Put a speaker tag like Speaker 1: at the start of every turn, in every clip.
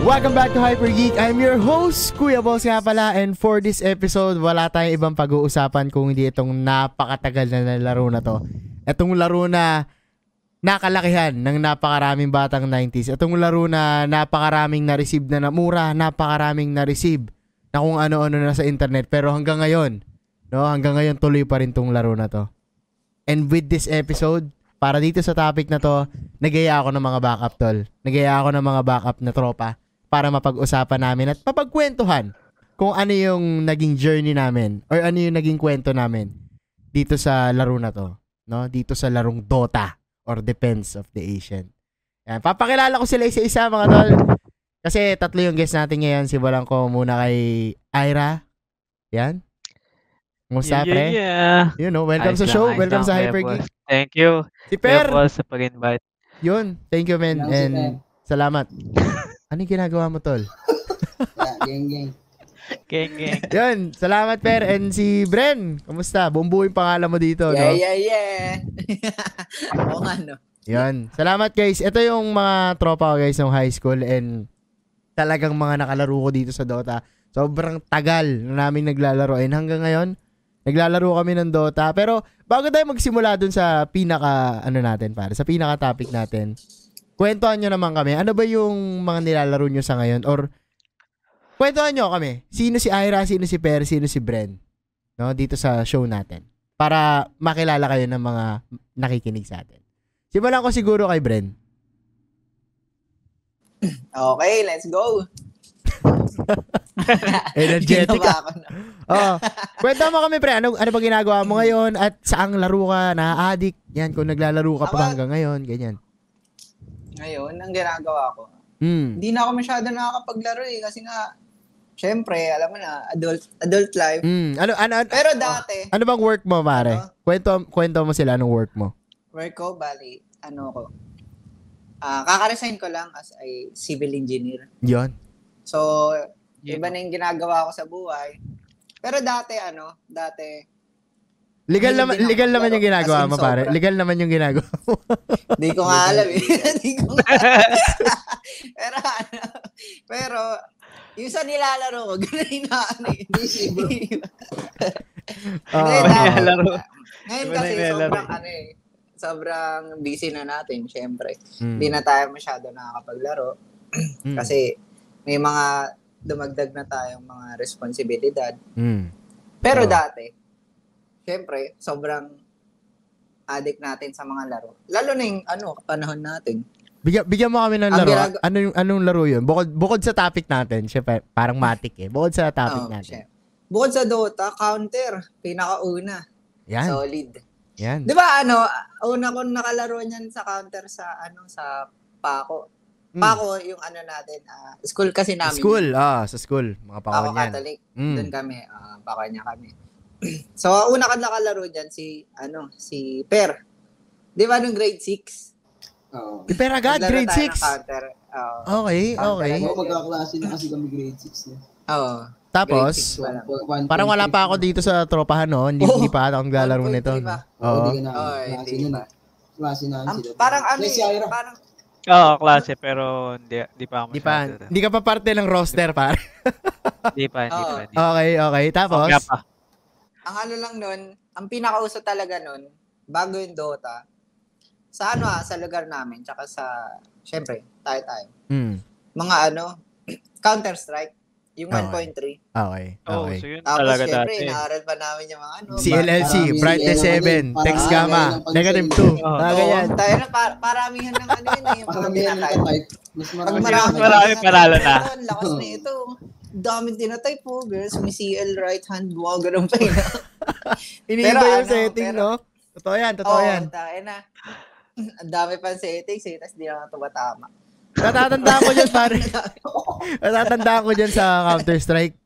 Speaker 1: Welcome back to Hyper Geek. I'm your host, Kuya Boss nga pala. And for this episode, wala tayong ibang pag-uusapan kung hindi itong napakatagal na laro na to. Itong laro na nakalakihan ng napakaraming batang 90s. Itong laro na napakaraming na-receive na namura, napakaraming na-receive na kung ano-ano na sa internet. Pero hanggang ngayon, no, hanggang ngayon tuloy pa rin tong laro na to. And with this episode, para dito sa topic na to, nagaya ako ng mga backup tol. Nagaya ako ng mga backup na tropa para mapag-usapan namin at papagkwentuhan kung ano yung naging journey namin or ano yung naging kwento namin dito sa laro na to. No? Dito sa larong Dota or Defense of the Ancient. Ayan, papakilala ko sila isa-isa mga tol. Kasi tatlo yung guest natin ngayon. Si ko muna kay Ira. Yan. Musta, pre?
Speaker 2: yeah, yeah.
Speaker 1: You know, welcome sa show. welcome sa Hyper Geek.
Speaker 2: Thank you.
Speaker 1: Si
Speaker 2: Per!
Speaker 1: Per!
Speaker 2: sa pag-invite.
Speaker 1: Yun. Thank you, man.
Speaker 3: Yan si
Speaker 1: And salamat. Ano yung ginagawa mo, tol?
Speaker 3: Yeah, gang, gang.
Speaker 2: Gang, gang.
Speaker 1: Yun. Salamat, Per. And si Bren, kamusta? Buong buo yung pangalan mo dito,
Speaker 4: yeah,
Speaker 1: no?
Speaker 4: yeah, yeah. Oo nga, no.
Speaker 1: Yun. Salamat, guys. Ito yung mga tropa ko, guys, ng high school. And talagang mga nakalaro ko dito sa Dota. Sobrang tagal na namin naglalaro. And hanggang ngayon, naglalaro kami ng Dota. Pero bago tayo magsimula dun sa pinaka, ano natin, para sa pinaka topic natin, kwentuhan nyo naman kami. Ano ba yung mga nilalaro nyo sa ngayon? Or, kwentuhan nyo kami. Sino si Ira, sino si Per, sino si Bren? No, dito sa show natin. Para makilala kayo ng mga nakikinig sa atin. Simulan ko siguro kay Bren.
Speaker 4: Okay, let's go.
Speaker 1: Energetic
Speaker 4: Ginawa ko na.
Speaker 1: Oo. Kwento mo kami, pre. Ano, ano ba ginagawa mo ngayon? At saang laro ka? Na-addict? Yan, kung naglalaro ka
Speaker 4: Ako-
Speaker 1: pa hanggang ngayon. Ganyan.
Speaker 4: Ngayon, ang ginagawa ko,
Speaker 1: Hmm.
Speaker 4: hindi na ako masyado nakakapaglaro eh, kasi nga, syempre, alam mo na, adult adult life.
Speaker 1: Hmm. Ano, ano, ano,
Speaker 4: Pero dati,
Speaker 1: ano bang work mo, pare?
Speaker 4: Ano?
Speaker 1: Kwento, kwento mo sila anong work mo.
Speaker 4: work ko, bali, ano ko, Ah, kaka-resign ko lang as a civil engineer.
Speaker 1: Yun.
Speaker 4: So,
Speaker 2: Yeah.
Speaker 4: iba na yung ginagawa ko sa buhay. Pero dati, ano, dati,
Speaker 1: Legal
Speaker 4: Hindi
Speaker 1: naman,
Speaker 4: din ako
Speaker 1: legal naman yung
Speaker 4: maglaro.
Speaker 1: ginagawa
Speaker 4: As in,
Speaker 1: mo, pare.
Speaker 4: sobra.
Speaker 1: Legal naman yung ginagawa mo.
Speaker 4: Hindi ko nga alam eh. Hindi ko nga Pero ano, pero yung sa nilalaro ko, ganun yung ano eh. Hindi,
Speaker 1: Oo.
Speaker 4: dahil-
Speaker 2: nilalaro.
Speaker 4: Ngayon
Speaker 2: Iba na
Speaker 4: kasi
Speaker 2: yung nilalaro.
Speaker 4: sobrang ano eh. Sobrang busy na natin, syempre.
Speaker 1: Hmm.
Speaker 4: Hindi na tayo masyado nakakapaglaro
Speaker 1: Hmm.
Speaker 4: kasi may mga dumagdag na tayong mga responsibilidad.
Speaker 1: Hmm.
Speaker 4: Pero
Speaker 1: Oo.
Speaker 4: dati, syempre, sobrang addict natin sa mga laro. Lalo na yung ano, panahon natin.
Speaker 1: Bigyan, bigyan mo kami ng
Speaker 4: Ang
Speaker 1: laro.
Speaker 4: ginag-
Speaker 1: Ano yung anong laro yun? Bukod bukod sa topic natin, syempre parang matik eh. Bukod sa topic
Speaker 4: Oo,
Speaker 1: natin.
Speaker 4: syempre. Oh, Bukod sa Dota, counter, pinakauna,
Speaker 1: Yan, Hmm.
Speaker 4: solid.
Speaker 1: yan.
Speaker 4: 'Di ba ano, una kong nakalaro niyan sa counter sa ano sa Paco.
Speaker 1: Mm.
Speaker 4: Paco yung ano natin, ah, school kasi
Speaker 1: Sa
Speaker 4: namin.
Speaker 1: School, ah, sa school. Mga
Speaker 4: Ako
Speaker 1: pakon yan.
Speaker 4: Catholic,
Speaker 1: Mm.
Speaker 4: doon kami, uh, Pacanya kami. so, una kong nakalaro diyan si ano, si Per. 'Di ba nung grade 6?
Speaker 3: Oo.
Speaker 1: Eh, Pero agad,
Speaker 4: Naglaro
Speaker 1: Oh grade Oh.
Speaker 4: tayo
Speaker 1: 6.
Speaker 4: ng Counter. Oo.
Speaker 1: Okay, okay.
Speaker 4: Counter
Speaker 3: Mga pagkaklase na kasi kami grade 6 na.
Speaker 4: Oo.
Speaker 1: Tapos,
Speaker 3: So, one-
Speaker 1: parang wala pa ako dito sa tropahan no. Hindi,
Speaker 4: Oo.
Speaker 1: hindi pa ako naglalaro
Speaker 4: One point
Speaker 1: nito.
Speaker 4: three
Speaker 1: no?
Speaker 4: ba?
Speaker 3: Oo,
Speaker 1: Oo.
Speaker 3: hindi ka na.
Speaker 4: Oo,
Speaker 3: Klase
Speaker 4: hindi pa.
Speaker 3: na na. Klase na
Speaker 4: Ang-
Speaker 3: sila.
Speaker 4: parang ano,
Speaker 3: Kasi si
Speaker 4: eh,
Speaker 3: Ira.
Speaker 4: parang
Speaker 2: Oo, klase, pero hindi, hindi pa ako
Speaker 1: Hindi pa,
Speaker 2: masyado.
Speaker 1: hindi ka pa parte ng roster pa.
Speaker 2: Hindi pa, hindi
Speaker 4: Oo.
Speaker 2: pa. Hindi pa.
Speaker 1: okay, okay. Tapos,
Speaker 2: Kaya pa.
Speaker 4: ang ano lang nun, ang pinakauso talaga nun, bago yung Dota, sa ano ah, sa lugar namin, tsaka sa, syempre, tayo-tayo.
Speaker 1: hmm.
Speaker 4: Mga ano, Counter-Strike, yung
Speaker 1: Okay.
Speaker 4: 1.3.
Speaker 1: Okay,
Speaker 2: Oo,
Speaker 1: okay.
Speaker 2: so yun
Speaker 4: Tapos
Speaker 2: talaga
Speaker 4: syempre,
Speaker 2: dati.
Speaker 4: inaaral pa namin yung mga ano.
Speaker 3: Si-
Speaker 1: CLLC,
Speaker 3: Parang
Speaker 1: Brightness
Speaker 3: yun,
Speaker 1: 7,
Speaker 3: parang
Speaker 1: Text
Speaker 3: yun,
Speaker 1: Gamma,
Speaker 3: parang
Speaker 1: Negative
Speaker 3: yun.
Speaker 1: 2.
Speaker 2: Oo.
Speaker 1: Mga
Speaker 4: Oo,
Speaker 1: ganyan.
Speaker 4: tayo na, par- paramihan ng ano yun eh, yung mga
Speaker 3: Parang may ano
Speaker 4: tinatay.
Speaker 3: ka type. Mas marami.
Speaker 4: Pag
Speaker 2: Kasi
Speaker 4: marami,
Speaker 2: mas marami panalo na.
Speaker 4: Ang lakas na ito. Daming tinatay po, girls. May CL right hand, wall, ganun pa yun.
Speaker 1: Iniiba
Speaker 4: Pero
Speaker 1: yung
Speaker 4: ano,
Speaker 1: setting,
Speaker 4: pero-
Speaker 1: no? Totoo yan, totoo yan.
Speaker 4: Oo, tayo na. Ang dami pa ang settings eh, tapos di lang ako tumatama.
Speaker 1: Natatandaan ko dyan, pare. Natatandaan ko dyan sa Counter-Strike.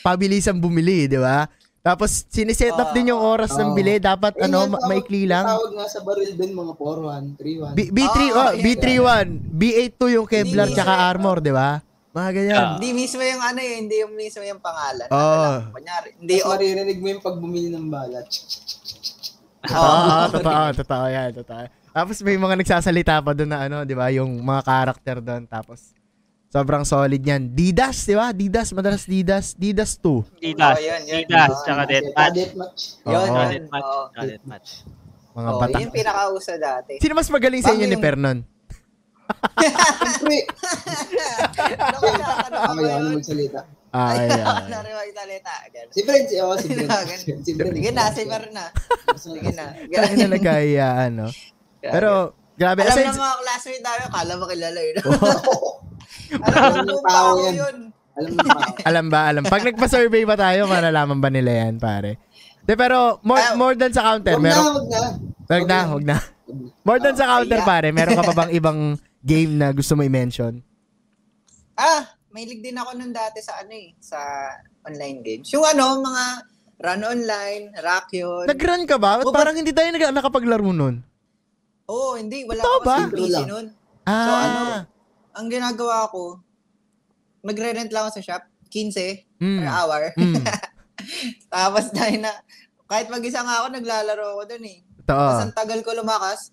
Speaker 1: Pabilisan bumili, di ba? Tapos, siniset up din yung oras ng
Speaker 3: Oo.
Speaker 1: bili. Dapat,
Speaker 3: Ayun,
Speaker 1: ano,
Speaker 3: yung
Speaker 1: ma-
Speaker 3: tawag-
Speaker 1: maikli lang.
Speaker 3: Tawag nga sa baril din mga 4-1, 3-1.
Speaker 1: B- B3,
Speaker 4: Oo,
Speaker 1: oh,
Speaker 4: yun.
Speaker 1: B31. B82 yung Kevlar
Speaker 4: Hindi,
Speaker 1: tsaka
Speaker 4: hindi.
Speaker 1: armor, di ba? Mga ganyan.
Speaker 2: Ah.
Speaker 4: Hindi mismo yung ano eh, hindi yung mismo yung pangalan.
Speaker 1: Oo.
Speaker 4: Ano lang, Kunyari, hindi
Speaker 3: Mas
Speaker 4: oh,
Speaker 3: maririnig mo yung pag bumili ng balat.
Speaker 1: Oo, oh, totoo, totoo yan, totoo. Tapos may mga nagsasalita pa doon na ano, di ba, yung mga character doon. Tapos, Sobrang solid yan. Didas, di ba? Didas, madalas Didas. Didas 2.
Speaker 2: Didas.
Speaker 4: Oo, yun, yun.
Speaker 2: Didas,
Speaker 4: Oo,
Speaker 2: tsaka
Speaker 4: ano,
Speaker 3: Ah,
Speaker 2: Deathmatch.
Speaker 3: Deathmatch.
Speaker 4: Yun,
Speaker 1: Oo.
Speaker 4: yun.
Speaker 2: Deathmatch.
Speaker 4: Oo.
Speaker 2: Ah, Deathmatch.
Speaker 1: Mga
Speaker 4: Oo,
Speaker 1: bata.
Speaker 4: Oh, yun yung pinakauso dati.
Speaker 1: Sino mas magaling sa inyo ni
Speaker 4: Bangin.
Speaker 1: Pernon?
Speaker 3: Siyempre,
Speaker 4: Ano Nakakatawa
Speaker 3: ako
Speaker 4: ba
Speaker 3: yun
Speaker 4: yun?
Speaker 3: magsalita.
Speaker 1: Ah,
Speaker 4: Ay,
Speaker 1: ayan.
Speaker 4: ako na rin magsalita. Ganun.
Speaker 3: Si Brent, si oh, si Brent.
Speaker 4: Ganun.
Speaker 3: Si Brent.
Speaker 4: Sige na, simmer na. Sige na.
Speaker 1: Tangin na nagkahiyaan, no? ano. Pero, grabe.
Speaker 4: alam
Speaker 1: Aside,
Speaker 4: ng mga classmate namin, kala mo kilala yun.
Speaker 3: Alam
Speaker 4: alam
Speaker 3: ng
Speaker 4: mo
Speaker 3: tao
Speaker 4: tao
Speaker 3: yan.
Speaker 4: yun.
Speaker 3: Alam mo ah, ba?
Speaker 1: alam ba, alam. Pag nagpa-survey ba tayo, malalaman ba nila yan, pare? De, pero, more,
Speaker 4: Ah,
Speaker 1: more than sa counter,
Speaker 3: Huwag na,
Speaker 1: meron,
Speaker 3: huwag na.
Speaker 1: wag na,
Speaker 3: huwag
Speaker 1: wag na. More than sa
Speaker 4: Okay,
Speaker 1: counter,
Speaker 4: Oh, yeah.
Speaker 1: pare, meron ka pa bang ibang game na gusto mo i-mention?
Speaker 4: Ah, mahilig din ako nun dati sa ano eh, sa online games. Yung ano, mga run online, rack yun.
Speaker 1: Nag-run ka ba? Ba't
Speaker 4: Oh,
Speaker 1: parang hindi tayo nag- nakapaglaro nun?
Speaker 4: Oo, hindi. Wala
Speaker 1: Totoo
Speaker 4: ako
Speaker 1: ba?
Speaker 4: kasi PC
Speaker 3: Lang.
Speaker 4: nun.
Speaker 1: Ah,
Speaker 4: ano, Ang ginagawa ko, magre-rent lang ako sa shop, 15
Speaker 1: mm,
Speaker 4: per hour.
Speaker 1: mm,
Speaker 4: Tapos dahil na, kahit mag-isa nga ako, naglalaro ako dun eh.
Speaker 1: totoo.
Speaker 4: Tapos ang tagal ko lumakas,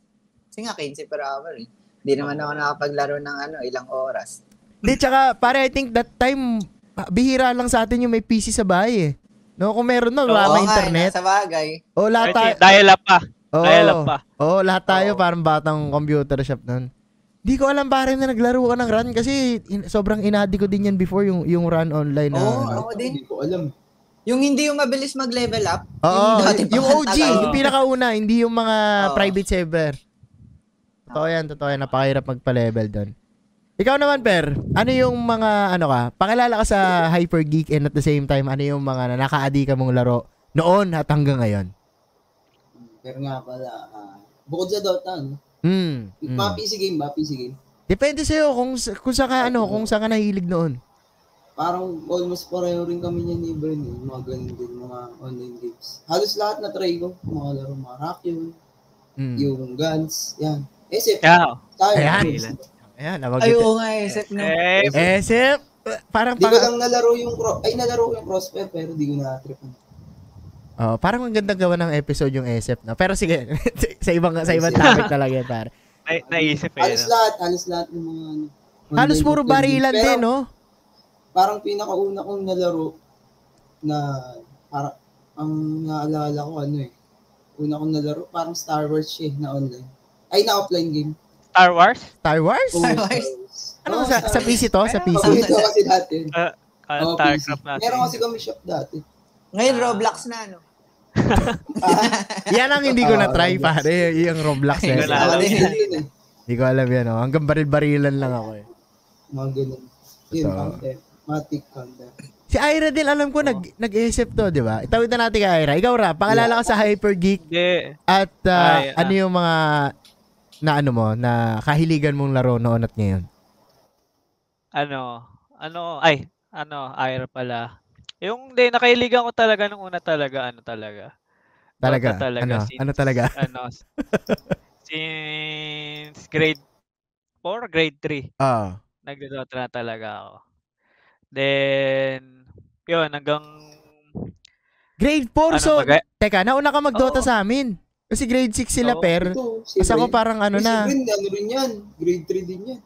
Speaker 4: kasi nga 15 per hour eh. Hindi naman ako nakapaglaro ng ano, ilang oras.
Speaker 1: Hindi, tsaka, pare, I think that time, ah, bihira lang sa atin yung may PC sa bahay eh. No, kung meron nun, wala pa
Speaker 2: Oo
Speaker 4: nga, eh.
Speaker 1: internet.
Speaker 4: Sa bagay.
Speaker 1: O, lahat tayo.
Speaker 2: Kahit Dial up pa.
Speaker 1: Ah, Oo.
Speaker 2: Dial up pa.
Speaker 1: Oo, lahat tayo
Speaker 4: Oo.
Speaker 1: parang batang computer shop nun. Di ko alam pare na naglaro ka ng run kasi in- sobrang inadi ko din yan before yung yung run online na.
Speaker 4: Oo,
Speaker 1: ano.
Speaker 4: ako din.
Speaker 3: Ah, Hindi ko alam.
Speaker 4: Yung hindi yung mabilis mag-level up.
Speaker 1: Oo,
Speaker 4: dati
Speaker 1: Ah, yung,
Speaker 4: pa
Speaker 1: yung OG,
Speaker 4: tagal.
Speaker 1: yung pinakauna, hindi yung mga
Speaker 4: Oo.
Speaker 1: private server. Totoo yan, totoo yan. Napakahirap magpa-level doon. Ikaw naman, Per, ano yung mga, ano ka, pakilala ka sa Hyper Geek and at the same time, ano yung mga nakaadi ka mong laro noon at hanggang ngayon?
Speaker 3: Pero nga pala, ah, bukod sa Dota, no?
Speaker 1: Hmm. hmm.
Speaker 3: Mga PC game ba? PC game?
Speaker 1: Depende sa'yo kung, sa- kung sa ka, ano, kung sa ka nahilig noon.
Speaker 3: Parang almost pareho rin kami niya ni Bern, eh. Mga ganun din, mga online games. Halos lahat na try ko. Mga laro, mga rock yun,
Speaker 1: Hmm.
Speaker 3: yung guns, yan. SF,
Speaker 2: Yeah.
Speaker 1: Ano?
Speaker 3: tayo.
Speaker 1: Ayan.
Speaker 3: Hindi
Speaker 1: Ayan, nawag
Speaker 4: Ay, oo nga, isip na.
Speaker 2: Eh,
Speaker 1: Eh, sir, parang
Speaker 3: ko
Speaker 1: pang,
Speaker 3: lang nalaro yung, cro- ay nalaro ko yung crossfire, pero di ko na-trip.
Speaker 1: oh, parang ang ganda gawa ng episode yung SF na. Pero sige, sa ibang sa ibang topic talaga yan, pare.
Speaker 2: na- naisip eh.
Speaker 3: Halos lahat, halos lahat ng mga ano. online
Speaker 1: Halos puro
Speaker 3: games.
Speaker 1: barilan
Speaker 3: Pero
Speaker 1: din, no?
Speaker 3: Parang pinakauna kong nalaro na para ang naalala ko ano eh. Una kong nalaro parang Star Wars siya eh, na online. Ay na offline game.
Speaker 2: Star Wars?
Speaker 1: Star Wars?
Speaker 3: Oo,
Speaker 4: Star Wars?
Speaker 1: Ano
Speaker 3: Oo,
Speaker 1: sa,
Speaker 3: Star
Speaker 1: sa
Speaker 3: Wars.
Speaker 1: PC to? Sa PC?
Speaker 4: Sa-
Speaker 3: Paborito kasi dati.
Speaker 2: Ah,
Speaker 3: Oo, PC.
Speaker 2: Starcraft natin.
Speaker 3: Meron kasi kami shop dati.
Speaker 4: Ngayon, Roblox na, ano?
Speaker 1: Yan ang hindi ko
Speaker 3: Ah,
Speaker 1: na-try,
Speaker 3: Roblox.
Speaker 1: pare. y- Yung Roblox
Speaker 2: Hindi ko
Speaker 1: na
Speaker 2: na-
Speaker 1: yan.
Speaker 3: Ako din
Speaker 4: alam.
Speaker 3: yun eh.
Speaker 1: Hindi ko alam yan, oh. Hanggang baril-barilan lang ako, eh.
Speaker 3: Mga ganun. Yun,
Speaker 1: Ito.
Speaker 3: counter. Matic counter.
Speaker 1: Si Ira din, alam ko, nag, nag-SF to, di ba? Itawid na natin kay Ira. Ikaw, Ra, pangalala ka sa Hyper Geek
Speaker 2: Hindi.
Speaker 1: at ah,
Speaker 2: Ay, ah.
Speaker 1: ano yung mga na ano mo, na kahiligan mong laro noon at ngayon?
Speaker 2: Ano? Ano? Ay, ano? Ira pala. Yung hindi, nakahiligan ko talaga nung una talaga, ano talaga.
Speaker 1: Talaga?
Speaker 2: Dota talaga,
Speaker 1: Ano?
Speaker 2: since-
Speaker 1: Ano talaga?
Speaker 2: ano, s- since grade 4, grade 3,
Speaker 4: Ah.
Speaker 1: Oo.
Speaker 2: nagdodota na talaga ako. Then, yun, hanggang,
Speaker 1: Grade 4,
Speaker 2: ano,
Speaker 1: so,
Speaker 2: mag-
Speaker 1: teka, nauna ka magdota
Speaker 2: Oo.
Speaker 1: sa amin. Kasi grade 6 sila,
Speaker 2: Oo.
Speaker 1: per.
Speaker 3: Ito, si
Speaker 1: Kasi ako
Speaker 3: Ren.
Speaker 1: parang ano
Speaker 3: Uy, Si
Speaker 1: na,
Speaker 3: Ren, ano rin yan. Grade 3 din yan.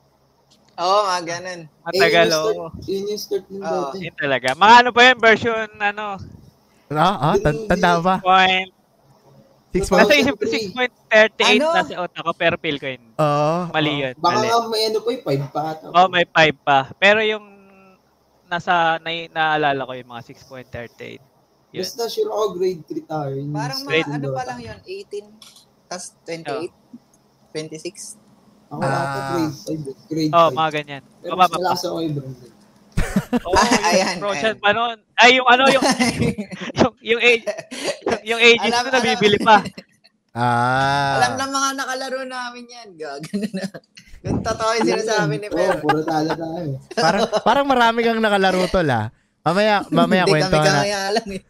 Speaker 4: Oo nga, ganun.
Speaker 2: matagal
Speaker 3: Eh,
Speaker 2: ako.
Speaker 3: yung start- Yun yung start ng
Speaker 4: Oo.
Speaker 3: dati.
Speaker 2: Yun talaga. Mga ano pa yun, version, ano,
Speaker 1: ah, ah, tan- tanda pa.
Speaker 2: point, nasa
Speaker 1: 6.0.
Speaker 3: Thousand
Speaker 2: isip ko
Speaker 3: three.
Speaker 2: 6.38
Speaker 4: Ano?
Speaker 2: nasa utak ko, pero feel ko yun.
Speaker 1: Oo.
Speaker 2: Mali yun,
Speaker 3: Oh, Baka
Speaker 2: mali.
Speaker 3: nga may ano pa yung 5 pa ata.
Speaker 2: Oh, may 5 pa. Pero yung nasa na, naalala ko yung mga 6.38. yun.
Speaker 3: Basta sure ako grade 3 tayo. yun yung
Speaker 4: Parang
Speaker 3: start
Speaker 4: mga,
Speaker 3: ng
Speaker 4: ano pa
Speaker 3: Dota.
Speaker 4: lang yun, 18, tas 28, 26.
Speaker 3: Ako ata
Speaker 1: Ah.
Speaker 3: grade 5. Grade 5.
Speaker 2: Oh, mga ganyan.
Speaker 3: Pero mas
Speaker 2: Mababa pa.
Speaker 3: malakas ako kay Brandon.
Speaker 2: Oo,
Speaker 4: Ah,
Speaker 2: yung
Speaker 4: ayan,
Speaker 2: Frozen
Speaker 4: ayan.
Speaker 2: pa noon. Ay, yung ano, yung, yung, yung age, yung, yung ages
Speaker 4: Alam-
Speaker 2: ko
Speaker 4: alam.
Speaker 2: nabibili pa.
Speaker 1: Ah.
Speaker 4: Alam na mga nakalaro namin yan, gagano na. Yung totoo yung sinasabi ni
Speaker 3: Oo,
Speaker 4: Pero.
Speaker 3: puro tala tayo. eh.
Speaker 1: parang, parang marami kang nakalaro to, la. Mamaya, Oh, mamaya
Speaker 4: Hindi
Speaker 1: kwento
Speaker 4: kami
Speaker 1: na.
Speaker 4: kakayalan eh.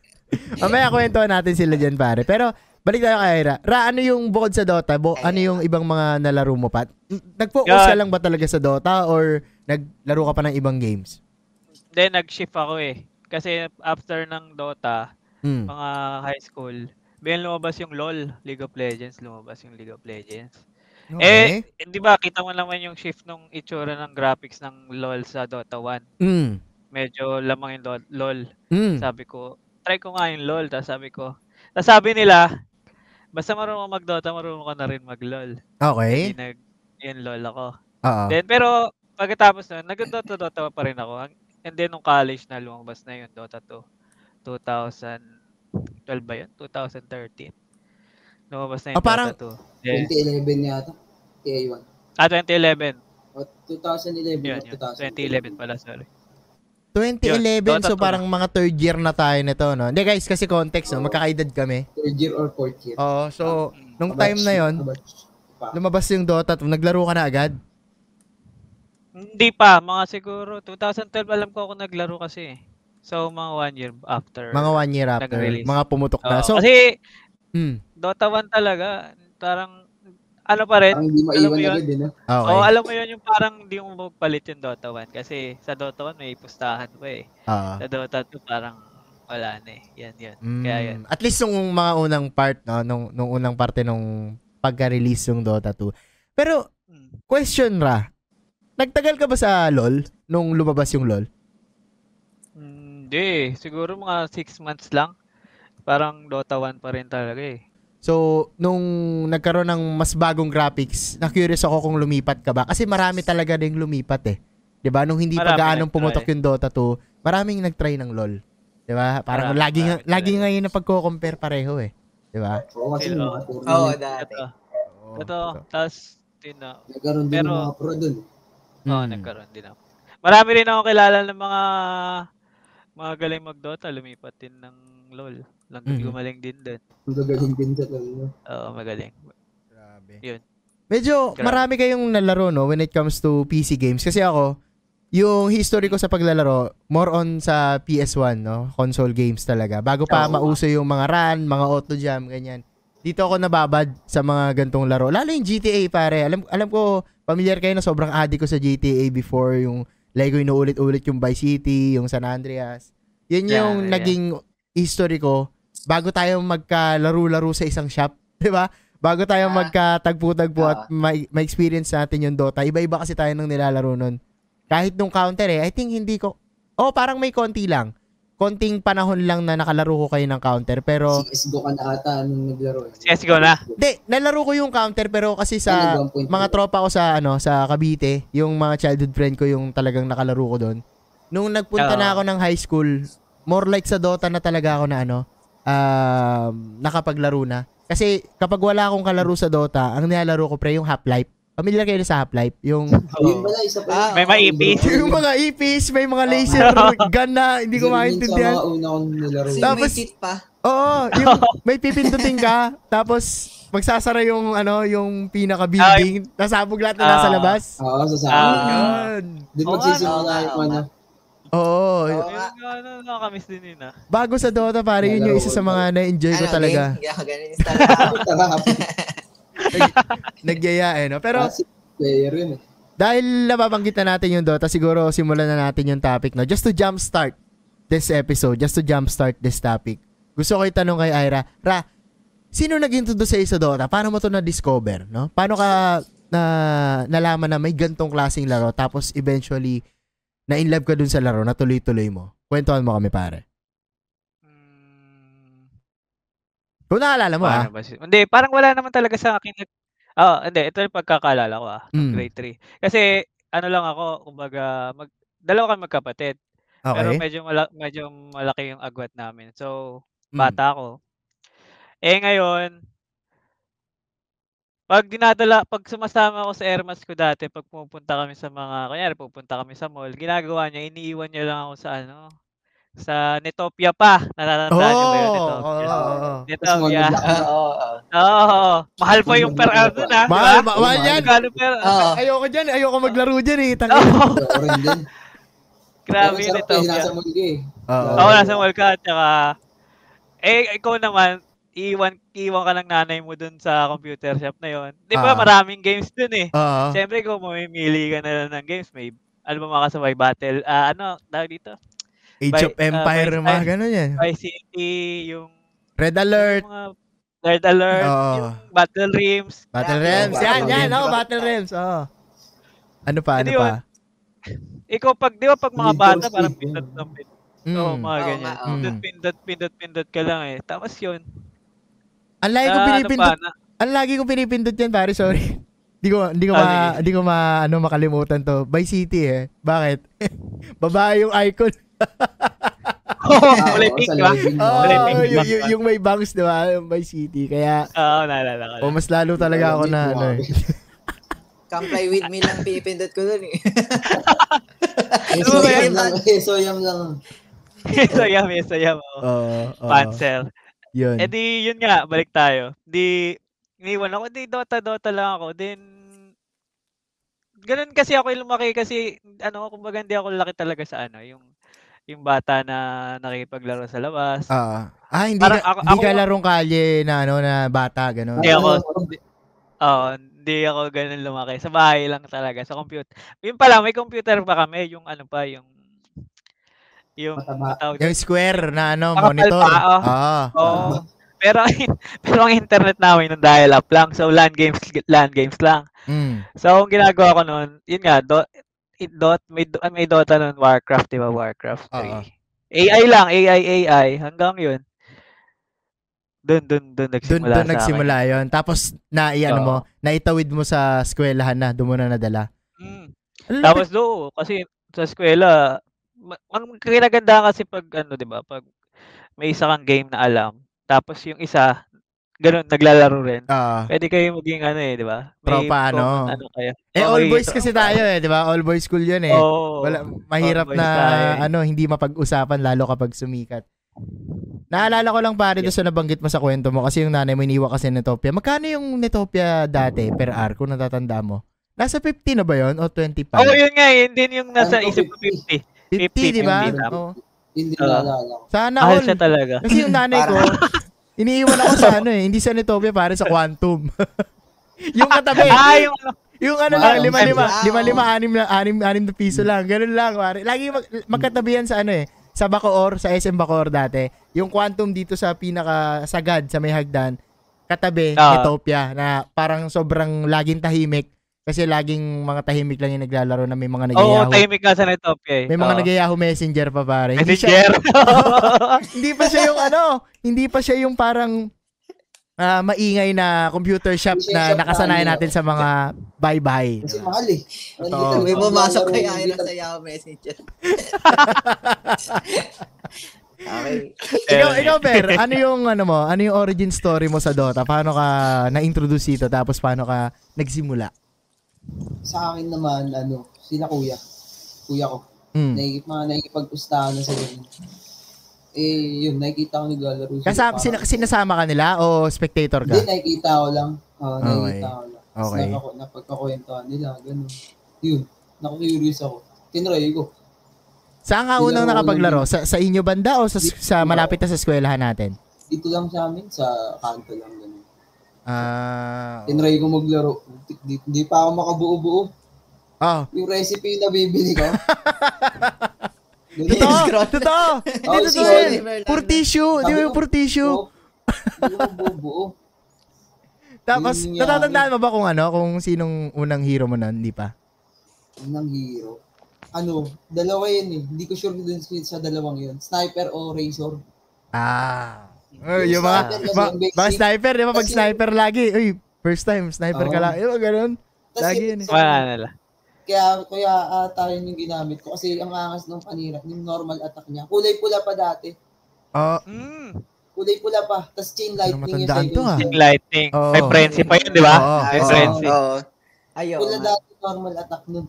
Speaker 1: Mamaya kwento natin sila dyan, pare. Pero, balik tayo kay Ira. Ra, ano yung bukod sa Dota? Bu- ano yung ibang mga nalaro mo pa? Nag-focus ka
Speaker 2: Yan.
Speaker 1: lang ba talaga sa Dota or naglaro ka pa ng ibang games?
Speaker 2: Then, nag-shift ako eh. Kasi after ng Dota,
Speaker 1: Hmm.
Speaker 2: mga high school, biglang lumabas yung LOL, League of Legends, lumabas yung League of Legends.
Speaker 1: Okay.
Speaker 2: Eh, di ba, kita mo naman yung shift nung itsura ng graphics ng LOL sa Dota 1.
Speaker 1: Mm.
Speaker 2: Medyo lamang yung LOL- LOL.
Speaker 1: Mm.
Speaker 2: Sabi ko, try ko nga yung LOL. Tapos sabi ko, tapos sabi nila, basta marunong ka mag-Dota, marunong ka na rin mag-LOL.
Speaker 1: Okay.
Speaker 2: Hindi nag, yun LOL ako.
Speaker 1: Oo.
Speaker 2: Then, pero pagkatapos nun, nag-Dota-Dota pa rin ako. Ang- And then, nung college na lumabas na yun, Dota 2. 2012 ba yun? 2013. Lumabas na yung
Speaker 1: Ah, parang-
Speaker 2: Dota 2. Then,
Speaker 3: 2011 yata. TA1.
Speaker 2: ah, 2011.
Speaker 3: O 2011
Speaker 2: Yun, yun.
Speaker 3: o 2011.
Speaker 2: 2011 pala, sorry.
Speaker 1: 2011,
Speaker 2: Dota
Speaker 1: so
Speaker 2: two
Speaker 1: parang mga third year na tayo nito, no? Hindi guys, kasi context, no? Magkakaedad kami.
Speaker 3: Third year or fourth year.
Speaker 1: Oo, so, nung time na yon
Speaker 3: Kabatch. Pa.
Speaker 1: lumabas yung Dota 2, naglaro ka na agad?
Speaker 2: Hindi pa, mga siguro. 2012 alam ko ako naglaro kasi. eh. So, mga one year after.
Speaker 1: Mga one year after,
Speaker 2: Nag-release.
Speaker 1: mga pumutok na.
Speaker 2: Oo,
Speaker 1: So,
Speaker 2: Ah, kasi,
Speaker 1: mm,
Speaker 2: Dota 1 talaga, parang, ano pa rin,
Speaker 3: Parang hindi
Speaker 2: Alam
Speaker 3: maiwan
Speaker 2: mo yun?
Speaker 3: agad, eh, no?
Speaker 1: okay.
Speaker 2: Oh, alam mo yun yung parang di mo magpalit yung Dota 1 kasi sa Dota 1 may pustahan pa eh.
Speaker 1: Oo.
Speaker 2: Sa Dota 2 parang wala na eh. Yan, yan.
Speaker 1: Mm,
Speaker 2: Kaya yan.
Speaker 1: At least nung mga unang part, no? Nung, nung unang parte nung pagka-release yung Dota 2. Pero,
Speaker 2: Mm.
Speaker 1: question ra, nagtagal ka ba sa LOL nung lumabas yung LOL?
Speaker 2: Mm, Hindi, siguro mga 6 months lang. Parang Dota 1 pa rin talaga eh.
Speaker 1: So, nung nagkaroon ng mas bagong graphics, na-curious ako kung lumipat ka ba. Kasi marami talaga ding lumipat eh. 'Di ba Nung hindi pa gaanong
Speaker 2: Marami nag-try.
Speaker 1: pumutok yung Dota 2, maraming nag-try ng LOL. 'Di ba Parang
Speaker 2: Marami,
Speaker 1: lagi, nga,
Speaker 2: marami
Speaker 1: lagi
Speaker 2: talaga.
Speaker 1: nga yun na pagko-compare pareho eh. 'Di ba
Speaker 3: Oo, kasi
Speaker 2: Hello.
Speaker 3: mga
Speaker 1: Mm.
Speaker 3: puro
Speaker 4: Oo,
Speaker 3: na-
Speaker 4: dati.
Speaker 2: Totoo.
Speaker 1: Oo,
Speaker 2: Totoo. Tapos, yun na.
Speaker 3: Nagkaroon din
Speaker 2: Pero-
Speaker 3: ng mga pro dun. eh.
Speaker 2: Oo,
Speaker 1: Mm.
Speaker 2: nagkaroon din ako. Marami rin ako kilala ng mga mga galing mag-Dota. Lumipat din ng LOL. Lang,
Speaker 1: Mhm.
Speaker 2: Gumaling din doon.
Speaker 3: Ang gagaling din sa lalo.
Speaker 2: Oo, magaling.
Speaker 1: Grabe.
Speaker 2: Yun.
Speaker 1: Medyo
Speaker 2: Grabe.
Speaker 1: marami kayong nalaro no when it comes to PC games kasi ako yung history ko sa paglalaro more on sa PS1 no console games talaga bago pa
Speaker 4: Oo.
Speaker 1: mauso yung mga run mga auto jam ganyan dito ako nababad sa mga gantong laro lalo yung GTA pare alam alam ko familiar kayo na sobrang addict ko sa GTA before yung lagi ko inuulit-ulit yung Vice City yung San Andreas yun
Speaker 2: Yeah,
Speaker 1: yung
Speaker 2: yeah.
Speaker 1: naging history ko bago tayo magkalaro-laro sa isang shop 'di ba bago tayo
Speaker 4: Ah.
Speaker 1: magkatagpo-tagpo at
Speaker 4: Ah.
Speaker 1: may, may experience natin yung Dota, iba-iba kasi tayo nung nilalaro nun. Kahit nung counter eh, I think hindi ko... Oh, parang may konti lang. Konting panahon lang na nakalaro ko kayo ng counter. Pero,
Speaker 3: CSGO ka na ata nung naglaro. eh.
Speaker 2: CS:GO na.
Speaker 1: hindi, nalaro ko yung counter pero kasi sa
Speaker 3: Ano, 1.2?
Speaker 1: mga tropa ko sa ano sa Cavite, yung mga childhood friend ko yung talagang nakalaro ko doon. Nung nagpunta
Speaker 2: Oo.
Speaker 1: na ako ng high school, more like sa Dota na talaga ako na ano, um, nakapaglaro na. Kasi kapag wala akong kalaro sa Dota, ang nilalaro ko pre yung Half-Life. Familiar kayo sa Half-Life? Yung
Speaker 3: Yun pala, isa
Speaker 4: Ah,
Speaker 3: pa. yun.
Speaker 4: may
Speaker 2: maipis.
Speaker 1: yung mga ipis, may mga laser gun na hindi ko
Speaker 3: Yun din
Speaker 1: maintindihan.
Speaker 3: Sa mga una kong nilaro. eh.
Speaker 4: Kasi
Speaker 1: Tapos-
Speaker 4: may cheat pa.
Speaker 1: Oo, yung may pipindutin ka, tapos magsasara yung ano, yung pinaka building, nasabog lahat na nasa
Speaker 2: Ah.
Speaker 1: labas.
Speaker 3: Oo, sa sa
Speaker 2: Ah.
Speaker 1: Yun.
Speaker 3: Doon
Speaker 2: Oo,
Speaker 3: magsisimula
Speaker 4: ano,
Speaker 3: yung ano.
Speaker 1: Oo.
Speaker 4: Oo
Speaker 2: Ayun
Speaker 4: nga.
Speaker 2: nga, ano, nakakamiss din yun ah.
Speaker 1: Bago sa Dota, pare, yun yung isa sa mga na-enjoy ko
Speaker 4: Ano,
Speaker 1: talaga.
Speaker 4: Game? Yeah, ganun install ako.
Speaker 3: Tarapin.
Speaker 1: Nagyaya eh, no? Pero
Speaker 3: Classic player yun eh.
Speaker 1: dahil nababanggit na natin yung Dota, siguro simulan na natin yung topic, no? Just to jumpstart this episode, just to jumpstart this topic, gusto ko itanong kay Ira, Ra, sino naging tudo sa sa Dota? Paano mo to na-discover, no? Paano ka na nalaman na may gantong klaseng laro tapos eventually na in love ka dun sa laro na tuloy-tuloy mo? Kwentuhan mo kami, pare.
Speaker 2: Mm,
Speaker 1: Kung naalala mo,
Speaker 2: paano
Speaker 1: ah.
Speaker 2: ba si- Hindi, parang wala naman talaga sa akin. nag- Oo, hindi. Ito yung pagkakaalala ko ah.
Speaker 1: Mm.
Speaker 2: Grade 3. Kasi, ano lang ako, kumbaga, mag, dalawa kami magkapatid. Pero
Speaker 1: Okay.
Speaker 2: medyo, mala- medyo malaki yung agwat namin. So,
Speaker 1: Mm.
Speaker 2: bata ako. Eh, ngayon, pag dinadala, pag sumasama ako sa airmas ko dati, pag pupunta kami sa mga, kunyari, pupunta kami sa mall, ginagawa niya, iniiwan niya lang ako sa ano, sa Netopia pa. Natatandaan niyo ba yun?
Speaker 1: Oo,
Speaker 2: Netopia.
Speaker 1: Oh! oo, oo.
Speaker 3: Tapos mga
Speaker 2: Netopia.
Speaker 3: nablock na.
Speaker 4: Oo, oo.
Speaker 2: Oo. Mahal pa yung per hour dun, ha?
Speaker 1: Mahal,
Speaker 2: Diba?
Speaker 1: ma- mahal Ah, yan.
Speaker 2: Magkano per
Speaker 4: Oo.
Speaker 1: Ayoko dyan. Ayoko maglaro dyan eh. Tangin.
Speaker 2: Oo.
Speaker 3: Ako rin din.
Speaker 2: Grabe
Speaker 3: Pero
Speaker 2: yun
Speaker 3: sarap
Speaker 2: ito.
Speaker 3: eh, Nasa mundo eh.
Speaker 1: Oo.
Speaker 2: Oo, nasa mall ka, tsaka... Eh, ikaw naman, iwan, iwan ka ng nanay mo dun sa computer shop na yon. Di ba
Speaker 1: Ah.
Speaker 2: maraming games dun eh.
Speaker 1: Oo.
Speaker 2: Siyempre, kung mamimili ka na lang ng games, may ano ba makasabay battle, ah, ano, tawag dito?
Speaker 1: Age
Speaker 2: By-
Speaker 1: of Empire,
Speaker 2: ah, by
Speaker 1: mga
Speaker 2: style.
Speaker 1: ganun yan.
Speaker 2: Vice City, yung,
Speaker 1: Red
Speaker 2: yung
Speaker 1: Alert.
Speaker 2: mga Nerd alert,
Speaker 1: Oo.
Speaker 2: yung battle rims.
Speaker 1: Battle
Speaker 4: Yeah,
Speaker 1: Realms.
Speaker 4: Battle
Speaker 1: Yan, yan.
Speaker 4: Realms.
Speaker 1: Oh, Battle Realms. Oh. Ano pa, ano
Speaker 2: Hindi
Speaker 1: pa?
Speaker 2: Ikaw pag, di ba pag mga
Speaker 3: Hindi,
Speaker 2: bata,
Speaker 3: Ghost
Speaker 2: parang
Speaker 3: Recon.
Speaker 2: pindot ng pindot. Oo,
Speaker 1: Mm.
Speaker 2: mga
Speaker 4: Oo
Speaker 2: ganyan.
Speaker 4: nga,
Speaker 1: oo.
Speaker 2: Pindot, pindot, pindot, pindot ka lang eh. Tapos yun.
Speaker 1: Ang lagi
Speaker 2: na
Speaker 1: ko
Speaker 2: ano pa,
Speaker 1: pinipindot.
Speaker 2: na-
Speaker 1: Ang lagi ko pinipindot yan, pare. Sorry. Hindi ko hindi ko
Speaker 2: Ah,
Speaker 1: ma hindi ko ma ano makalimutan to. By City eh. Bakit? Babae yung icon.
Speaker 2: Oo,
Speaker 3: Ah, oo,
Speaker 2: kulay pink,
Speaker 3: sa
Speaker 2: di ba?
Speaker 3: loading,
Speaker 1: Oh,
Speaker 3: Kulay
Speaker 2: pink, di ba?
Speaker 1: yung, yung- yung may bangs, 'di ba? Yung By City. Kaya
Speaker 2: Oo, naalala ko.
Speaker 1: oh, mas lalo talaga ako na ano. eh.
Speaker 4: Comply with me lang pipindot ko dun eh.
Speaker 2: Ano ba
Speaker 3: Soyam
Speaker 4: yan?
Speaker 3: lang. eh, Soyam lang.
Speaker 2: sayam, eh, sayam. Oh.
Speaker 1: Oo. oo.
Speaker 2: Panzer.
Speaker 1: Yun.
Speaker 2: Eh di, yun nga, balik tayo. Di, iniwan ako, di Dota-Dota lang ako. Then, ganun kasi ako yung lumaki kasi, ano, kumbaga hindi ako laki talaga sa ano, yung, yung bata na nakikipaglaro sa labas.
Speaker 1: Ah. ah, hindi
Speaker 2: Parang
Speaker 1: ka,
Speaker 2: ako-
Speaker 1: hindi
Speaker 2: ako-
Speaker 1: ka larong kalye na ano na bata gano'n.
Speaker 2: Hindi ako,
Speaker 3: Ano?
Speaker 2: hindi- oo, hindi ako ganun lumaki. Sa bahay lang talaga, sa computer. Yun pala, may computer pa kami, yung ano pa, yung, yung,
Speaker 3: Mataba.
Speaker 2: tawag
Speaker 1: Ah, Yung square na ano,
Speaker 2: Nakapal
Speaker 1: monitor.
Speaker 2: pa, oh.
Speaker 1: Ah.
Speaker 2: Oo. Pero pero ang internet namin nung dial up lang. So LAN games LAN games lang.
Speaker 1: Mm.
Speaker 2: So ang ginagawa ko noon, yun nga, do, it dot may, do- may Dota noon Warcraft, 'di ba? Warcraft 3.
Speaker 1: Oo.
Speaker 2: AI lang, AI AI hanggang yun. Doon doon doon
Speaker 1: Doon
Speaker 2: nagsimula
Speaker 1: doon
Speaker 2: sa
Speaker 1: nagsimula
Speaker 2: akin.
Speaker 1: 'yon. Tapos na ano
Speaker 2: Oo.
Speaker 1: mo, naitawid mo sa eskwelahan na, doon mo na nadala. Ano
Speaker 2: Mm.
Speaker 1: Ang
Speaker 2: Tapos do, kasi sa eskwela, ma- ang kinaganda kasi pag ano, 'di ba? Pag may isa kang game na alam, tapos yung isa ganun naglalaro rin.
Speaker 1: Ah.
Speaker 2: Pwede kayo maging ano eh, di ba?
Speaker 1: Tropa, ano.
Speaker 2: common ano kayo.
Speaker 1: eh
Speaker 2: Oo,
Speaker 1: all
Speaker 2: eh,
Speaker 1: boys
Speaker 2: so-
Speaker 1: kasi tayo eh, 'di ba? All boys school 'yun eh.
Speaker 2: Oo.
Speaker 1: Wala mahirap
Speaker 2: boys
Speaker 1: na
Speaker 2: tayo eh.
Speaker 1: ano, hindi mapag-usapan lalo kapag sumikat. Naalala ko lang pare doon sa nabanggit mo sa kwento mo kasi yung nanay mo iniwa kasi Netopia. Magkano yung Netopia dati per hour kung natatanda mo? Nasa 50 na ba yon o 25?
Speaker 2: Oo, yun nga, eh, yun din yung nasa
Speaker 3: Ano,
Speaker 2: isip ko 50.
Speaker 1: 50, di ba?
Speaker 2: 50 na.
Speaker 1: Oo.
Speaker 3: Hindi
Speaker 2: Oo.
Speaker 3: naalala ko.
Speaker 1: Sana
Speaker 2: Mahal
Speaker 1: all.
Speaker 2: siya talaga.
Speaker 1: Kasi yung nanay ko, iniiwan ako sa ano eh, hindi sa Netopia pare sa Quantum. yung katabi.
Speaker 2: Ah, yung ano.
Speaker 1: Yung ano lang,
Speaker 3: Wow.
Speaker 1: lima lima,
Speaker 4: Wow.
Speaker 1: lima lima, anim lang, anim, anim na piso lang. Ganun lang, pare. Lagi mag, magkatabi yan sa ano eh, sa Bacoor, sa SM Bacoor dati. Yung quantum dito sa pinaka sagad sa may hagdan, katabi
Speaker 2: Ah.
Speaker 1: Ethiopia na parang sobrang laging tahimik kasi laging mga tahimik lang yung naglalaro na may mga
Speaker 2: Oo,
Speaker 1: nag-yahoo.
Speaker 2: timing ka sa Netopia eh.
Speaker 1: may mga
Speaker 2: Oo.
Speaker 1: nag-yahoo messenger pa pare. Hindi siya,
Speaker 2: Messenger.
Speaker 1: hindi pa siya yung ano, hindi pa siya yung parang ah, maingay na computer shop
Speaker 3: Computer
Speaker 1: na
Speaker 3: shop na
Speaker 1: nakasanayan
Speaker 3: ano.
Speaker 1: natin sa mga bye-bye.
Speaker 3: Kasi mahal eh.
Speaker 1: Totoo.
Speaker 4: May bumasok kay Ira
Speaker 3: sa
Speaker 4: sa Yahoo Messenger. okay.
Speaker 1: ikaw, ikaw, Per, ano yung, ano mo, ano yung origin story mo sa Dota? Paano ka na-introduce dito? Tapos paano ka nagsimula?
Speaker 3: Sa akin naman, ano, sila kuya. Kuya ko.
Speaker 1: Mm.
Speaker 3: Naik, mga nakikipag-ustahan na sa ganun. Eh, yun, nakikita ko naglalaro. sila.
Speaker 1: Kasama,
Speaker 3: Parang-
Speaker 1: sina- sinasama ka nila o spectator
Speaker 3: Hindi,
Speaker 1: ka?
Speaker 3: nakikita ko lang. Oo,
Speaker 1: Okay.
Speaker 3: nakikita ko lang. Tapos
Speaker 1: Okay.
Speaker 3: napako- napagkakwentuhan nila, ganun. Yun, naku-curious ako. Tinry ko.
Speaker 1: Saan ka unang
Speaker 3: Sinama ko
Speaker 1: nakapaglaro? Sa, sa inyo banda o sa, sa malapit na sa eskwelahan natin?
Speaker 3: Dito lang sa amin, sa kanto lang. Ganun.
Speaker 1: Ah,
Speaker 3: Tinry ko maglaro. Di, di pa ako makabuo-buo.
Speaker 1: oh.
Speaker 3: Yung recipe na bibili ko. Ganun.
Speaker 1: Totoo! Totoo! Hindi
Speaker 3: Oh,
Speaker 1: totoo
Speaker 3: sorry.
Speaker 1: yun. Puro tissue! Di ba yung puro tissue?
Speaker 3: Oo. Hindi ko mabubuo.
Speaker 1: Tapos,
Speaker 3: yun yung-
Speaker 1: natatandaan mo ba kung ano? Kung sinong unang hero mo nun? Hindi pa?
Speaker 3: ng hero. Ano, dalawa yun eh. Hindi ko sure dun sa sa dalawang yun. Sniper o Razor.
Speaker 1: Ah. Uy, yung
Speaker 3: Yung
Speaker 1: mga,
Speaker 3: sniper kasi
Speaker 1: ma-
Speaker 3: yung basic.
Speaker 1: mga sniper, di ba? Pag
Speaker 3: Kasi-
Speaker 1: sniper lagi, uy, first time, sniper ka
Speaker 3: Oo.
Speaker 1: lang. Yung mga ganun.
Speaker 3: Tas
Speaker 1: Lagi
Speaker 3: yun,
Speaker 1: yun eh.
Speaker 3: sa-
Speaker 2: Wala na ano lang.
Speaker 3: Kaya, kaya ata yun yung ginamit ko. Kasi ang angas ng panira, yung normal attack niya. Kulay pula pa dati.
Speaker 1: Oo.
Speaker 2: Mm,
Speaker 3: Kulay pula pa. Tapos chain lightning
Speaker 1: Ano matandaan to, ah.
Speaker 2: yung lightning.
Speaker 1: Oo.
Speaker 2: May frenzy pa yun, di ba?
Speaker 1: Oo,
Speaker 2: May
Speaker 1: oo.
Speaker 2: frenzy.
Speaker 4: Oo. Ayaw.
Speaker 3: Pula
Speaker 4: nga.
Speaker 3: dati normal attack nun.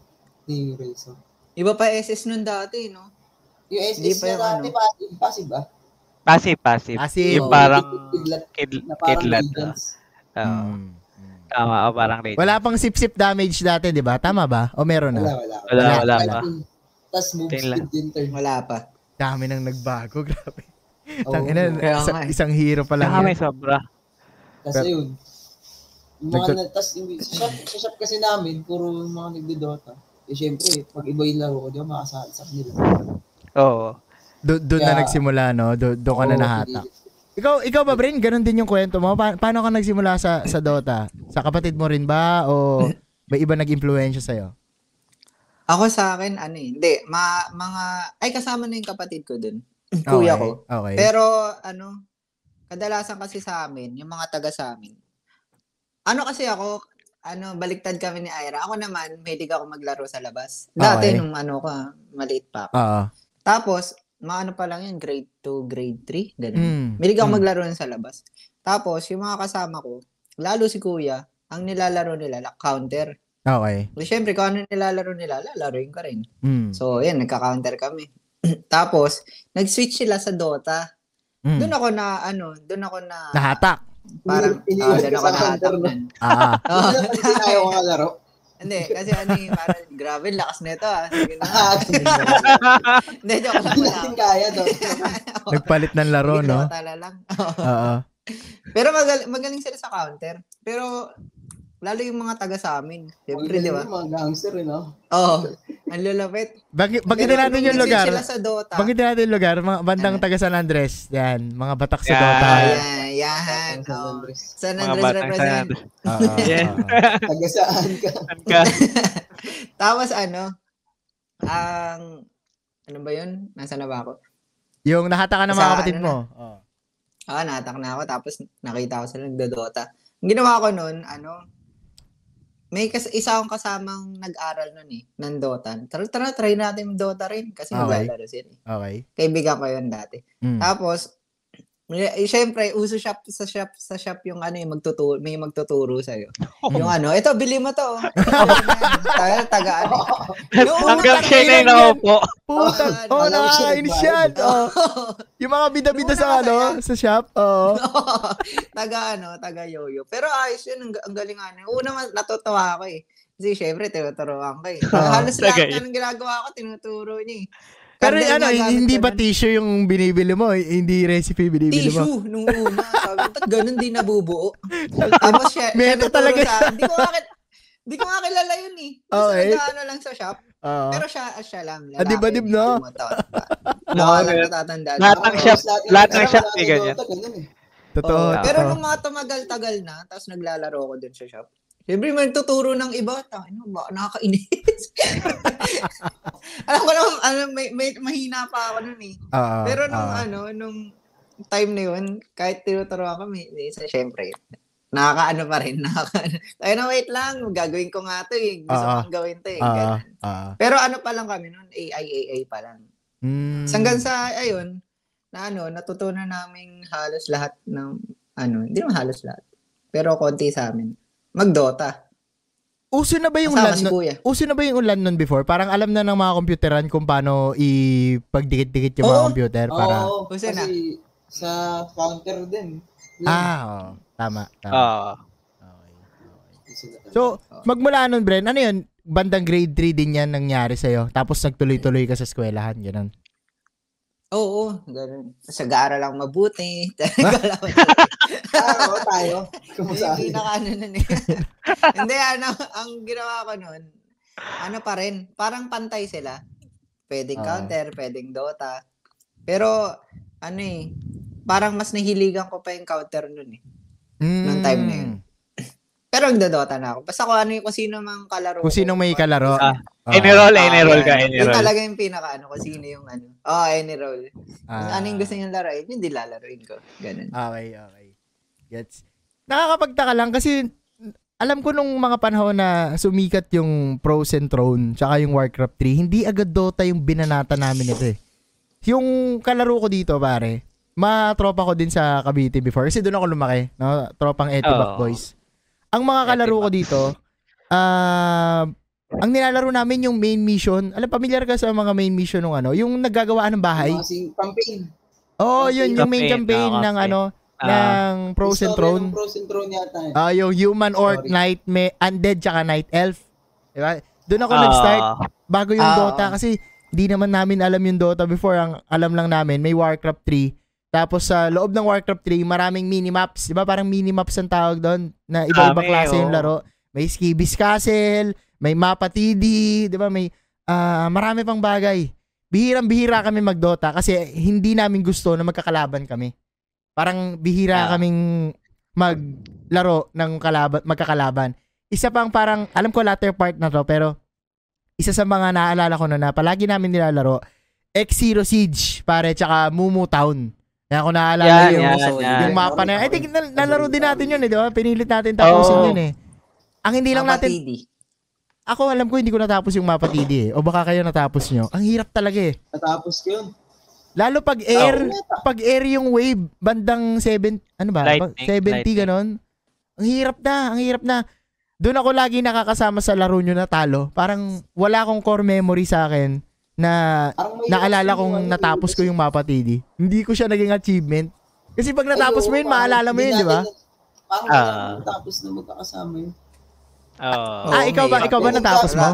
Speaker 3: Ni Razor.
Speaker 4: Iba pa SS nun dati, no?
Speaker 3: Yung
Speaker 4: Hindi
Speaker 3: SS
Speaker 4: pa
Speaker 3: niya
Speaker 4: yung
Speaker 3: dati,
Speaker 4: ano.
Speaker 3: passive, passive ba?
Speaker 2: Passive, passive.
Speaker 1: Passive.
Speaker 2: Yung parang
Speaker 3: Kidlat.
Speaker 2: kid-
Speaker 3: Na parang
Speaker 2: kidlat. ah.
Speaker 3: Legends.
Speaker 2: Oo.
Speaker 1: Mm.
Speaker 2: Tama, oo, parang radiant.
Speaker 1: Wala pang sip-sip damage dati, di ba? Tama ba? O meron na?
Speaker 3: Wala, wala.
Speaker 2: Wala, wala pa.
Speaker 3: Tapos move
Speaker 2: Chain lang.
Speaker 3: speed din turn.
Speaker 4: Wala pa.
Speaker 1: Dami nang nagbago, grabe.
Speaker 3: Oo.
Speaker 1: Tangina,
Speaker 4: kaya
Speaker 1: isa-
Speaker 4: nga eh.
Speaker 1: isang hero pa lang
Speaker 2: Saka may
Speaker 1: yun.
Speaker 2: sobra.
Speaker 3: Tapos
Speaker 1: Pero-
Speaker 3: ayun. Yung mga
Speaker 1: Nagdo-
Speaker 3: na, tas yung sa shop, sa shop kasi namin, puro yung mga nagdodota. Eh syempre, pag iba yung laro ko, di ba makasali sa kanila.
Speaker 2: Oo.
Speaker 1: Do- Doon na
Speaker 3: Kaya-
Speaker 1: nagsimula, no? Do- Doon ka na
Speaker 3: Oo,
Speaker 1: nahatak.
Speaker 3: pinili-
Speaker 1: Ikaw, ikaw ba, Brin? Ganon din yung kwento mo? Pa- paano ka nagsimula sa, sa Dota? Sa kapatid mo rin ba? O may iba nag-impluensya sa'yo?
Speaker 4: Ako sa akin, ano eh, hindi, ma, mga, ay kasama na yung kapatid ko dun. Kuya
Speaker 1: Mm. Okay,
Speaker 4: ko.
Speaker 1: Okay.
Speaker 4: Pero ano, kadalasan kasi sa amin, yung mga taga sa amin. Ano kasi ako, ano, baliktad kami ni Ira. Ako naman, mahilig ako maglaro sa labas. Dati
Speaker 1: Okay.
Speaker 4: nung ano ko, ah, maliit pa ako.
Speaker 1: Oo.
Speaker 4: Tapos, mga ano pa lang yun, grade 2, grade 3, ganun.
Speaker 1: Mm.
Speaker 4: Mahilig ako
Speaker 1: Mm.
Speaker 4: maglaro nun sa labas. Tapos, yung mga kasama ko, lalo si Kuya, ang nilalaro nila, la- counter.
Speaker 1: Mm. Okay.
Speaker 4: So, syempre, kung ano nilalaro nila, lalaroin ko rin.
Speaker 1: Mm.
Speaker 4: So, yan, nagka-counter kami. Tapos, nag-switch sila sa Dota.
Speaker 1: Mm.
Speaker 4: Doon ako na, ano, doon ako na,
Speaker 1: Nahatak.
Speaker 4: parang, oh,
Speaker 3: Iniwan ka
Speaker 4: doon
Speaker 3: sa
Speaker 4: ako nahatak
Speaker 3: counter na.
Speaker 4: nun.
Speaker 1: Ah.
Speaker 4: Oo.
Speaker 3: Hindi tayo makalaro.
Speaker 4: Hindi, kasi ano yung parang, grabe, lakas nito ah. Sige na.
Speaker 3: Ah,
Speaker 4: Hindi, joke lang
Speaker 3: Hindi
Speaker 4: wala.
Speaker 3: natin kaya to.
Speaker 4: ako.
Speaker 1: nagpalit ng laro,
Speaker 4: Sige,
Speaker 1: no?
Speaker 4: tawala lang. Oo.
Speaker 1: Oo.
Speaker 4: Pero magal- magaling sila sa counter. Pero, lalo yung mga taga sa amin. Siyempre, di ba?
Speaker 3: Mga gangster, eh, no?
Speaker 4: Oo. Ang lulapit.
Speaker 1: Bagi- Bagitin
Speaker 4: Pero
Speaker 1: natin yung
Speaker 4: nag-switch
Speaker 1: lugar.
Speaker 4: sila sa Dota.
Speaker 1: Bagitin natin yung lugar. Mga bandang
Speaker 4: Ano?
Speaker 1: taga San Andres. Yan. Mga batak sa
Speaker 2: Yan.
Speaker 1: Dota.
Speaker 4: Ayan,
Speaker 1: Ah,
Speaker 4: yan.
Speaker 3: Ang San
Speaker 4: oo.
Speaker 3: Andres.
Speaker 4: San
Speaker 2: Mga
Speaker 4: Andres
Speaker 2: batang
Speaker 4: represent.
Speaker 2: sand.
Speaker 1: Oo, oo,
Speaker 2: Yes.
Speaker 1: oo.
Speaker 3: Taga saan ka?
Speaker 2: Saan ka?
Speaker 4: Tapos ano, ang, ano ba yun? Nasaan na ba ako?
Speaker 1: Yung nahatakan ng mga
Speaker 4: Sa
Speaker 1: kapatid
Speaker 4: ano
Speaker 1: mo. Oo.
Speaker 4: Ah, na-attack na ako tapos nakita ko sila nagdodota. Ang ginawa ko noon, ano, may kas isa akong kasamang nag-aral noon eh, ng Dota. Tara, tara, try natin yung Dota rin
Speaker 1: Okay.
Speaker 4: kasi naglalaro siya. eh.
Speaker 1: Okay.
Speaker 4: Kaibigan ko yun dati.
Speaker 1: Mm.
Speaker 4: Tapos, eh, syempre, uso shop sa shop sa shop yung ano, yung magtuturo, may magtuturo sa Yung ano, ito bili mo to. Taga taga ano. Noong
Speaker 2: Hanggang
Speaker 4: una,
Speaker 2: siya na yung
Speaker 4: hirap yun.
Speaker 2: nakaupo.
Speaker 1: Puta.
Speaker 4: Oo,
Speaker 1: Oh,
Speaker 3: alam ko siya
Speaker 1: nakakainis
Speaker 3: nagbayad.
Speaker 1: yan. Oo. Yung mga bida-bida
Speaker 4: Nung una
Speaker 1: sa ano,
Speaker 4: masaya.
Speaker 1: sa shop. Oo.
Speaker 4: taga ano, taga yoyo. Pero ayos yun, ang, ang galing ano. Una mas natutuwa ako eh. Kasi syempre, tinuturoan ko eh. Halos
Speaker 2: Taga
Speaker 4: lahat
Speaker 2: yun.
Speaker 4: na ng ginagawa ko, tinuturo niya eh.
Speaker 1: Pero
Speaker 4: Kanda yung
Speaker 1: ano,
Speaker 4: nagamit
Speaker 1: hindi
Speaker 4: ko
Speaker 1: ba
Speaker 4: nun.
Speaker 1: tissue yung binibili mo? Hindi recipe binibili mo?
Speaker 4: Tissue nung una. Sabi ko, "Ba't ganun di nabubuo. Tapos siya, siya
Speaker 1: Meron
Speaker 4: nagturo
Speaker 1: talaga
Speaker 4: sa akin. Di ko nga kil- Di ko nga kilala yun eh. Basta
Speaker 1: Okay.
Speaker 4: nag-ano lang sa shop.
Speaker 1: Oo.
Speaker 4: Pero siya, ah, siya lang.
Speaker 1: Ah, di ba, di ba?
Speaker 4: no? Nakalang natatandaan.
Speaker 2: Lahat ng
Speaker 4: Oo.
Speaker 2: shop, lahat ng
Speaker 3: Parang
Speaker 2: shop
Speaker 3: lahat
Speaker 2: may
Speaker 3: ng
Speaker 2: ganyan.
Speaker 3: Dota, ganun eh.
Speaker 1: Totoo.
Speaker 2: Oo,
Speaker 4: Pero
Speaker 1: totoo.
Speaker 4: nung mga tumagal-tagal na, tapos naglalaro ko dun sa shop, Siyempre, may tuturo ng iba. Ano ba? Nakakainis. alam ko naman, ano, may, may, mahina pa ako nun eh.
Speaker 1: Oo,
Speaker 4: Pero nung
Speaker 1: oo.
Speaker 4: ano, nung time na yun, kahit tinuturo ako, may, may isa, syempre, nakakaano pa rin. Nakaka, Ay na, wait lang. Gagawin ko nga to eh. Gusto
Speaker 1: Oo.
Speaker 4: kong gawin to eh.
Speaker 1: Oo,
Speaker 4: Ganun.
Speaker 1: oo.
Speaker 4: Pero ano pa lang kami nun, AIAA pa lang.
Speaker 1: Mm.
Speaker 4: So, Hanggang sa, ayun, na ano, natutunan namin halos lahat ng, ano, hindi naman halos lahat, pero konti sa amin. Magdota.
Speaker 1: Uso na ba yung
Speaker 4: Kasama
Speaker 1: LAN?
Speaker 4: si
Speaker 1: nun-
Speaker 4: Kuya.
Speaker 1: Uso na ba yung LAN nun before? Parang alam na ng mga computeran kung paano ipagdikit-dikit yung mga
Speaker 4: Oo.
Speaker 1: computer Oh, para...
Speaker 3: Oo,
Speaker 4: Kasi
Speaker 3: kasi sa counter din. Yun.
Speaker 1: Ah, oo. Tama, tama.
Speaker 2: Oo.
Speaker 1: Okay, okay.
Speaker 3: Sila talaga.
Speaker 1: So, magmula nun, Bren, ano yun? Bandang grade 3 din yan nangyari sa'yo. Tapos nagtuloy-tuloy ka sa eskwelahan, ganun.
Speaker 4: Oo, ganun. Sa gara lang mabuti.
Speaker 3: Ah, oo, tayo.
Speaker 4: Hindi
Speaker 3: Kumusahin.
Speaker 4: na ano nun eh. Hindi, ano, ang ginawa ko nun, ano pa rin, parang pantay sila. Pwedeng
Speaker 1: Ah.
Speaker 4: counter, pwedeng Dota. Pero, ano eh, parang mas nahiligan ko pa yung counter nun eh.
Speaker 1: Mm.
Speaker 4: Nung time na yun. Pero nagdodota na ako. Basta kung ano yung kung sino mang kalaro
Speaker 1: Kung
Speaker 4: ko.
Speaker 1: sino may kalaro.
Speaker 2: Ah,
Speaker 1: Oo.
Speaker 2: Enroll,
Speaker 4: Ah,
Speaker 2: enroll ka,
Speaker 4: yan. Yun
Speaker 2: enroll.
Speaker 4: talaga yung pinaka ano, kung sino yung ano. Oh, any role. Kung
Speaker 1: Ah.
Speaker 4: ano yung gusto niyong laruin, yun din lalaruin ko. Ganun.
Speaker 1: Okay, okay. Gets. Nakakapagtaka lang kasi alam ko nung mga panahon na sumikat yung Pros and Throne tsaka yung Warcraft 3, hindi agad Dota yung binanata namin ito eh. Yung kalaro ko dito pare, matropa ko din sa Cavite before kasi doon ako lumaki, no? tropang Etibac
Speaker 2: Oo.
Speaker 1: Boys. Ang mga kalaro ko dito, ah, ang nilalaro namin yung main mission. Alam, pamilyar ka sa mga main mission ng ano? Yung naggagawaan ng bahay?
Speaker 3: Mga sing- campaign.
Speaker 1: Oo, oh, yun, yung main campaign
Speaker 2: Campaign, oo,
Speaker 1: ng
Speaker 2: campaign.
Speaker 1: ano, ng Pros
Speaker 3: Yung
Speaker 1: and
Speaker 3: story
Speaker 1: Throne.
Speaker 3: ng Pros and Throne yata. eh.
Speaker 1: Ah, yung human orc,
Speaker 3: Sorry.
Speaker 1: nightmare, undead, tsaka night elf. Diba? Doon ako
Speaker 2: Oo.
Speaker 1: nag-start bago yung
Speaker 4: Ah,
Speaker 1: Dota
Speaker 4: oo.
Speaker 1: kasi di naman namin alam yung Dota before. Ang alam lang namin, may Warcraft 3. Tapos sa loob ng Warcraft 3, maraming minimaps. Diba? Parang minimaps ang tawag doon na iba-iba
Speaker 2: Dami,
Speaker 1: klase yung
Speaker 2: oo.
Speaker 1: laro. May Skibis Castle, may Mapa TD, diba? May ah, marami pang bagay. Bihirang-bihira kami mag-Dota kasi hindi namin gusto na magkakalaban kami. Parang bihira
Speaker 2: Ah.
Speaker 1: kaming maglaro ng kalaban, magkakalaban. Isa pang parang, alam ko latter part na to, pero isa sa mga naalala ko na na palagi namin nilalaro, X-Zero Siege, pare, tsaka Mumu Town. Kaya ko naalala
Speaker 2: Yan,
Speaker 1: yung,
Speaker 2: yan, yan.
Speaker 1: yung mapa na yun. I think nal- nalaro din natin yun, eh, di ba? Pinilit natin tapusin
Speaker 2: Oo.
Speaker 1: yun eh. Ang hindi lang natin, ako alam ko hindi ko natapos yung mapa TD eh. O baka kayo natapos nyo. Ang hirap talaga eh.
Speaker 3: Natapos ko yun.
Speaker 1: Lalo pag air,
Speaker 3: Meta.
Speaker 1: pag air yung wave, bandang 7, ano ba?
Speaker 2: Lightning,
Speaker 1: 70
Speaker 2: lightning.
Speaker 1: ganon. Ang hirap na, ang hirap na. Doon ako lagi nakakasama sa laro nyo na talo. Parang wala akong core memory sa akin na
Speaker 3: Parang may ano,
Speaker 1: naalala kong natapos ko yung mapa TD. Hindi ko siya naging achievement. Kasi pag natapos mo yun, maalala mo yun, di ba?
Speaker 3: Parang
Speaker 2: Ah.
Speaker 3: wala akong natapos na magkakasama yun.
Speaker 2: Oo.
Speaker 1: Ah, ikaw ba, ikaw ba natapos mo?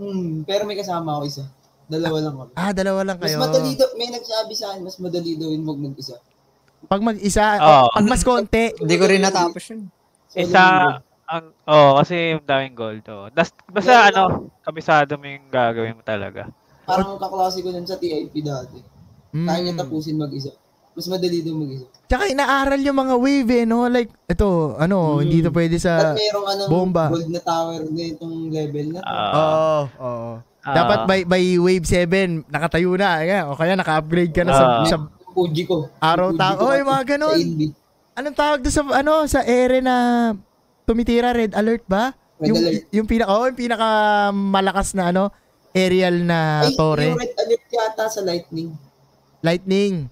Speaker 3: Hmm, pero may kasama ako isa. Dalawa lang kami.
Speaker 1: Ah, dalawa lang
Speaker 3: Mas
Speaker 1: kayo.
Speaker 3: madali daw, may nagsabi sa akin, mas madali daw yung mag mag-isa.
Speaker 1: Pag mag-isa,
Speaker 2: Oo.
Speaker 1: pag mas konti,
Speaker 4: Hindi ko rin natapos yun.
Speaker 3: Solo
Speaker 2: Isa-
Speaker 3: leader.
Speaker 2: Ang, oh, kasi yung daming gold to. Das, basta ano, kabisado mo yung gagawin mo talaga.
Speaker 3: Parang ang kaklase ko nun sa TIP dati. Kaya niya tapusin mag-isa. Mas madali daw mag-isa.
Speaker 1: Mm. Tsaka inaaral yung mga wave eh, no? Like, ito, ano,
Speaker 3: Mm.
Speaker 1: hindi to pwede
Speaker 3: At
Speaker 1: sa...
Speaker 3: meron ka ng
Speaker 1: bomba.
Speaker 3: gold na tower na itong level na to.
Speaker 1: Oo,
Speaker 2: Ah,
Speaker 1: oo.
Speaker 2: ah.
Speaker 1: Dapat by, by wave 7, nakatayo na. Ayan, o kaya naka-upgrade ka na sa...
Speaker 2: Ah.
Speaker 1: sa
Speaker 3: Puji ko.
Speaker 1: Araw
Speaker 3: Puji
Speaker 1: ta-
Speaker 3: ko
Speaker 1: Oy,
Speaker 3: kasi
Speaker 1: mga ganun.
Speaker 3: sa inbi.
Speaker 1: anong tawag doon sa, ano, sa ere na tumitira, red alert ba?
Speaker 3: Red
Speaker 1: yung,
Speaker 3: alert.
Speaker 1: Yung pinaka, oh, yung pinaka malakas na, ano, aerial na
Speaker 3: Ay,
Speaker 1: torre.
Speaker 3: yung red alert yata sa lightning.
Speaker 1: Lightning.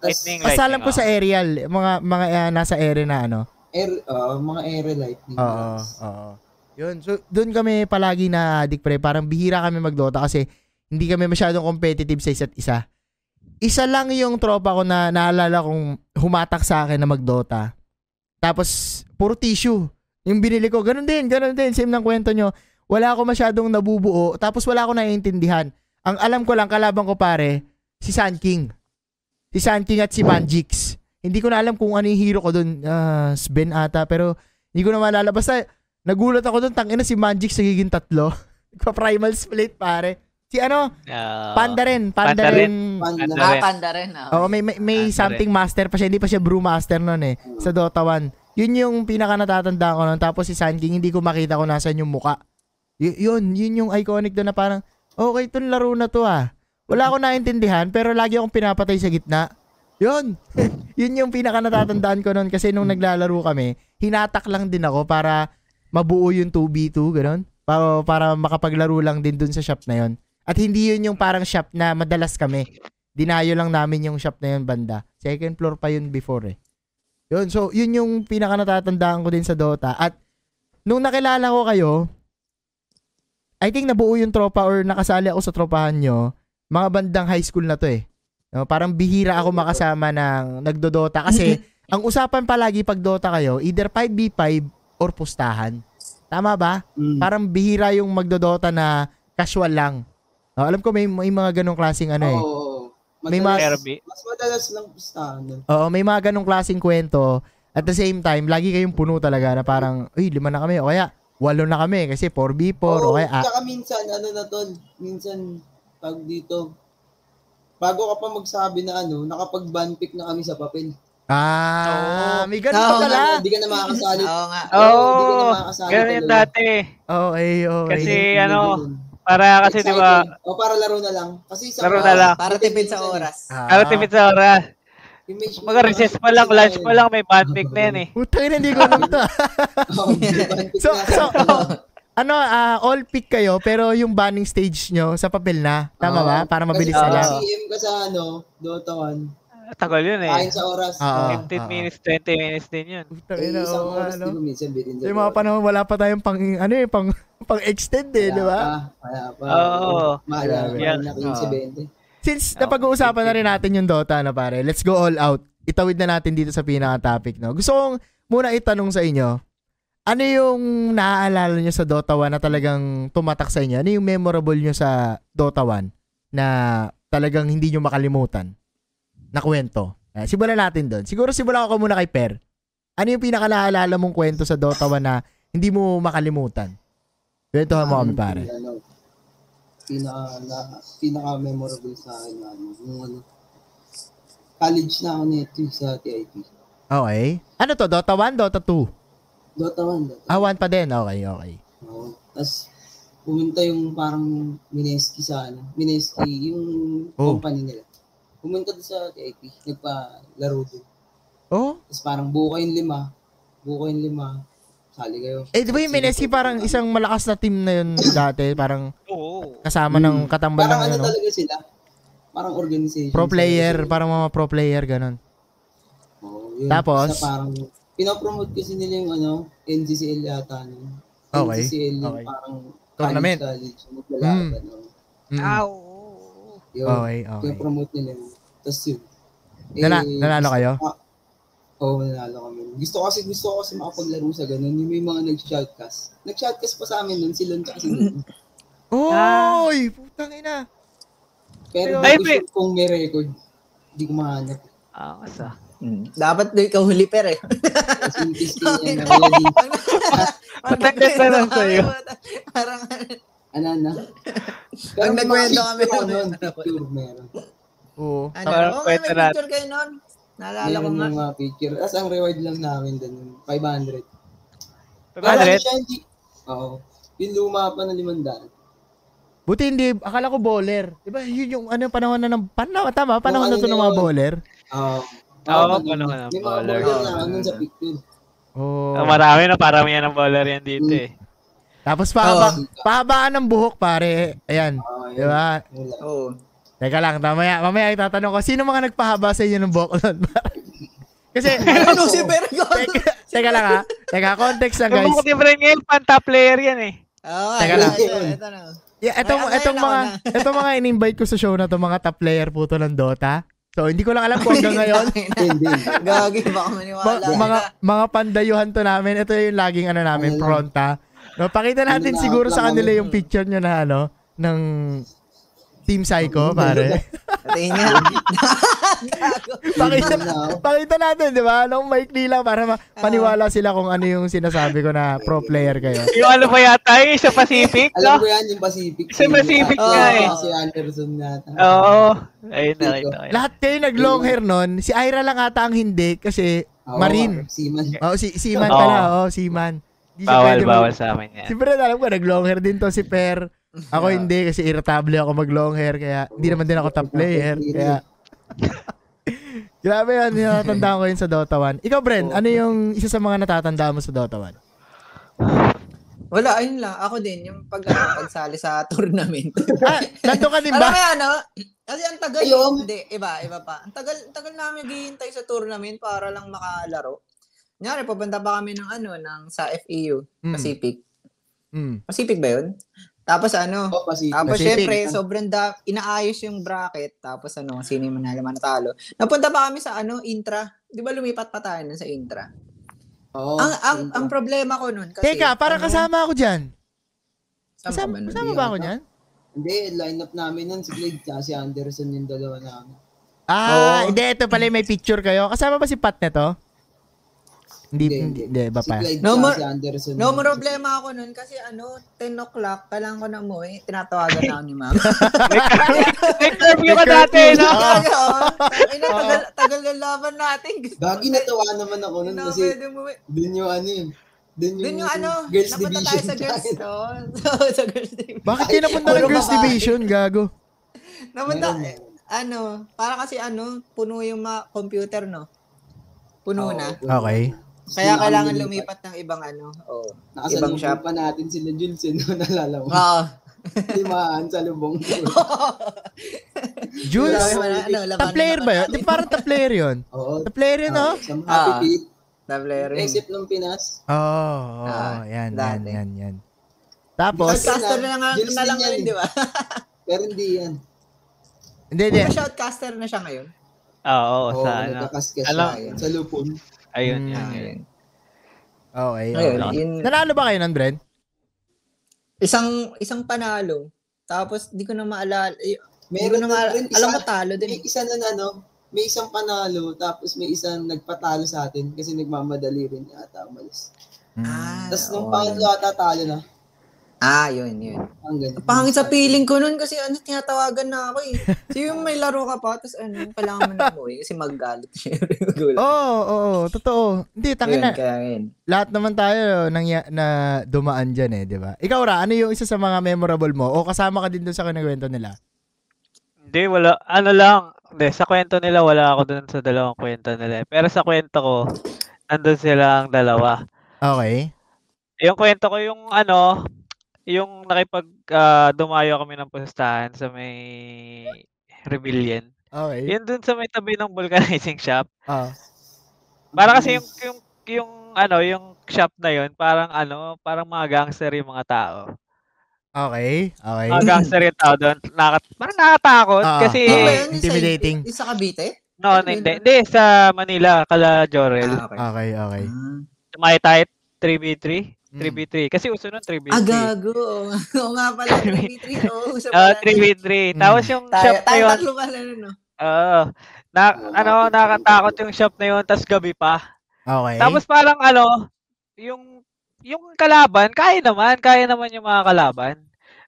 Speaker 3: Tas
Speaker 2: Lightning.
Speaker 1: Basta alam ko
Speaker 2: ah.
Speaker 1: sa aerial, mga, mga ah, nasa ere na, ano.
Speaker 3: Air, ah, mga air lightning.
Speaker 1: Oo, oo. Yun, so doon kami palagi na addict pre, parang bihira kami magdota kasi hindi kami masyadong competitive sa isa't isa. Isa lang yung tropa ko na naalala kong humatak sa akin na magdota. Tapos, puro tissue. Yung binili ko, ganun din, ganun din, same ng kwento nyo. Wala ako masyadong nabubuo, tapos wala ako naiintindihan. Ang alam ko lang, kalaban ko pare, si Sun King. Si Sun King at si Manjix. Hindi ko na alam kung ano yung hero ko doon. Ah, Sven ata, pero hindi ko na maalala. Basta, nagulat ako doon. Tangina si Magic nagiging tatlo. Nagpa-primal split, pare. Si ano,
Speaker 2: Ah.
Speaker 1: panda rin. Panda,
Speaker 2: Panda
Speaker 1: rin.
Speaker 3: Panda.
Speaker 2: Panda.
Speaker 4: Ah, panda rin. Ah.
Speaker 1: Oo, may, may, may
Speaker 2: Panda
Speaker 1: something master pa siya. Hindi pa siya brewmaster nun eh. Sa Dota 1. Yun yung pinaka natatandaan ko nun. Tapos si Sun King, hindi ko makita kung nasan yung muka. Y- yun, yun yung iconic doon na parang, okay, itong laro na to ah. Wala akong naintindihan, pero lagi akong pinapatay sa gitna. Yun. yun yung pinaka natatandaan ko nun. Kasi nung naglalaro kami, hinatak lang din ako para mabuo yung 2v2, ganun. Para, para makapaglaro lang din dun sa shop na yun. At hindi yun yung parang shop na madalas kami. Dinayo lang namin yung shop na yun banda. Second floor pa yun before eh. Yun, so yun yung pinaka natatandaan ko din sa Dota. At nung nakilala ko kayo, I think nabuo yung tropa or nakasali ako sa tropahan nyo, mga bandang high school na to eh. No, parang bihira ako makasama ng nagdodota kasi ang usapan palagi pag Dota kayo, either 5v5 or pustahan. Tama ba?
Speaker 3: Mm.
Speaker 1: Parang bihira yung magdodota na casual lang. Oh, alam ko may, may mga ganong klaseng ano eh.
Speaker 3: Oo, oo, oo.
Speaker 1: May mga-
Speaker 3: Madalas-
Speaker 2: Kirby.
Speaker 3: Mas madalas lang pustahan nun.
Speaker 1: Oo, may mga ganong klaseng kwento. At the same time, lagi kayong puno talaga na parang, uy, lima na kami. O kaya, walo na kami kasi 4v4.
Speaker 3: Oo,
Speaker 1: o kaya, ah,
Speaker 3: Tsaka minsan, ano na tol, minsan, pag dito, bago ka pa magsabi na ano, nakapag-ban pick na kami sa papel.
Speaker 1: ah, may ganun
Speaker 4: Oo,
Speaker 1: pa pala.
Speaker 3: Hindi ka na makakasali.
Speaker 4: Oo nga.
Speaker 2: Oo,
Speaker 3: Hindi ka na makakasali.
Speaker 2: ganun yung
Speaker 3: talaga.
Speaker 2: dati.
Speaker 1: Okay, okay.
Speaker 2: Kasi
Speaker 3: Hindi
Speaker 2: ano,
Speaker 3: ganun.
Speaker 2: para kasi di
Speaker 3: Excited.
Speaker 2: ba,
Speaker 3: O para laro na lang. Kasi sa
Speaker 2: Laro na
Speaker 4: Oo,
Speaker 2: lang.
Speaker 4: Para tipid sa oras.
Speaker 1: Ah,
Speaker 2: para tipid sa oras.
Speaker 3: Yung may-
Speaker 2: Mga recess pa lang, lunch pa lang, may bandpick na yan eh.
Speaker 1: Putang ina, hindi ko alam to.
Speaker 3: Oo, may ban pick
Speaker 1: so,
Speaker 3: na.
Speaker 1: so, ano, ah, all pick kayo, pero yung banning stage nyo sa papel na. Tama
Speaker 3: Oo.
Speaker 1: ba? Para mabilis
Speaker 3: Kasi
Speaker 1: na lang.
Speaker 3: pag CM ka sa ano, Dota 1,
Speaker 2: Tagal yun
Speaker 3: kain
Speaker 2: eh.
Speaker 3: sa oras.
Speaker 1: Oo.
Speaker 3: Eh,
Speaker 2: 15
Speaker 1: ah.
Speaker 2: minutes, 20 minutes din yun.
Speaker 1: Putang
Speaker 3: eh,
Speaker 1: ina,
Speaker 3: isang
Speaker 1: oo nga,
Speaker 3: oras,
Speaker 1: no?
Speaker 2: ano?
Speaker 3: di ba minsan bitin sa
Speaker 1: Yung mga
Speaker 3: Dota?
Speaker 1: panahon, wala pa tayong pang, ano eh, pang, pang extend eh, di ba?
Speaker 3: Kaya pa.
Speaker 2: Oo.
Speaker 3: Mahal
Speaker 1: Grabe.
Speaker 3: na
Speaker 2: Oo.
Speaker 3: 15-20.
Speaker 1: Since
Speaker 2: Oo,
Speaker 1: napag-uusapan na
Speaker 2: thank you.
Speaker 1: rin natin yung Dota na pare, let's go all out. Itawid na natin dito sa pinaka-topic, no? Gusto kong muna itanong sa inyo, ano yung naaalala nyo sa Dota 1 na talagang tumatak sa inyo? Ano yung memorable nyo sa Dota 1 na talagang hindi nyo makalimutan na kwento? Eh, simulan natin doon. Siguro simulan ako muna kay Per. Ano yung pinaka naaalala mong kwento sa Dota 1 na hindi mo makalimutan? Kwentuhan mo kami, pare.
Speaker 3: Ano, pinaka, na, pinaka memorable sa akin na ano, yung ano, college na ako nito sa TIT.
Speaker 1: Okay. Ano to? Dota 1, Dota 2?
Speaker 3: Dota 1, Dota
Speaker 1: Ah, 1 pa din. Okay, okay.
Speaker 3: Oo. Tapos, pumunta yung parang Mineski sa ano. Mineski, yung
Speaker 1: Oh.
Speaker 3: company nila. Pumunta doon sa TIT. Nagpa-laro doon.
Speaker 1: Oh?
Speaker 3: Tapos parang buko yung lima. Buko yung lima. Sali kayo.
Speaker 1: Eh, di ba yung Mineski parang isang malakas na team na yun dati? Parang
Speaker 2: Oo.
Speaker 1: kasama ng katambal ng
Speaker 3: Parang ano
Speaker 1: ano,
Speaker 3: talaga sila? Parang organization.
Speaker 1: pro player,
Speaker 3: Sila.
Speaker 1: parang mga pro player, ganun.
Speaker 3: Oo, yun.
Speaker 1: Tapos?
Speaker 3: Tapos parang, pinapromote kasi nila yung ano, NCCL yata. Ano.
Speaker 1: Okay,
Speaker 3: NCCL yung
Speaker 1: okay.
Speaker 3: parang
Speaker 1: Tournament.
Speaker 3: college, college. yung Naglalaban. Mm. Ano.
Speaker 1: Mm.
Speaker 2: Ow.
Speaker 3: Yun.
Speaker 1: Okay, okay.
Speaker 3: Pinapromote nila yun. Tapos yun. Eh, ah,
Speaker 1: Nala- nanalo kayo?
Speaker 3: Oo, oh, nanalo kami. Gusto ko kasi, gusto ko kasi makapaglaro sa ganun. Yung may mga nag-shoutcast. Nag-shoutcast pa sa amin nun, si Lon tsaka si Lon.
Speaker 1: Oy! Putang ina!
Speaker 3: Pero
Speaker 2: Ay,
Speaker 3: hindi
Speaker 2: pre-
Speaker 3: sure kung may record, hindi ko mahanap.
Speaker 2: Ah, asa.
Speaker 4: Mm. Dapat doon ikaw huli per eh.
Speaker 3: Kasi yung kiss ko niya, nawala din.
Speaker 4: Pag
Speaker 2: Matanggas na lang sa'yo.
Speaker 4: Parang
Speaker 3: Ano na?
Speaker 4: Pag nagkwento kami, ano
Speaker 3: meron.
Speaker 4: meron.
Speaker 3: Picture meron.
Speaker 1: Oo. Ah,
Speaker 4: ano,
Speaker 2: Parang
Speaker 4: oh, may
Speaker 2: kwento natin.
Speaker 4: picture kayo noon. Naalala ko
Speaker 3: Meron
Speaker 4: nga.
Speaker 3: yung mga picture. Tapos ang reward lang namin doon, yung 500. Parang
Speaker 2: 500?
Speaker 3: siya hindi... Oo. Yung luma pa na 500.
Speaker 1: Buti hindi, akala ko bowler. Di ba yun yung ano, panahon na ng, panahon, tama, panahon na
Speaker 3: ano
Speaker 1: to ng
Speaker 3: na
Speaker 1: mga
Speaker 3: yun.
Speaker 1: bowler.
Speaker 3: Oo.
Speaker 2: Oo,
Speaker 3: Parang
Speaker 2: ano ka na,
Speaker 3: May mga
Speaker 2: baller.
Speaker 3: baller na ano sa picture.
Speaker 1: Oo.
Speaker 2: Ah, marami na parang yan ang baller yan dito eh.
Speaker 1: Tapos pahaba, pahabaan ng buhok, pare. Ayan.
Speaker 3: Oo,
Speaker 1: Di
Speaker 3: yun.
Speaker 1: ba?
Speaker 3: Wala.
Speaker 4: Oo.
Speaker 1: Teka lang, mamaya, mamaya itatanong ko, sino mga nagpahaba sa inyo ng buhok nun, pare? Kasi,
Speaker 4: Ano si Pergo?
Speaker 1: teka, teka lang ha. Teka, context lang
Speaker 2: Guys.
Speaker 1: guys.
Speaker 2: Kung different ngayon, panta player yan eh.
Speaker 4: Oh,
Speaker 1: Teka
Speaker 4: Teka
Speaker 1: lang.
Speaker 4: lang. Ito, ito na.
Speaker 1: Yeah, etong,
Speaker 4: Ay, ako
Speaker 1: etong
Speaker 4: yun, ako
Speaker 1: mga,
Speaker 4: na.
Speaker 1: etong mga in-invite ko sa show na to, mga top player po to ng Dota. So, hindi ko lang alam kung hanggang ngayon.
Speaker 3: Hindi.
Speaker 4: Gagi, baka maniwala.
Speaker 1: Ma- mga mga pandayuhan to namin. Ito yung laging ano namin,
Speaker 3: Ano lang.
Speaker 1: pronta. No, pakita natin
Speaker 3: Ano lang,
Speaker 1: siguro sa
Speaker 3: lang
Speaker 1: kanila
Speaker 3: ano.
Speaker 1: yung picture nyo na ano, ng Team Psycho, pare.
Speaker 4: Tingin niya.
Speaker 1: pakita,
Speaker 3: Ano lang.
Speaker 1: pakita natin, di ba? Anong mic nila para ma-
Speaker 4: Ah.
Speaker 1: paniwala sila kung ano yung sinasabi ko na pro player kayo.
Speaker 2: Yung ano ba yata eh, sa Pacific,
Speaker 3: Alam ko
Speaker 2: no?
Speaker 3: yan, yung Pacific.
Speaker 2: Sa Pacific
Speaker 3: Ah,
Speaker 4: nga eh.
Speaker 3: Si Anderson nata.
Speaker 2: Oo. Ayun, nakita ko yan.
Speaker 1: Lahat kayo nag-long hair nun. Si Ira lang ata ang hindi kasi
Speaker 3: Oo,
Speaker 1: Marine.
Speaker 3: Seaman.
Speaker 1: Oh, si Seaman
Speaker 2: Oo.
Speaker 1: pala. Oh, Seaman. Di siya
Speaker 2: Bawal,
Speaker 1: pwede mag-
Speaker 2: bawal sa amin yan.
Speaker 1: Si Fred, alam ko, nag-long hair din to si Per. Ako hindi kasi irritable ako mag-long hair kaya hindi naman din ako top player. Kaya Grabe yan, natatandaan ko yun sa Dota 1. Ikaw, Bren,
Speaker 4: Oh.
Speaker 1: ano yung isa sa mga natatandaan mo sa Dota 1?
Speaker 4: Wala, ayun lang. Ako din, yung pag, ano, pagsali sa tournament.
Speaker 1: Ah, nandun ka din
Speaker 4: Alam
Speaker 1: ba?
Speaker 4: mo ano? Kasi ang tagal.
Speaker 3: Ayun.
Speaker 4: Hindi, iba, iba pa. Ang tagal, ang tagal namin naghihintay sa tournament para lang makalaro. Nyari, pupunta pa kami ng ano, ng sa FEU,
Speaker 1: Mm.
Speaker 4: Pacific.
Speaker 1: Mm.
Speaker 4: Pacific ba yun? Tapos ano,
Speaker 3: Oo, Pacific.
Speaker 4: tapos
Speaker 1: Pacific.
Speaker 4: syempre, sobrang da, inaayos yung bracket. Tapos ano, sino yung manalo, manatalo. Napunta pa kami sa ano, intra. Di ba lumipat pa tayo nun sa intra?
Speaker 3: Oo,
Speaker 4: ang, ang,
Speaker 3: yun pa.
Speaker 4: ang problema ko nun kasi...
Speaker 1: Teka, parang
Speaker 4: ano,
Speaker 1: kasama ako dyan.
Speaker 4: kasama
Speaker 1: Kasama,
Speaker 4: ba nun?
Speaker 1: kasama
Speaker 4: Di
Speaker 1: ba
Speaker 4: yun?
Speaker 1: ako dyan?
Speaker 3: Hindi, lineup namin nun si Clegg tsaka si Anderson yung dalawa namin.
Speaker 1: Ah,
Speaker 4: Oo.
Speaker 1: hindi, ito pala may picture kayo. Kasama ba si Pat na to? Hindi,
Speaker 3: Hindi,
Speaker 1: hindi,
Speaker 3: hindi.
Speaker 1: Mm, hindi, iba
Speaker 3: Si
Speaker 1: pa.
Speaker 3: Clegg
Speaker 4: No
Speaker 3: tsaka
Speaker 4: more-
Speaker 3: si Anderson.
Speaker 4: No
Speaker 3: yung-
Speaker 4: more problema ako nun kasi ano, 10 o'clock, kailangan ko na umuwi. Tinatawagan na ako ni ma'am.
Speaker 2: May curfew ka
Speaker 1: May
Speaker 2: dati,
Speaker 1: curfew.
Speaker 2: no?
Speaker 1: Ah.
Speaker 4: Kaya, oh, ay, na, tagal, tagal ng laban natin.
Speaker 3: Gagi natawa naman ako nun
Speaker 4: Hindi na
Speaker 3: kasi
Speaker 4: pwede umuwi.
Speaker 3: dun yung ano yun. Dun yung,
Speaker 4: Dun yung ano,
Speaker 3: girls
Speaker 4: napunta
Speaker 3: division.
Speaker 4: tayo sa girls, no? So, sa girls division.
Speaker 1: Bakit kayo napunta ng
Speaker 4: Puro
Speaker 1: Girls
Speaker 4: babae.
Speaker 1: Division, gago?
Speaker 4: Napunta, eh, ano, para kasi ano, puno yung mga computer, no? Puno na.
Speaker 1: Okay.
Speaker 4: Kaya kailangan lumipat ng ibang ano. Oo. Ibang
Speaker 3: Nakasalubong
Speaker 4: shop. Ah.
Speaker 3: pa natin sila Jules, eh, no? Nalala mo.
Speaker 4: Oo.
Speaker 3: Limaan sa lubong.
Speaker 1: Jules,
Speaker 4: Grabe, wala- ano, labanan
Speaker 1: top player
Speaker 4: naman
Speaker 1: ba yun?
Speaker 4: natin.
Speaker 1: Di parang top player yun.
Speaker 3: Oo.
Speaker 1: Top player yun, oh.
Speaker 3: Isang happy
Speaker 4: Ah.
Speaker 3: feet.
Speaker 4: Tablero yun.
Speaker 3: Except ng Pinas.
Speaker 1: Oo, oo,
Speaker 4: Ah,
Speaker 1: yan, yan,
Speaker 4: dati.
Speaker 1: yan, yan.
Speaker 4: Tapos,
Speaker 1: Tapos,
Speaker 3: Kasi-
Speaker 4: caster na nga,
Speaker 3: Jules
Speaker 4: na lang
Speaker 3: din yan
Speaker 4: yun,
Speaker 3: eh.
Speaker 4: di ba?
Speaker 3: Pero hindi yan.
Speaker 1: hindi, hindi.
Speaker 4: Diba shoutcaster na siya ngayon?
Speaker 2: Oo,
Speaker 1: Oh,
Speaker 3: Oo, Hmm.
Speaker 2: sa ano.
Speaker 3: nagkakaskas
Speaker 2: Alam-
Speaker 3: siya. Sa lupon.
Speaker 2: Ayun,
Speaker 1: Mm.
Speaker 2: yun, yun.
Speaker 4: Ayun.
Speaker 1: Okay,
Speaker 4: Ayun,
Speaker 1: okay.
Speaker 4: yun.
Speaker 1: Nanalo ba kayo nun, Bren?
Speaker 4: Isang, isang panalo. Tapos, di ko na maalala. eh, Di ko na
Speaker 3: Meron na
Speaker 4: maalala.
Speaker 3: rin isa.
Speaker 4: Alam ko talo
Speaker 3: May
Speaker 4: din.
Speaker 3: isa na ano, may isang panalo, tapos may isang nagpatalo sa atin kasi nagmamadali rin yata umalis.
Speaker 4: Ah,
Speaker 1: oh,
Speaker 3: Tapos nung
Speaker 4: oo,
Speaker 3: pangatlo ata talo na.
Speaker 4: Ah, yun, yun.
Speaker 3: Ang ganun.
Speaker 4: Pangit sa feeling ko nun kasi ano, tinatawagan na ako eh. So yung may laro ka pa, tapos ano, kailangan mo na umuwi kasi maggalit siya.
Speaker 1: Oo, oo, totoo. Hindi, tangin Oh, na.
Speaker 4: Yun, kaya yun.
Speaker 1: Lahat naman tayo nang na dumaan dyan eh, di ba? Ikaw Ra, ano yung isa sa mga memorable mo? O kasama ka din doon sa kanikwento nila?
Speaker 2: Hindi, wala. Ano lang. Hindi, sa kwento nila, wala ako dun sa dalawang kwento nila. eh. Pero sa kwento ko, nandun sila ang dalawa.
Speaker 1: Okay.
Speaker 2: Yung kwento ko, yung ano, yung nakipag ah, dumayo kami ng pustahan sa may rebellion.
Speaker 1: Okay.
Speaker 2: Yun dun sa may tabi ng vulcanizing shop.
Speaker 1: Ah.
Speaker 2: Para kasi yung, yung, yung ano, yung shop na yun, parang ano, parang mga gangster yung mga tao.
Speaker 1: Okay. Okay.
Speaker 2: Mga gangster yung tao doon. Nakat, parang nakatakot
Speaker 1: Ah,
Speaker 2: kasi,
Speaker 1: ah.
Speaker 4: Ano ba
Speaker 1: Eh,
Speaker 4: yun? Isa-
Speaker 1: intimidating.
Speaker 4: Isa Cavite?
Speaker 2: no,
Speaker 4: ano yun?
Speaker 2: hindi, hindi, sa Manila, kala Jorel.
Speaker 4: Ah, okay.
Speaker 1: Okay, okay.
Speaker 4: Ah.
Speaker 2: Tumay tayo 3v3.
Speaker 1: Mm.
Speaker 2: 3v3. Kasi uso nun 3v3.
Speaker 4: Ah, gago. Oo nga pala, 3v3. Oo, isa
Speaker 2: Ah,
Speaker 4: pala.
Speaker 2: 3v3.
Speaker 1: Mm.
Speaker 2: Tapos yung
Speaker 4: Tayo,
Speaker 2: shop na
Speaker 4: tayo
Speaker 2: yun.
Speaker 4: tatlo pala nun, no?
Speaker 2: Oo. na, ano, nakakatakot yung shop na yun. Tapos gabi pa.
Speaker 1: Okay.
Speaker 2: Tapos parang ano, yung yung kalaban, kaya naman. Kaya naman yung mga kalaban.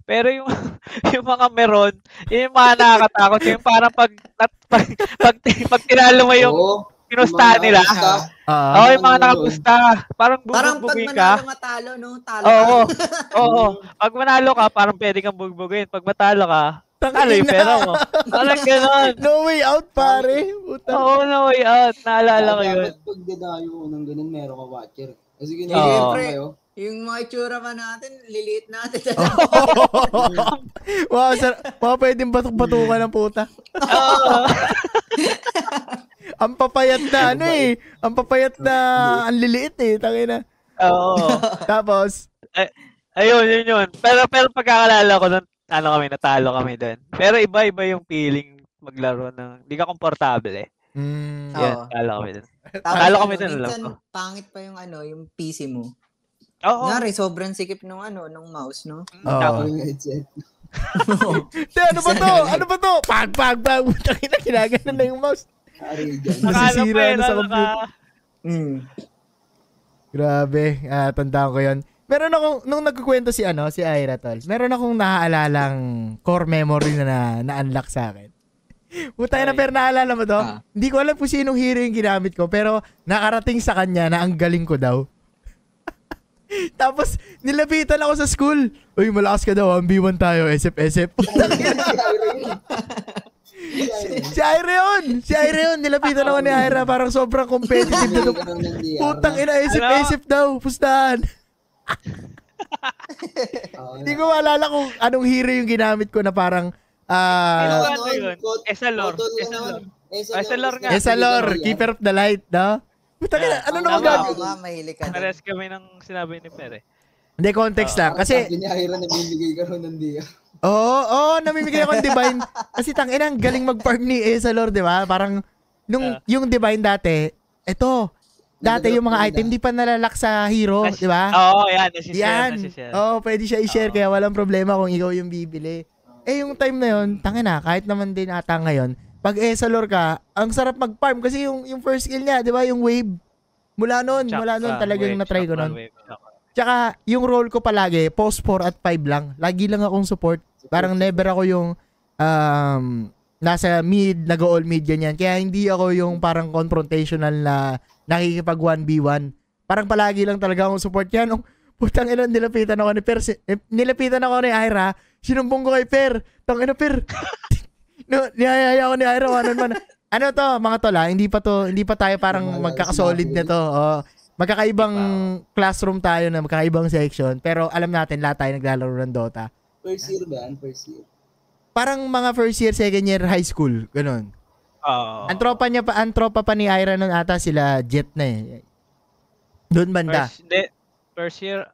Speaker 2: Pero yung yung mga meron, yun yung mga nakakatakot. Yung parang pag nat, pag, pag, pag tinalo mo yung
Speaker 3: Oo,
Speaker 2: pinusta
Speaker 3: mga
Speaker 2: nila.
Speaker 3: pusta.
Speaker 1: Ah,
Speaker 2: Oo, yung mga
Speaker 3: Ano yun?
Speaker 2: nakapusta. Parang
Speaker 4: Parang pag
Speaker 2: bubugbugin ka.
Speaker 4: manalo matalo, no? Talo.
Speaker 2: Oo, oo. Pag manalo ka, parang pwede kang bugbugin. Pag matalo ka, talo yung pera mo. Parang ganon.
Speaker 1: No way out, pare. Puta.
Speaker 2: Oo, no way out. Naalala ko
Speaker 3: Kaya
Speaker 2: yun.
Speaker 3: dapat Pag dadayo ko ng ganun, meron ka watcher. Kasi
Speaker 4: Eh,
Speaker 3: ginagawa
Speaker 2: Oo.
Speaker 4: syempre,
Speaker 3: kayo.
Speaker 4: yung mga itsura pa natin, liliit natin.
Speaker 1: wow, sir. Wow, pwedeng batok-batukan ng puta.
Speaker 2: Oo.
Speaker 1: Ang papayat na ano eh. Ang papayat na ang liliit eh. Tangina.
Speaker 2: Oo.
Speaker 1: Tapos,
Speaker 2: Ayun, yun yun. Pero, pero pagkakalala ko nun, ano kami, natalo kami dun. Pero iba-iba yung feeling maglaro ng, di ka komportable eh.
Speaker 1: mm,
Speaker 4: Oo.
Speaker 2: Yan, talo kami dun.
Speaker 4: Tapos,
Speaker 2: Talo kami
Speaker 4: ano,
Speaker 2: dun, alam
Speaker 4: minsan,
Speaker 2: ko.
Speaker 4: pangit pa yung ano, yung PC mo.
Speaker 2: Oo.
Speaker 4: Ngari, sobrang sikip nung ano, nung mouse, no?
Speaker 1: Oo.
Speaker 2: Tapos,
Speaker 3: Yung headset.
Speaker 1: Te, Oh. ano ba to? Ano ba to? Pag, pag, pag. Tangina, kinagana na yung mouse.
Speaker 3: Arigan.
Speaker 2: Nakala mo
Speaker 1: Nasisira
Speaker 2: yun,
Speaker 1: na sa
Speaker 2: ano ka?
Speaker 1: computer.
Speaker 4: Mm.
Speaker 1: Grabe, ah, tandaan ko yun. Meron akong, nung nagkukwento si ano, si Ira tol, meron akong naaalalang core memory na, na na-unlock sa akin. Puta na
Speaker 2: Ay.
Speaker 1: pero naalala mo to?
Speaker 4: Ah.
Speaker 1: Hindi ko alam kung sinong hero yung ginamit ko, pero nakarating sa kanya na ang galing ko daw. Tapos, nilapitan ako sa school. Uy, malakas ka daw, 1v1 tayo, SF-SF. si Ira yun! Si Ira yun! Nilapitan ako ni Ira, parang sobrang competitive na to. Putang ina, SF-SF daw, pustahan. Hindi ko maalala kung anong hero yung ginamit ko na parang
Speaker 2: Ano
Speaker 1: ah
Speaker 2: ano yun? Esalor. Esalor.
Speaker 3: Eh,
Speaker 2: Esalor nga.
Speaker 1: Esalor, Keeper of the Light, no? Puta ka, ano
Speaker 4: Tama,
Speaker 1: naman gagawin?
Speaker 4: oo nga, mahilig ka. dun.
Speaker 2: Pares kami ng sinabi ni Pere.
Speaker 1: Hindi, context lang. Kasi,
Speaker 3: Sabi ni Ira na bibigay ka ron ng diya.
Speaker 1: oo, oh, oo, namimigay ako ng Divine. Kasi tangina, ang galing mag-farm ni Esalor, di ba? Parang, nung, yung Divine dati, eto, dati yung mga item, di pa nalalak sa hero, Oh,
Speaker 2: Nas-
Speaker 1: di ba?
Speaker 2: Oo, yan. Nasisira,
Speaker 1: Yan.
Speaker 2: nasisira.
Speaker 1: Oo, pwede siya i-share,
Speaker 2: Oo.
Speaker 1: kaya walang problema kung ikaw yung bibili. Eh, yung time na
Speaker 2: Mm.
Speaker 1: yun, tangina, kahit naman din ata ngayon, pag Esalor ka, ang sarap mag-farm kasi yung, yung first skill niya, di ba, yung wave. Mula noon,
Speaker 2: Chop
Speaker 1: mula noon
Speaker 2: ka,
Speaker 1: talagang
Speaker 2: wave,
Speaker 1: na-try
Speaker 2: chop
Speaker 1: ko
Speaker 2: ka,
Speaker 1: noon.
Speaker 2: wave, chop ka.
Speaker 1: Tsaka, yung role ko palagi, post 4 at 5 lang. Lagi lang akong support. Parang never ako yung um, nasa mid, nag-all mid, ganyan. Kaya hindi ako yung parang confrontational na nakikipag 1v1. Parang palagi lang talaga akong support. Kaya nung putang ina, nilapitan ako ni Per. si- eh, nilapitan ako ni Ira. Sinumbong ko kay Per. Tang ina, Per. no, niyayaya ako ni Ira. One on one. Ano to, mga tola, hindi pa to, hindi pa tayo parang
Speaker 3: Wala,
Speaker 1: magkakasolid na
Speaker 3: sinabi.
Speaker 1: to. Oo. Magkakaibang classroom tayo na magkakaibang section, pero alam natin lahat tayo naglalaro ng Dota.
Speaker 3: First year ba yan? First year.
Speaker 1: Parang mga first year, second year high school, ganun.
Speaker 2: Oo.
Speaker 1: Ang tropa niya pa, ang tropa pa ni Ira nun ata sila Jet na eh. Doon banda.
Speaker 2: First, hindi. First year,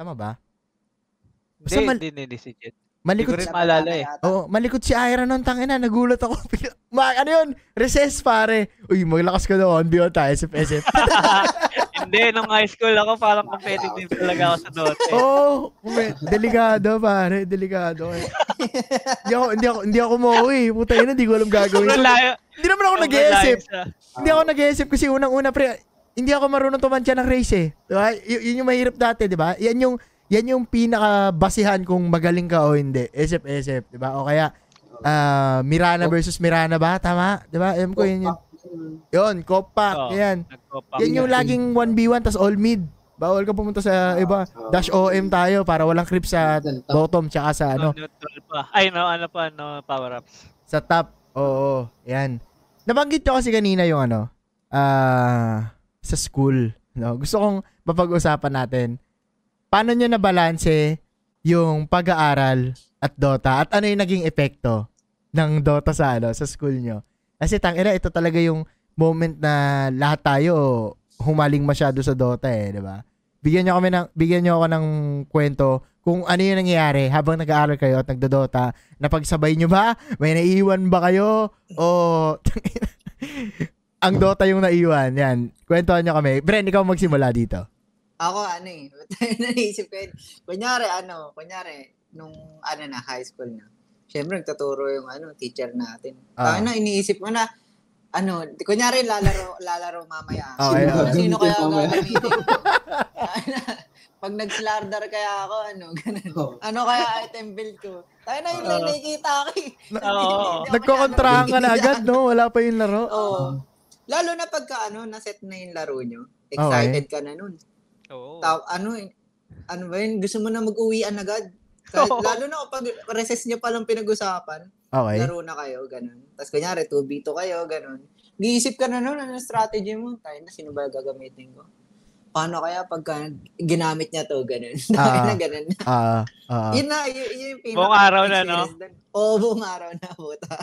Speaker 1: Tama ba? Basta
Speaker 2: hindi,
Speaker 1: mal-
Speaker 2: hindi, hindi si Jet. Hindi ko
Speaker 1: malikot
Speaker 2: rin
Speaker 1: si,
Speaker 2: maalala eh.
Speaker 1: oh, malikot si Ira nun, tangina, nagulat ako. Ma, ano yun? Recess pare. Uy, maglakas ka daw, on tayo, SF-SF.
Speaker 2: hindi, nung high school ako, parang competitive talaga ako sa Dota. eh.
Speaker 1: Oo, oh, delikado pare, delikado. hindi ako, hindi ako, hindi ako mauwi. Puta yun, hindi ko alam gagawin.
Speaker 2: Sobrang
Speaker 1: ko.
Speaker 2: layo.
Speaker 1: Hindi naman ako
Speaker 2: sobrang
Speaker 1: nag-iisip.
Speaker 2: layo sa-
Speaker 1: Hindi ako nag-iisip kasi unang-una pre, hindi ako marunong tumantya ng race eh. Diba? Y- yun yung mahirap dati, di ba? Yan yung yan yung pinakabasihan kung magaling ka o hindi. SF-SF, di ba? O kaya, ah, Mirana versus Mirana ba? Tama? Di ba? Alam ko, yun yun. Yun, Copac,
Speaker 2: Oo.
Speaker 1: yan.
Speaker 2: Nagkopak.
Speaker 1: Yan yung laging 1v1 tas all mid. Bawal ka pumunta sa iba. Dash OM tayo para walang creep sa bottom tsaka sa ano,
Speaker 2: Oh, Neutral pa. Ay, no, ano pa, no, power ups.
Speaker 1: sa top. Oo, yan. Nabanggit ko kasi kanina yung ano, ah, sa school. No? Gusto kong mapag-usapan natin. Paano nyo nabalanse yung pag-aaral at Dota at ano yung naging epekto ng Dota sa ano, sa school nyo? Kasi tangina, ito talaga yung moment na lahat tayo humaling masyado sa Dota eh, di ba? Bigyan niyo kami ng bigyan niyo ako ng kwento kung ano yung nangyayari habang nag-aaral kayo at nagdodota. Napagsabay niyo ba? May naiiwan ba kayo? O ang Dota yung naiwan. Yan. Kwentuhan niyo kami. Bren, ikaw magsimula dito.
Speaker 4: Ako ano eh, naisip ko yun. Kunyari ano, kunyari, nung ano na, high school na. Siyempre, nagtuturo yung ano, teacher natin.
Speaker 1: Ah.
Speaker 4: Tayo na, iniisip mo na, ano, kunyari lalaro, lalaro mamaya.
Speaker 1: Okay,
Speaker 4: Sino-
Speaker 1: okay.
Speaker 4: Sino kaya
Speaker 3: Mamaya.
Speaker 4: gagamitin? Tayo na, Pag nag-slardar kaya ako, ano, ganun.
Speaker 3: Oo.
Speaker 4: Ano kaya item build ko? Tayo na,
Speaker 1: Ah.
Speaker 4: yun lang
Speaker 2: Oo.
Speaker 4: nakikita ako eh.
Speaker 2: Oo.
Speaker 1: Nagkokontrahan ka na agad, no? Wala pa yung laro.
Speaker 4: Oo. Lalo na pagka ano, naset na yung laro nyo. Excited ka na nun.
Speaker 2: Oo.
Speaker 4: Tao, ano eh, ano ba yun? Gusto mo na mag-uwian agad. Kahit,
Speaker 2: Oo.
Speaker 4: Lalo na kapag recess nyo palang pinag-usapan,
Speaker 1: Okay.
Speaker 4: laro na kayo, ganun. Tapos kunyari, 2v2 kayo, ganun. Giisip ka na nun, ano yung strategy mo? Tayo na, sino ba gagamitin ko? Paano kaya pagka ginamit niya to, ganun. Tayo na,
Speaker 1: Ah.
Speaker 4: ganun.
Speaker 1: Ah, ah.
Speaker 4: Yun na, yun, yun yung pinaka-
Speaker 2: Buong araw na, no?
Speaker 4: experience dun. Oo, buong araw na, puta.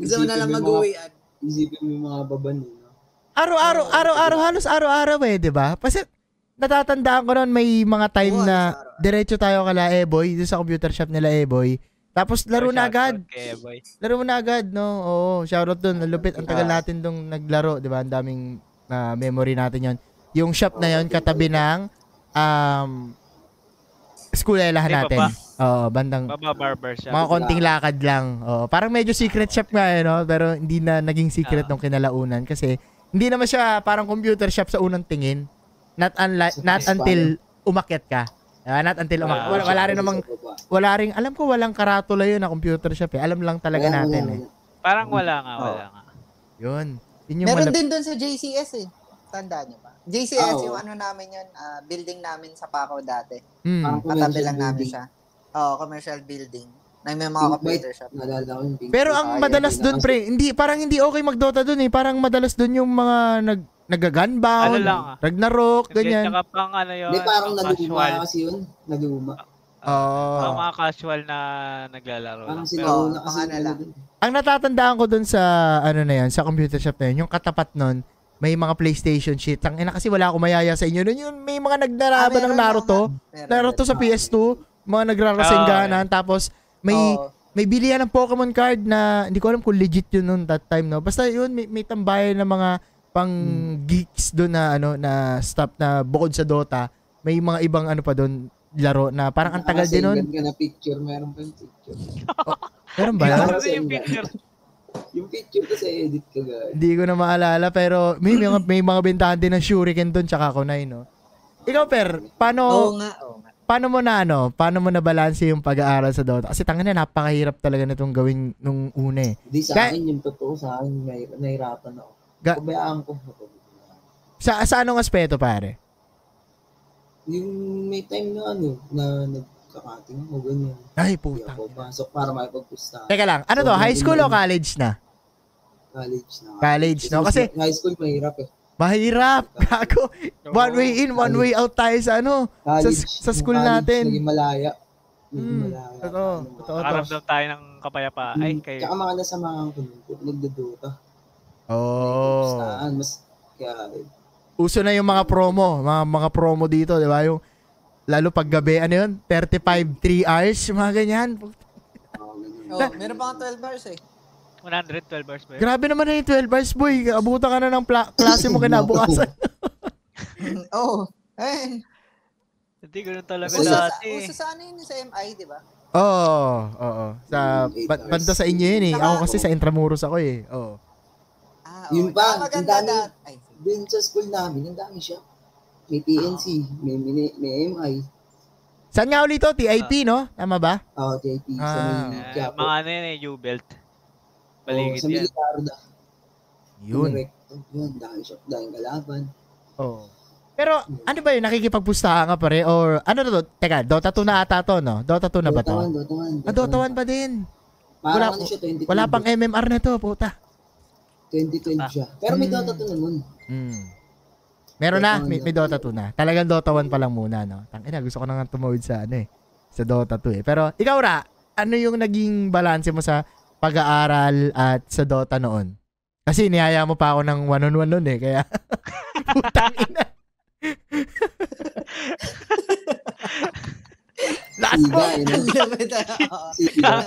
Speaker 4: Gusto mo na lang mag-uwian.
Speaker 3: Isipin mo yung mga baban eh. No?
Speaker 1: Araw-araw, araw-araw, halos araw-araw eh, di ba? Kasi natatandaan ko noon may mga time
Speaker 4: Oo, ah.
Speaker 1: na
Speaker 4: halos araw-araw.
Speaker 1: diretso tayo kala Eboy, doon sa computer shop nila Eboy. Tapos laro na agad.
Speaker 2: Shoutout kay Eboy.
Speaker 1: Laro mo na agad, no? Oo, shoutout doon. Ang lupit. Ang tagal natin dong naglaro, di ba? Ang daming ah, memory natin yon Yung shop na yon katabi ng um, eskwelahan
Speaker 2: Ay,
Speaker 1: natin.
Speaker 2: baba.
Speaker 1: Oo, bandang
Speaker 2: Baba barber siya.
Speaker 1: mga konting lakad lang. Oo, parang medyo secret shop nga eh, no? Pero hindi na naging secret
Speaker 2: Ah.
Speaker 1: nung kinalaunan kasi hindi naman siya parang computer shop sa unang tingin. Not unlike,
Speaker 3: Sa
Speaker 1: not
Speaker 3: Paris,
Speaker 1: until umakyat ka. Ah, not until umakyat.
Speaker 2: Ah.
Speaker 1: Wala, wala rin namang,
Speaker 3: Sa baba.
Speaker 1: wala rin, alam ko walang karatula yun na computer shop eh. Alam lang talaga
Speaker 3: Wala,
Speaker 1: natin
Speaker 3: wala,
Speaker 1: eh.
Speaker 3: wala.
Speaker 2: Parang wala nga, wala nga.
Speaker 1: Yun. Yun yung
Speaker 4: Meron
Speaker 1: malap-
Speaker 4: din doon sa JCS eh. Tanda niyo ba? JCS,
Speaker 3: Oo.
Speaker 4: yung ano namin yun, ah, building namin sa Paco dati.
Speaker 1: Hmm.
Speaker 3: Parang
Speaker 4: Katabi
Speaker 3: commercial
Speaker 4: lang namin
Speaker 3: building.
Speaker 4: siya. Oo, commercial building. Na may mga
Speaker 3: Big
Speaker 4: computer shop.
Speaker 3: Naalala ko yung big
Speaker 1: Pero
Speaker 3: bike.
Speaker 1: ang
Speaker 3: Ayaw
Speaker 1: madalas
Speaker 3: din
Speaker 1: doon,
Speaker 3: ako.
Speaker 1: pre, hindi, parang hindi okay magdota doon eh. Parang madalas doon yung mga nag, nagagunbound,
Speaker 2: Ano lang ah.
Speaker 1: Ragnarok, ganyan.
Speaker 2: Tsaka pang ano yun,
Speaker 3: Hindi, parang
Speaker 2: pang
Speaker 3: naluma
Speaker 2: casual.
Speaker 3: kasi yun. Naluma.
Speaker 2: ah,
Speaker 1: Oo.
Speaker 2: Pang mga casual na naglalaro. lang.
Speaker 3: Parang sinauna
Speaker 4: Oo,
Speaker 3: kasi ano
Speaker 4: baka na
Speaker 3: yun.
Speaker 4: lang.
Speaker 1: ang natatandaan ko dun sa ano na yan, sa computer shop na yun, yung katapat nun, may mga PlayStation shit. Ang ina kasi wala akong mayaya sa inyo nun. Yun, may mga nagnaraban
Speaker 4: Ah, meron
Speaker 1: ng Naruto.
Speaker 4: Meron
Speaker 1: Naruto
Speaker 4: din.
Speaker 1: sa PS2, mga
Speaker 2: Ah,
Speaker 1: nagrarasenganan, tapos may
Speaker 4: Oo.
Speaker 1: may bilihan ng Pokemon card na hindi ko alam kung legit yun noon that time no. Basta yun may, may tambayan ng mga pang geeks doon na ano na stop na bukod sa Dota, may mga ibang ano pa doon laro na parang ang tagal din
Speaker 3: Nakasendan
Speaker 1: nun.
Speaker 3: ka na picture, meron pa yung picture.
Speaker 1: Meron ba?
Speaker 2: Hindi
Speaker 1: yun?
Speaker 2: ko rin ano yung picture.
Speaker 3: Yung picture kasi edit ka guys.
Speaker 1: Hindi ko na maalala pero may may, mga- may mga bentahan din ng Shuriken doon tsaka Kunai no. Ikaw per,
Speaker 4: Oo
Speaker 1: paano
Speaker 4: nga, oo nga.
Speaker 1: paano mo na ano, paano mo na balanse yung pag-aaral sa Dota? Kasi tanga na napakahirap talaga nitong gawin nung una eh.
Speaker 3: Hindi sa
Speaker 1: Ga-
Speaker 3: akin, yung totoo sa akin, nahi- nahirapan ako.
Speaker 1: Ga-
Speaker 3: Pabayaan ko.
Speaker 1: Sa sa anong aspeto pare?
Speaker 3: Yung may time na ano, na nagkakating ako, ganyan.
Speaker 1: Ay
Speaker 3: Hindi
Speaker 1: putang.
Speaker 3: ako pasok para makipagpusta.
Speaker 1: Teka lang, ano to? High school o college na?
Speaker 3: College na.
Speaker 1: College, no? Kasi-
Speaker 3: High school mahirap eh.
Speaker 1: Mahirap. Ako, one way in, one way out tayo sa ano.
Speaker 3: College.
Speaker 1: sa
Speaker 3: yung
Speaker 1: school
Speaker 3: college,
Speaker 1: natin.
Speaker 3: Naging malaya. Naging
Speaker 1: Hmm,
Speaker 3: malaya.
Speaker 1: totoo,
Speaker 3: Ano,
Speaker 1: totoo.
Speaker 2: Nakaramdam tayo ng
Speaker 3: Hmm.
Speaker 2: kapayapaan. Ah, Ay,
Speaker 1: Hmm.
Speaker 2: kayo.
Speaker 3: Tsaka mga nasamahan ko nun, puro nagdodota.
Speaker 1: Oh.
Speaker 3: Pustahan, mas, kaya, eh,
Speaker 1: Uso na yung mga promo, mga mga promo dito, 'di ba? Yung lalo pag gabi, ano yun? 35 3 hours, yung mga ganyan.
Speaker 3: ako ganun.
Speaker 4: Oo, Oh, meron pa akong 12 bars eh.
Speaker 2: 112 bars ba yun?
Speaker 1: Grabe naman na yung 12 hours, boy. Abutan ka na ng pla- klase mo kinabukasan.
Speaker 4: Oo. Eh,
Speaker 2: Hindi, ganun talaga
Speaker 4: uso, sa,
Speaker 2: dati.
Speaker 4: uso sa ano yun, sa MI, di ba?
Speaker 1: Oo, oh, oo. Sa
Speaker 3: Eight
Speaker 1: ba-
Speaker 3: hours.
Speaker 1: banda sa inyo yun eh. Ako kasi sa Intramuros ako eh. Oo.
Speaker 4: Ah,
Speaker 3: Yun
Speaker 4: oo.
Speaker 3: pa,
Speaker 4: Tsaka Maganda
Speaker 3: ang dami.
Speaker 4: dati. Ay,
Speaker 3: Dun sa school namin, ang dami siya. May PNC, may, mini- may, MI.
Speaker 1: Saan nga ulit to? TIP, no? Tama ba?
Speaker 3: Oh, JP. Sa
Speaker 1: Ah.
Speaker 3: may
Speaker 2: Eh,
Speaker 3: Quiapo.
Speaker 2: mga ano yan eh, U-belt.
Speaker 3: Oo,
Speaker 2: Paligid
Speaker 3: sa
Speaker 2: yan.
Speaker 3: Militarda.
Speaker 1: Yun.
Speaker 3: Direkto. Yun, dahil siya, dahil kalaban.
Speaker 1: Oo. Pero ano ba yun? Nakikipagpustahan ka pa rin? Or ano na to? Teka, Dota 2 na ata to, no? Dota 2 na ba
Speaker 3: Dota
Speaker 1: to?
Speaker 3: 1, Dota 1.
Speaker 1: Ah, Dota 1 pa din. Wala
Speaker 3: Parang
Speaker 1: po-
Speaker 3: ano siya, 2012.
Speaker 1: Wala pang MMR na to, puta.
Speaker 3: 2012 siya. Pero may
Speaker 1: Hmm.
Speaker 3: Dota 2 naman.
Speaker 1: Mm. Meron na,
Speaker 3: Dota
Speaker 1: may,
Speaker 3: one,
Speaker 1: may Dota 2 na. Talagang Dota 1 pa lang muna, no? Tangina, gusto ko na nga tumawid sa ano eh, sa Dota 2 eh. Pero ikaw ra, ano yung naging balanse mo sa pag-aaral at sa Dota noon? Kasi niyaya mo pa ako ng one-on-one noon eh, kaya putang ina. Last
Speaker 3: Iba,
Speaker 1: mo,
Speaker 3: eh, no?
Speaker 4: Ah.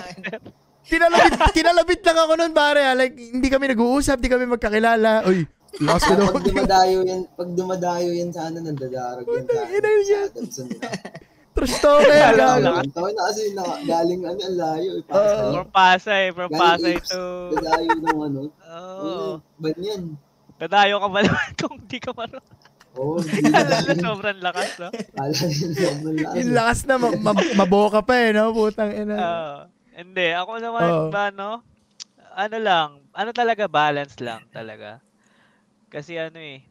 Speaker 1: kinalabit, kinalabit lang ako noon pare. ah. Like, hindi kami nag-uusap, hindi kami magkakilala. Uy, last mo
Speaker 3: Pero
Speaker 1: daw.
Speaker 3: pag dumadayo yan, pag dumadayo yan sa ano, nandadarag yan sa,
Speaker 1: Ina
Speaker 3: sa
Speaker 1: niya.
Speaker 3: Adamson.
Speaker 1: Trust to, kaya eh, gago.
Speaker 2: Alam lang.
Speaker 3: Tawa na kasi yung naka- galing ano, ang layo. eh, pa-
Speaker 1: Oo.
Speaker 2: From Pasay, from
Speaker 3: Galing
Speaker 2: Pasay
Speaker 3: Apes.
Speaker 2: to... Oh.
Speaker 3: Dadayo ng ano.
Speaker 2: Oo.
Speaker 3: Ban yan.
Speaker 2: Tadayo ka ba naman kung di ka marunong?
Speaker 3: Oo, hindi
Speaker 2: Alala,
Speaker 3: na.
Speaker 2: sobrang lakas, no?
Speaker 3: Kala nila naman lang.
Speaker 1: Yung lakas na ma- ma- maboka pa eh, no? Putang ina.
Speaker 2: Oo. Hindi, ako naman
Speaker 1: Oo.
Speaker 2: ba, no? Ano lang, ano talaga, balance lang talaga. Kasi ano eh,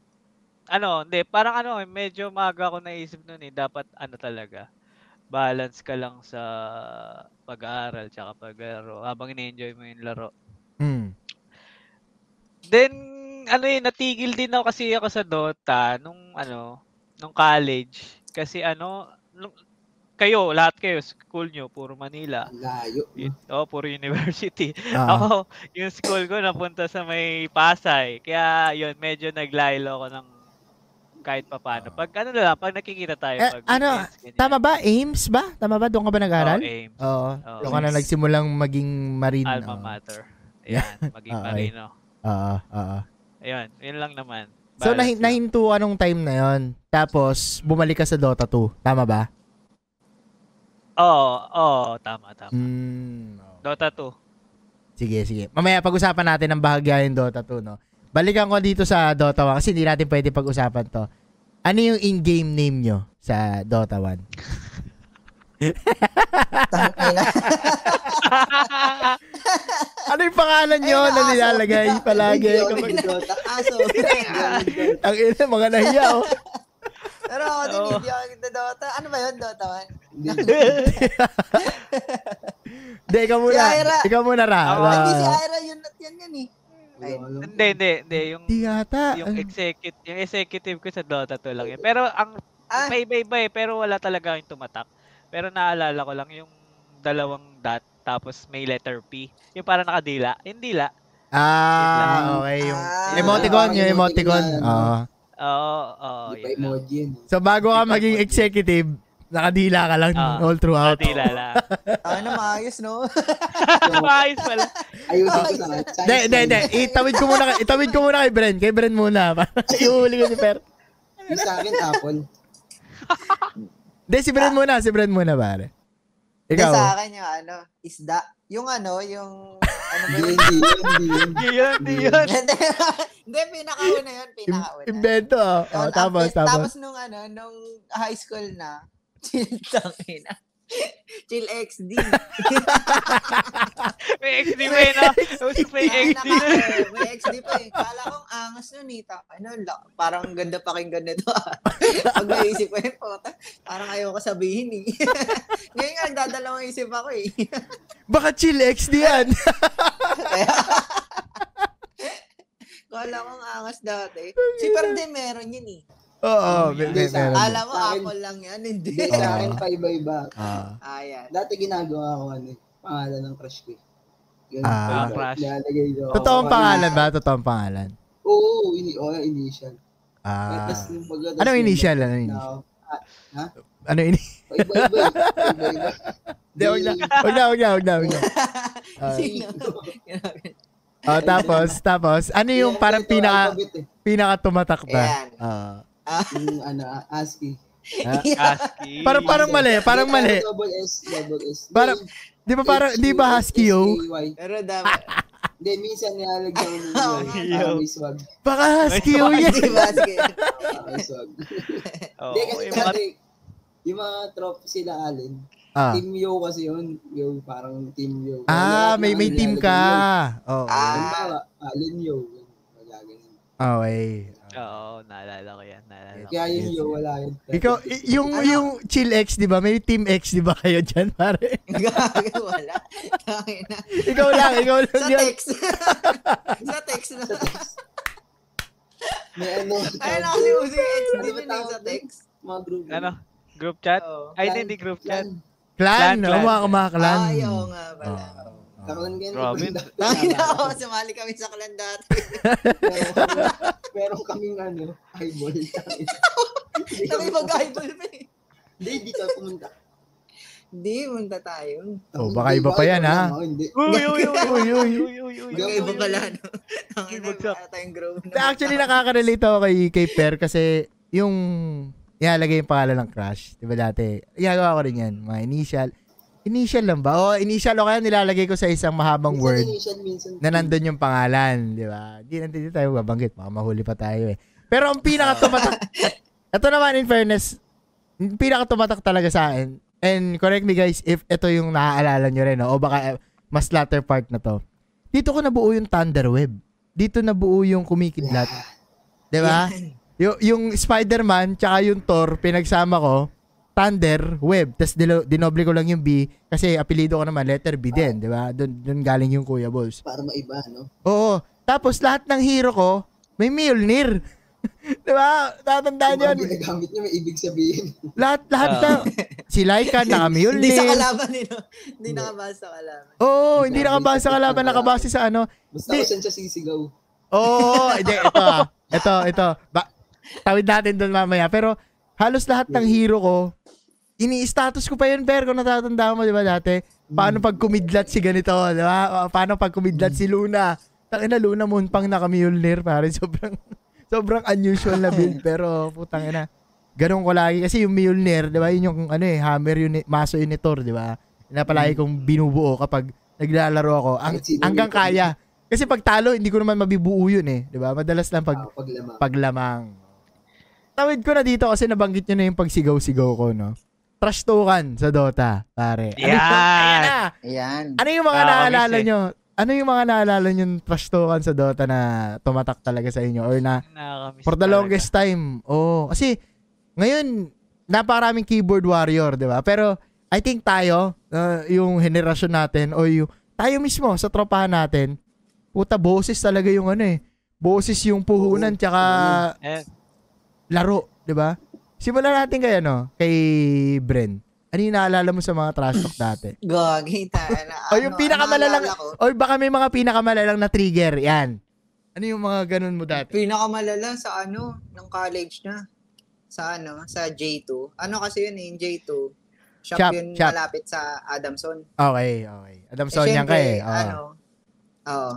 Speaker 2: ano, hindi, parang ano, eh, medyo maga ako naisip nun eh, dapat ano talaga, balance ka lang sa pag-aaral tsaka paglaro habang ina-enjoy mo yung laro.
Speaker 1: Mm.
Speaker 2: Then, ano eh, natigil din ako kasi ako sa Dota nung, ano, nung college. Kasi ano, nung- kayo, lahat kayo, school nyo, puro Manila.
Speaker 3: Layo.
Speaker 2: It, oh, puro university.
Speaker 1: Hmm. Ah.
Speaker 2: Ako, yung school ko napunta sa may Pasay. Kaya yun, medyo naglaylo ako ng kahit papaano. Pag ano na lang, pag nakikita tayo.
Speaker 1: Ah. Eh,
Speaker 2: pag
Speaker 1: ano,
Speaker 2: weekends, ganyan.
Speaker 1: Tama ba? Ames ba? Tama ba? Doon ka ba nag-aral?
Speaker 2: Oo, AIM.
Speaker 1: Oo.
Speaker 2: Oo.
Speaker 1: Doon ka na nagsimulang maging marine.
Speaker 2: Alma
Speaker 1: oo.
Speaker 2: mater. Ayan, maging
Speaker 1: Oo, eh.
Speaker 2: marino.
Speaker 1: Oo, oo.
Speaker 2: Ayun, yun lang naman.
Speaker 1: So, nahi-
Speaker 2: Balance lang.
Speaker 1: nahinto ka nung time na yon. Tapos, bumalik ka sa Dota 2. Tama ba?
Speaker 2: Oo, oo, tama, tama.
Speaker 1: Mm.
Speaker 2: Dota 2.
Speaker 1: Sige, sige. Mamaya pag-usapan natin ang bahagya yung Dota 2, no? Balikan ko dito sa Dota 1 kasi hindi natin pwede pag-usapan to. Ano yung in-game name nyo sa Dota 1? Ano yung pangalan nyo
Speaker 4: Ayun,
Speaker 1: na
Speaker 4: aso.
Speaker 1: nilalagay palagi?
Speaker 3: Hindi ako
Speaker 1: kapag-
Speaker 3: nag-Dota.
Speaker 4: Aso.
Speaker 1: Ang ina, mga nahiya, oh.
Speaker 4: Pero ako din,
Speaker 2: Oo.
Speaker 4: hindi ako nagda-Dota. Ano ba yun, Dota 1?
Speaker 1: Hindi, ikaw muna.
Speaker 4: Si Ira.
Speaker 1: Ikaw muna, Ra.
Speaker 2: Ako,
Speaker 1: Ra.
Speaker 4: Hindi si Ira yun at yan yan eh. Ay,
Speaker 2: Hindi, hindi, hindi. Yung,
Speaker 1: Hindi yata.
Speaker 2: yung, executive, yung executive ko sa Dota 2 lang yun. Pero ang
Speaker 4: Ah,
Speaker 2: May iba-iba eh, pero wala talaga yung tumatak. Pero naalala ko lang yung dalawang dot, tapos may letter P. Yung para nakadila. Yung dila.
Speaker 1: Ah, okay. Yung
Speaker 4: Ah.
Speaker 1: emoticon, yung emoticon.
Speaker 3: Emoticon na, ano.
Speaker 1: Oo.
Speaker 2: Oo, oo.
Speaker 3: Hindi pa
Speaker 2: Oh, yun lang.
Speaker 3: emoji yun. eh.
Speaker 1: So, bago ka maging executive, nakadila ka lang
Speaker 2: Ah.
Speaker 1: all throughout.
Speaker 2: Nakadila lang.
Speaker 4: ako na maayos, no?
Speaker 2: Maayos pala.
Speaker 3: Ayusin ko
Speaker 4: Ay,
Speaker 3: sa
Speaker 1: Hindi, hindi, hindi. Itawid ko muna, itawid ko muna kay Bren. Kay Bren muna. Para iuhuli ko si Per.
Speaker 3: Yung sa akin, Apple.
Speaker 1: Hindi, si Bren muna. Si Bren muna, pare.
Speaker 4: Ikaw.
Speaker 1: Ikaw.
Speaker 4: Sa akin yung ano, isda. Yung ano, yung... Ano ba
Speaker 3: Hindi,
Speaker 4: yun?
Speaker 3: hindi, yun, hindi. yun.
Speaker 2: Di yun, di yun.
Speaker 4: Hindi, Hindi, pinakauna yun, pinakauna.
Speaker 1: Invento. Oh,
Speaker 4: Yun,
Speaker 1: tapos,
Speaker 4: after-
Speaker 1: tapos.
Speaker 4: nung ano, nung high school na, chill tangina. chill XD.
Speaker 2: May XD pa yun, no? Uso may XD na.
Speaker 4: Naka- may XD pa eh. Kala kong angas nun eh. Ta- Ano, la- parang ang ganda pakinggan nito. ah. Pag naisip ko yun, puta, parang ayoko sabihin eh. Ngayon nga, nagdadalawang isip ako eh.
Speaker 1: Baka chill XD yan.
Speaker 4: Kala kong angas dati. Si Perde meron yun eh.
Speaker 1: Oo, may- may-
Speaker 3: Hindi, sa-
Speaker 1: meron.
Speaker 4: Alam mo,
Speaker 3: Sa akin-
Speaker 4: apple lang yan. Hindi.
Speaker 3: Hindi, sa akin pa iba-iba.
Speaker 1: Ah.
Speaker 4: Ayan.
Speaker 3: Dati ginagawa ko ano eh, pangalan ng crush ko eh. Yun,
Speaker 1: Ah.
Speaker 2: Ah, crush.
Speaker 3: Nilalagay ko.
Speaker 1: Totoong
Speaker 3: Oo,
Speaker 1: pangalan ba? Totoong pangalan.
Speaker 3: Oo, ini oh, initial.
Speaker 1: Ah.
Speaker 3: Tapos yung pagdating-
Speaker 1: Anong initial? Anong
Speaker 3: Na,
Speaker 1: initial?
Speaker 3: ha?
Speaker 1: Ano ini?
Speaker 3: Iba-iba. eh. Iba-iba.
Speaker 1: Hindi, wag na. Wag na, wag na, wag na, wag na. Ah.
Speaker 4: Sino?
Speaker 1: Oh, tapos, tapos, ano yung parang
Speaker 3: Ito,
Speaker 1: pinaka,
Speaker 3: alphabet eh.
Speaker 1: pinaka tumatak ba?
Speaker 4: Ayan.
Speaker 1: Ah.
Speaker 3: Yung ano, ASCII.
Speaker 2: ASCII.
Speaker 1: parang, parang mali, parang mali.
Speaker 3: Double S, double S.
Speaker 1: Parang- Di ba parang, di ba oh? husky yo?
Speaker 3: SKY.
Speaker 4: Pero dami.
Speaker 3: Hindi, minsan nilalagyan mo yun.
Speaker 4: Husky
Speaker 2: yo.
Speaker 3: Parang may swag.
Speaker 1: Baka husky yo yan.
Speaker 4: Di ba? Sige.
Speaker 3: Parang may swag.
Speaker 2: Oo,
Speaker 3: Hindi, kasi
Speaker 2: yung mga-
Speaker 3: dati, Yung mga tropa sila, Allen.
Speaker 1: Ah,
Speaker 3: Team Yo kasi yun. Yo, parang Team Yo.
Speaker 1: ah may may
Speaker 3: Ano?
Speaker 1: team ka. Oo.
Speaker 4: Ah.
Speaker 3: Halimbawa, Allen Yo. Wala ganun.
Speaker 1: Okay.
Speaker 2: Oo, naalala ko yan. Naalala ko.
Speaker 3: Kaya yung Yo, wala yun.
Speaker 1: Ikaw, y- yung, yung Chill X, di ba? May Team X, di ba kayo dyan, pare?
Speaker 4: Gago, wala. Tangin na.
Speaker 1: ikaw lang, ikaw lang
Speaker 4: Sa
Speaker 1: yan.
Speaker 4: text. Sa text na.
Speaker 3: May ano.
Speaker 4: Ayun na
Speaker 3: tawag
Speaker 4: kasi
Speaker 3: dun?
Speaker 4: uso yung ex din
Speaker 3: Ano ba
Speaker 4: yun eh,
Speaker 3: tawag
Speaker 4: sa
Speaker 3: dun?
Speaker 4: text.
Speaker 3: Mga group.
Speaker 2: Ano? Group chat?
Speaker 4: Oo.
Speaker 2: Ay,
Speaker 3: Clan,
Speaker 2: hindi, hindi group chat.
Speaker 3: Clan.
Speaker 1: Clan, oh,
Speaker 2: Clan,
Speaker 1: mga Ah,
Speaker 2: clan.
Speaker 1: kumaklan.
Speaker 4: Ay, oo nga pala.
Speaker 1: Oo.
Speaker 3: Kakalan ganun.
Speaker 2: Grabe.
Speaker 4: Tangin na ako, sumali kami sa kalan dati.
Speaker 3: Meron kaming ano, eyeball. Hindi
Speaker 4: Kami
Speaker 3: kami
Speaker 4: mag-idol pa eh.
Speaker 3: Hindi, hindi ka pumunta.
Speaker 4: Hindi, munta tayo.
Speaker 1: Oh, baka iba pa yan, ha?
Speaker 3: Oo, Hindi.
Speaker 2: Uy, uy, uy, uy, uy, uy, uy, uy,
Speaker 4: Yung
Speaker 2: uy,
Speaker 4: iba
Speaker 2: uy,
Speaker 4: pala,
Speaker 2: uy.
Speaker 4: no? Tangin na,
Speaker 2: Bagsak.
Speaker 4: wala tayong group.
Speaker 1: Actually, nakaka-relate ako kay, kay Per kasi yung ilalagay yung pangalan ng crush. Di ba dati? Ginagawa ko rin yan. Mga initial. Initial lang ba? O, initial o kaya nilalagay ko sa isang mahabang
Speaker 3: Minsan
Speaker 1: word
Speaker 3: initial, minsan.
Speaker 1: na nandun yung pangalan. Di ba? Di natin di tayo babanggit. Baka mahuli pa tayo eh. Pero ang pinaka-tumatak... ito naman, in fairness, yung pinaka-tumatak talaga sa akin. And correct me guys if ito yung naaalala nyo rin. No? O baka eh, mas latter part na to. Dito ko nabuo yung Thunderweb. Dito nabuo yung kumikidlat. Di ba? Yung, yung Spider-Man, tsaka yung Thor, pinagsama ko, Thunder, Web. Tapos dilo- dinoble ko lang yung B kasi apelido ko naman, letter B din, di ba? Doon, doon galing yung Kuya Balls.
Speaker 3: Para maiba, no?
Speaker 1: Oo. Tapos lahat ng hero ko, may Mjolnir. di ba? Tatandaan
Speaker 3: Yung
Speaker 1: yun.
Speaker 3: mga ginagamit niya, may ibig sabihin.
Speaker 1: Lahat, lahat
Speaker 2: Oo.
Speaker 1: na. Si Laika,
Speaker 4: Ah. Hindi sa
Speaker 1: naka-Mjolnir.
Speaker 4: kalaban eh, no? Hindi nakabasa sa kalaban.
Speaker 1: Oo, hindi
Speaker 3: Hindi
Speaker 1: nakabase sa kalaban, nakabase sa ano.
Speaker 3: Basta
Speaker 1: Hindi.
Speaker 3: kung saan siya sisigaw.
Speaker 1: Oo, hindi, ito ah. Ito, ito. Ba- tawid natin doon mamaya. Pero halos lahat ng hero ko, ini-status ko pa yun, pero kung natatanda mo, di ba dati? Paano pag kumidlat si ganito, di ba? Paano pag kumidlat si Luna? Tangin na, Luna Moonpang naka Mjolnir, pare. Sobrang, sobrang unusual na build, pero putang ina. Ganon ko lagi. Kasi yung Mjolnir, di ba, yun yung ano eh, hammer yun, maso yun ni Thor, di ba? Na palagi kong binubuo kapag naglalaro ako. Ang,
Speaker 3: Kahit sino
Speaker 1: hanggang
Speaker 3: yun.
Speaker 1: kaya. Kasi pag talo, hindi ko naman mabibuo yun eh. Di ba? Madalas lang pag,
Speaker 3: Ah, paglama.
Speaker 1: paglamang. Tawid ko na dito kasi nabanggit nyo na yung pagsigaw-sigaw ko, no? Trash tukan sa Dota, pare. Ano yung- Ayan
Speaker 2: Yan.
Speaker 1: na!
Speaker 4: Ayan.
Speaker 1: Ano yung mga
Speaker 2: Ah,
Speaker 1: naalala
Speaker 2: kamis eh.
Speaker 1: nyo? Ano yung mga naalala nyo trash tukan sa Dota na tumatak talaga sa inyo? Or na
Speaker 2: Nakakamiss
Speaker 1: for the
Speaker 2: talaga.
Speaker 1: longest time. Oo. kasi ngayon, naparaming keyboard warrior, di ba? Pero I think tayo, uh, yung henerasyon natin, o yung, tayo mismo sa tropahan natin, puta, boses talaga yung ano eh. Boses yung puhunan, tsaka
Speaker 2: Eh,
Speaker 1: laro, di ba? Simulan natin kay ano, kay Bren. Ano yung naalala mo sa mga trash talk dati?
Speaker 4: Gagi, tayo na. ano,
Speaker 1: o yung pinakamalalang, o baka may mga pinakamalalang na trigger, yan. Ano yung mga ganun mo dati?
Speaker 4: Pinakamalala sa ano, ng college na. Sa ano, sa J2. Ano kasi yun eh, yung J2. Shop,
Speaker 1: Shop,
Speaker 4: yun
Speaker 1: shop.
Speaker 4: malapit sa Adamson.
Speaker 1: Okay, okay. Adam
Speaker 4: Eh,
Speaker 1: Sonyan ka
Speaker 4: syempre,
Speaker 1: eh. Oo.
Speaker 4: Ano, oo.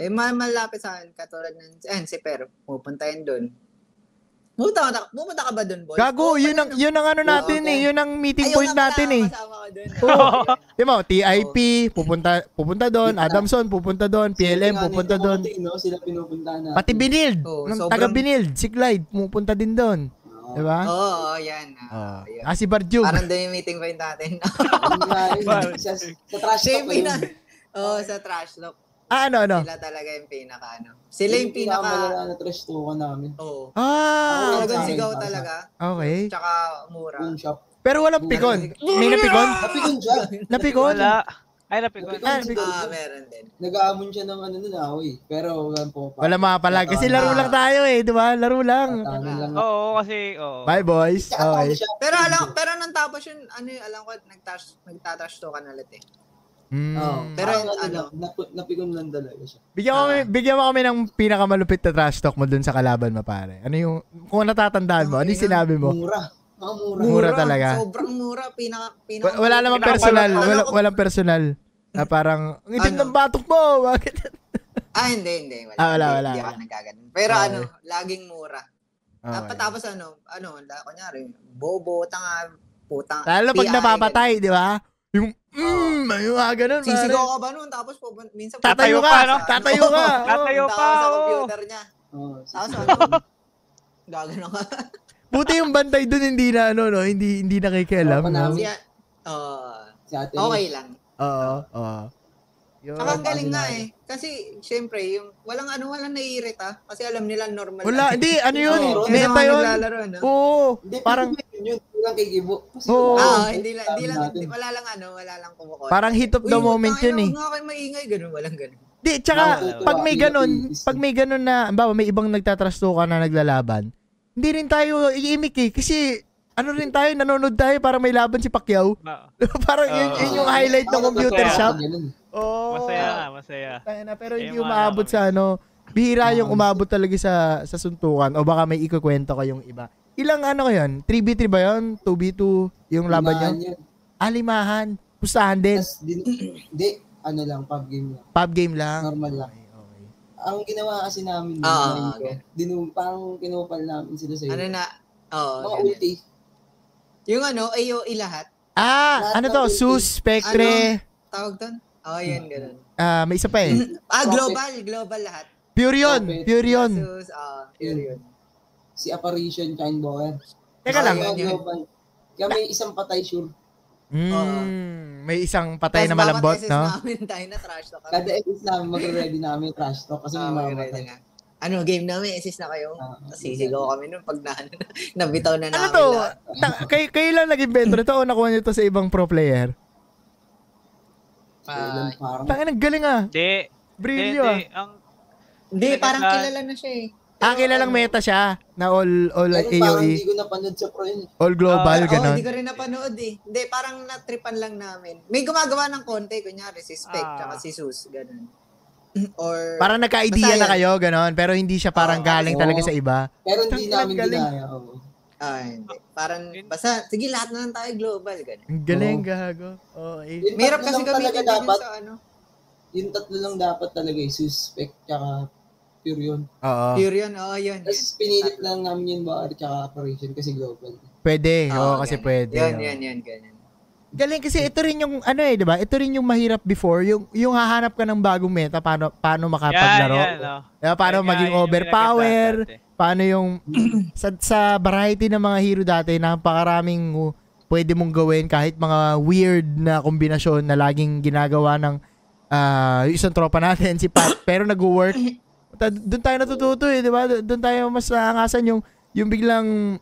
Speaker 4: Eh, ma- malapit sa akin, katulad ng, eh, si Pero, pupunta yun doon. Pumunta ka, pumunta ka ba doon, boy?
Speaker 1: Gago,
Speaker 4: Oo,
Speaker 1: yun ang, yun ang ano
Speaker 4: Oo,
Speaker 1: natin
Speaker 4: okay.
Speaker 1: eh. Yun ang meeting
Speaker 4: Ayun
Speaker 1: point
Speaker 4: nga pala,
Speaker 1: natin eh.
Speaker 4: kasama ko dun.
Speaker 1: Oo. Di ba, TIP,
Speaker 4: Oh.
Speaker 1: pupunta, pupunta doon.
Speaker 3: Yun na.
Speaker 1: Adamson, pupunta doon. PLM,
Speaker 3: Sila
Speaker 1: pupunta
Speaker 3: pinanito ko
Speaker 1: doon.
Speaker 3: dati, no? Sila pinupuntahan natin.
Speaker 1: Pati Binild. Nung
Speaker 4: Oo, Oh, sobrang-
Speaker 1: taga Binild, si Clyde, pupunta din doon.
Speaker 3: Oo.
Speaker 1: Di ba?
Speaker 4: Oo, oo, yan. oo,
Speaker 1: Ah,
Speaker 4: yun.
Speaker 1: si Barjug.
Speaker 4: Parang doon yung meeting point natin.
Speaker 3: Yun nga yun.
Speaker 2: Bakit?
Speaker 3: Sa, sa trash
Speaker 4: Siya
Speaker 3: talk eh.
Speaker 4: yung pina...
Speaker 3: pa yun.
Speaker 4: Oo, sa trash talk.
Speaker 1: Ah, ano, ano?
Speaker 4: Sila talaga yung pinaka, ano. Sila yung pinaka...
Speaker 3: pinakamalala na trash talk namin.
Speaker 4: Oo. Ako
Speaker 1: Ah,
Speaker 4: talagang
Speaker 3: sa akin,
Speaker 1: okay.
Speaker 4: sigaw
Speaker 3: para sa
Speaker 4: talaga.
Speaker 1: okay.
Speaker 4: Tsaka mura.
Speaker 3: Yung shop.
Speaker 1: Pero walang pikon. May napikon?
Speaker 3: Tapi kung siya,
Speaker 1: Napikon?
Speaker 2: wala. Ay, napikon.
Speaker 1: Ah,
Speaker 4: Ah, meron din.
Speaker 3: nag-aamon siya ng ano nun, away. Pero wala po pa.
Speaker 1: Wala mga pala. Kasi laro lang tayo eh, di ba? Laro lang.
Speaker 3: Tangan lang.
Speaker 2: Oo, kasi, oo.
Speaker 1: Bye boys.
Speaker 3: Tsaka
Speaker 1: Okay.
Speaker 3: siya.
Speaker 4: Pero alam, pero nang tapos yun, ano yun, alam ko, nagtash, nagtatrash to ka na ulit eh.
Speaker 1: Mm.
Speaker 4: Oo. Pero
Speaker 3: Parang
Speaker 4: ano,
Speaker 3: lang, napu- napikon lang talaga siya.
Speaker 1: Bigyan, mo,
Speaker 4: Ah.
Speaker 1: bigyan mo kami ng pinakamalupit na trash talk mo dun sa kalaban mo, pare. Ano yung, kung natatandaan mo, ano yung sinabi mo?
Speaker 3: Mura. Mga mura.
Speaker 1: Mura talaga.
Speaker 4: Sobrang mura, pinaka,
Speaker 1: Wa-
Speaker 4: pinaka.
Speaker 1: wala namang
Speaker 2: Pinakamalupit.
Speaker 1: personal. Wala,
Speaker 4: Alam ko-
Speaker 1: walang personal. Na parang, ang itim
Speaker 4: Ano?
Speaker 1: ng batok mo. Bakit?
Speaker 4: Ah, hindi, hindi. Wala,
Speaker 1: Ah, wala,
Speaker 4: Hindi-
Speaker 1: wala,
Speaker 4: Hindi ako
Speaker 1: wala.
Speaker 4: nagkaganon. Pero
Speaker 1: Okay.
Speaker 4: ano, laging mura.
Speaker 1: Okay.
Speaker 4: Ah, Tapos ano, ano, la- kunyari, bobo, tanga, putang.
Speaker 1: Lalo na pag
Speaker 4: PI,
Speaker 1: napapatay, di ba? Yung,
Speaker 4: Oo.
Speaker 1: mmm, yung mga ganun.
Speaker 4: ganun.
Speaker 1: pare.
Speaker 4: Sisigaw ka ba noon? Tapos pupunta, minsan
Speaker 1: Tatayo
Speaker 4: pupunta
Speaker 1: ka,
Speaker 4: sa-
Speaker 1: no? Tatayo ka.
Speaker 4: Oo,
Speaker 2: Tatayo
Speaker 4: pupunta
Speaker 2: pa,
Speaker 4: ako sa
Speaker 2: oo.
Speaker 4: computer niya.
Speaker 3: Oo.
Speaker 4: Tapos
Speaker 3: sige.
Speaker 4: ano, gagano ka.
Speaker 1: Buti yung bantay dun hindi na ano no, hindi hindi nakikialam.
Speaker 3: Opo,
Speaker 1: no?
Speaker 3: namin.
Speaker 4: Siya, oh,
Speaker 3: Si ate.
Speaker 4: okay lang.
Speaker 1: Oo, oo. Yun.
Speaker 4: Saka ang galing nga
Speaker 3: Ordinary.
Speaker 4: eh. Kasi, syempre, yung walang ano, walang naiirita. Kasi alam nila normal.
Speaker 1: Wala,
Speaker 4: lang.
Speaker 1: hindi, ano yun?
Speaker 4: Oo, kasi
Speaker 1: Meta
Speaker 4: mga
Speaker 1: yun.
Speaker 4: naglalaro, no?
Speaker 1: Oo,
Speaker 3: Hindi,
Speaker 1: parang,
Speaker 3: parang yun yun. Hindi lang kay Gibo. Kasi
Speaker 1: Oo.
Speaker 3: wala-
Speaker 4: Ah, hindi lang,
Speaker 3: alam
Speaker 4: hindi lang,
Speaker 3: natin.
Speaker 4: wala lang ano, wala lang kumukuha.
Speaker 1: parang hit of the moment yun eh.
Speaker 4: Huwag nga kayo maingay, ganun, walang ganun.
Speaker 1: Di, tsaka,
Speaker 3: Nakakatuwa.
Speaker 1: pag may ganun,
Speaker 3: Nakakainis.
Speaker 1: pag may ganun na, bawa may ibang nagtatrasto ka na naglalaban, hindi rin tayo iimik eh. Kasi, ano rin tayo, nanonood tayo para may laban si Pacquiao.
Speaker 2: Ma-
Speaker 1: parang yun,
Speaker 2: Oo.
Speaker 1: yun yung highlight ng
Speaker 3: Ako,
Speaker 1: computer
Speaker 3: natutuwa ako
Speaker 1: shop.
Speaker 3: ganun.
Speaker 1: Oo.
Speaker 2: Masaya nga,
Speaker 1: Oh.
Speaker 2: masaya.
Speaker 1: Tayo na, pero
Speaker 2: Eh,
Speaker 1: hindi
Speaker 2: yung mga
Speaker 1: umabot
Speaker 2: nakakamiss.
Speaker 1: sa ano, bihira yung
Speaker 3: Nakakamiss.
Speaker 1: umabot talaga sa sa suntukan o baka may ikukwento kayong iba. Ilang ano yun? 3v3 ba yun? 2v2 yung laban niya?
Speaker 3: Tandaan yun.
Speaker 1: Alimahan. Pustahan din.
Speaker 3: Tas din- Hindi, ano lang, pub game lang.
Speaker 1: Pub game lang.
Speaker 3: Normal lang.
Speaker 1: Okay, okay.
Speaker 3: Ang ginawa kasi namin,
Speaker 4: Ah,
Speaker 3: namin ko,
Speaker 4: okay.
Speaker 3: dinu- parang kinupal namin sila sa
Speaker 4: Ano
Speaker 3: iyo.
Speaker 4: na, oo.
Speaker 3: Mga
Speaker 4: ganun.
Speaker 3: ulti.
Speaker 4: yung ano, AOE lahat,
Speaker 1: Ah,
Speaker 3: Lahat
Speaker 1: ano
Speaker 3: ng
Speaker 1: to?
Speaker 3: ulti.
Speaker 1: Sus,
Speaker 2: Ano?
Speaker 1: Spectre.
Speaker 4: tawag doon? Oo, oh, yun, ganun.
Speaker 1: Ah, may isa pa eh.
Speaker 4: Ah,
Speaker 3: Profit.
Speaker 4: global, global lahat.
Speaker 1: Pure yun.
Speaker 3: Profit.
Speaker 1: Pure yun.
Speaker 4: Versus, ah, yun, yun.
Speaker 3: Si Apparition, Kind Boer.
Speaker 1: Teka lang.
Speaker 4: Ayun.
Speaker 3: Kami isang patay sure.
Speaker 1: Mm, may isang patay
Speaker 4: Tas
Speaker 1: na malambot,
Speaker 4: bawat SS
Speaker 1: no?
Speaker 4: namin tayo na trash talk. kami.
Speaker 3: Kada episode namin, magre-ready namin yung trash talk kasi may
Speaker 4: Ah, okay, ready
Speaker 3: mamatay.
Speaker 4: na. Ano, game namin, SS na kayo.
Speaker 3: Ah, okay.
Speaker 4: Sisigaw kami nun pag na, nabitaw na
Speaker 1: Ano
Speaker 4: namin
Speaker 1: to?
Speaker 4: lahat.
Speaker 1: Ta- kayo, kayo lang nag-invento nito o nakuha nyo to sa ibang pro player?
Speaker 4: Ah,
Speaker 3: Ayun, parang
Speaker 1: Tangan, galing ah.
Speaker 2: Hindi, hindi,
Speaker 1: Brillo ah.
Speaker 2: hindi. Ang,
Speaker 4: Hindi,
Speaker 2: Talaga
Speaker 4: parang
Speaker 2: ba?
Speaker 4: kilala na siya eh.
Speaker 1: Ah, kilalang meta siya na all all
Speaker 3: Pero parang
Speaker 1: AOE,
Speaker 3: hindi ko napanood sa pro yun.
Speaker 1: all global
Speaker 2: Ah, oh,
Speaker 4: Oo,
Speaker 1: ganon.
Speaker 4: hindi ko rin napanood eh. Hindi, parang natripan lang namin. May gumagawa ng konti, kunyari, si Spec,
Speaker 2: Ah.
Speaker 4: tsaka si Sus, ganun. Or,
Speaker 1: Parang nagka-idea
Speaker 4: Basta
Speaker 1: na
Speaker 4: yun.
Speaker 1: kayo ganon, pero hindi siya parang
Speaker 4: Oo,
Speaker 1: galing
Speaker 3: oo.
Speaker 1: talaga sa iba.
Speaker 3: Pero hindi
Speaker 1: Tangin,
Speaker 3: namin
Speaker 1: galing.
Speaker 3: ginaya. oo.
Speaker 4: ah, hindi. Parang,
Speaker 2: Yun.
Speaker 4: basta, sige, lahat na lang tayo global, ganun.
Speaker 1: Ang galing
Speaker 3: Oo.
Speaker 1: gago. Oh, eh.
Speaker 3: Yung
Speaker 4: Mahirap
Speaker 3: tatlo
Speaker 4: kasi
Speaker 3: lang talaga
Speaker 4: gamitin din
Speaker 3: dapat,
Speaker 4: yun sa ano.
Speaker 3: Yung tatlo lang dapat talaga eh, suspect tsaka pure yun.
Speaker 1: Oo.
Speaker 4: Pure yun, oo, yun. yun.
Speaker 3: Tapos pinilit lang namin yung bar tsaka operation kasi global.
Speaker 1: Pwede.
Speaker 4: Oo,
Speaker 1: Oo, kasi
Speaker 4: ganun.
Speaker 1: pwede.
Speaker 4: Yun,
Speaker 1: oo.
Speaker 4: yun, yun, ganun.
Speaker 1: Galing kasi ito rin yung ano eh, 'di ba? Ito rin yung mahirap before, yung yung hahanap ka ng bagong meta paano paano makapaglaro.
Speaker 2: Yan, yan, oh.
Speaker 1: Diba? Paano
Speaker 2: Yan nga,
Speaker 1: maging
Speaker 2: yun yung
Speaker 1: overpower,
Speaker 2: pinagandaan dati.
Speaker 1: paano yung sa, sa variety ng mga hero dati, napakaraming uh, pwede mong gawin kahit mga weird na kombinasyon na laging ginagawa ng ah, yung isang tropa natin, si Pat, pero nag-work. Ta- Doon tayo natututo eh, di ba? Do- Doon tayo mas naangasan yung, yung biglang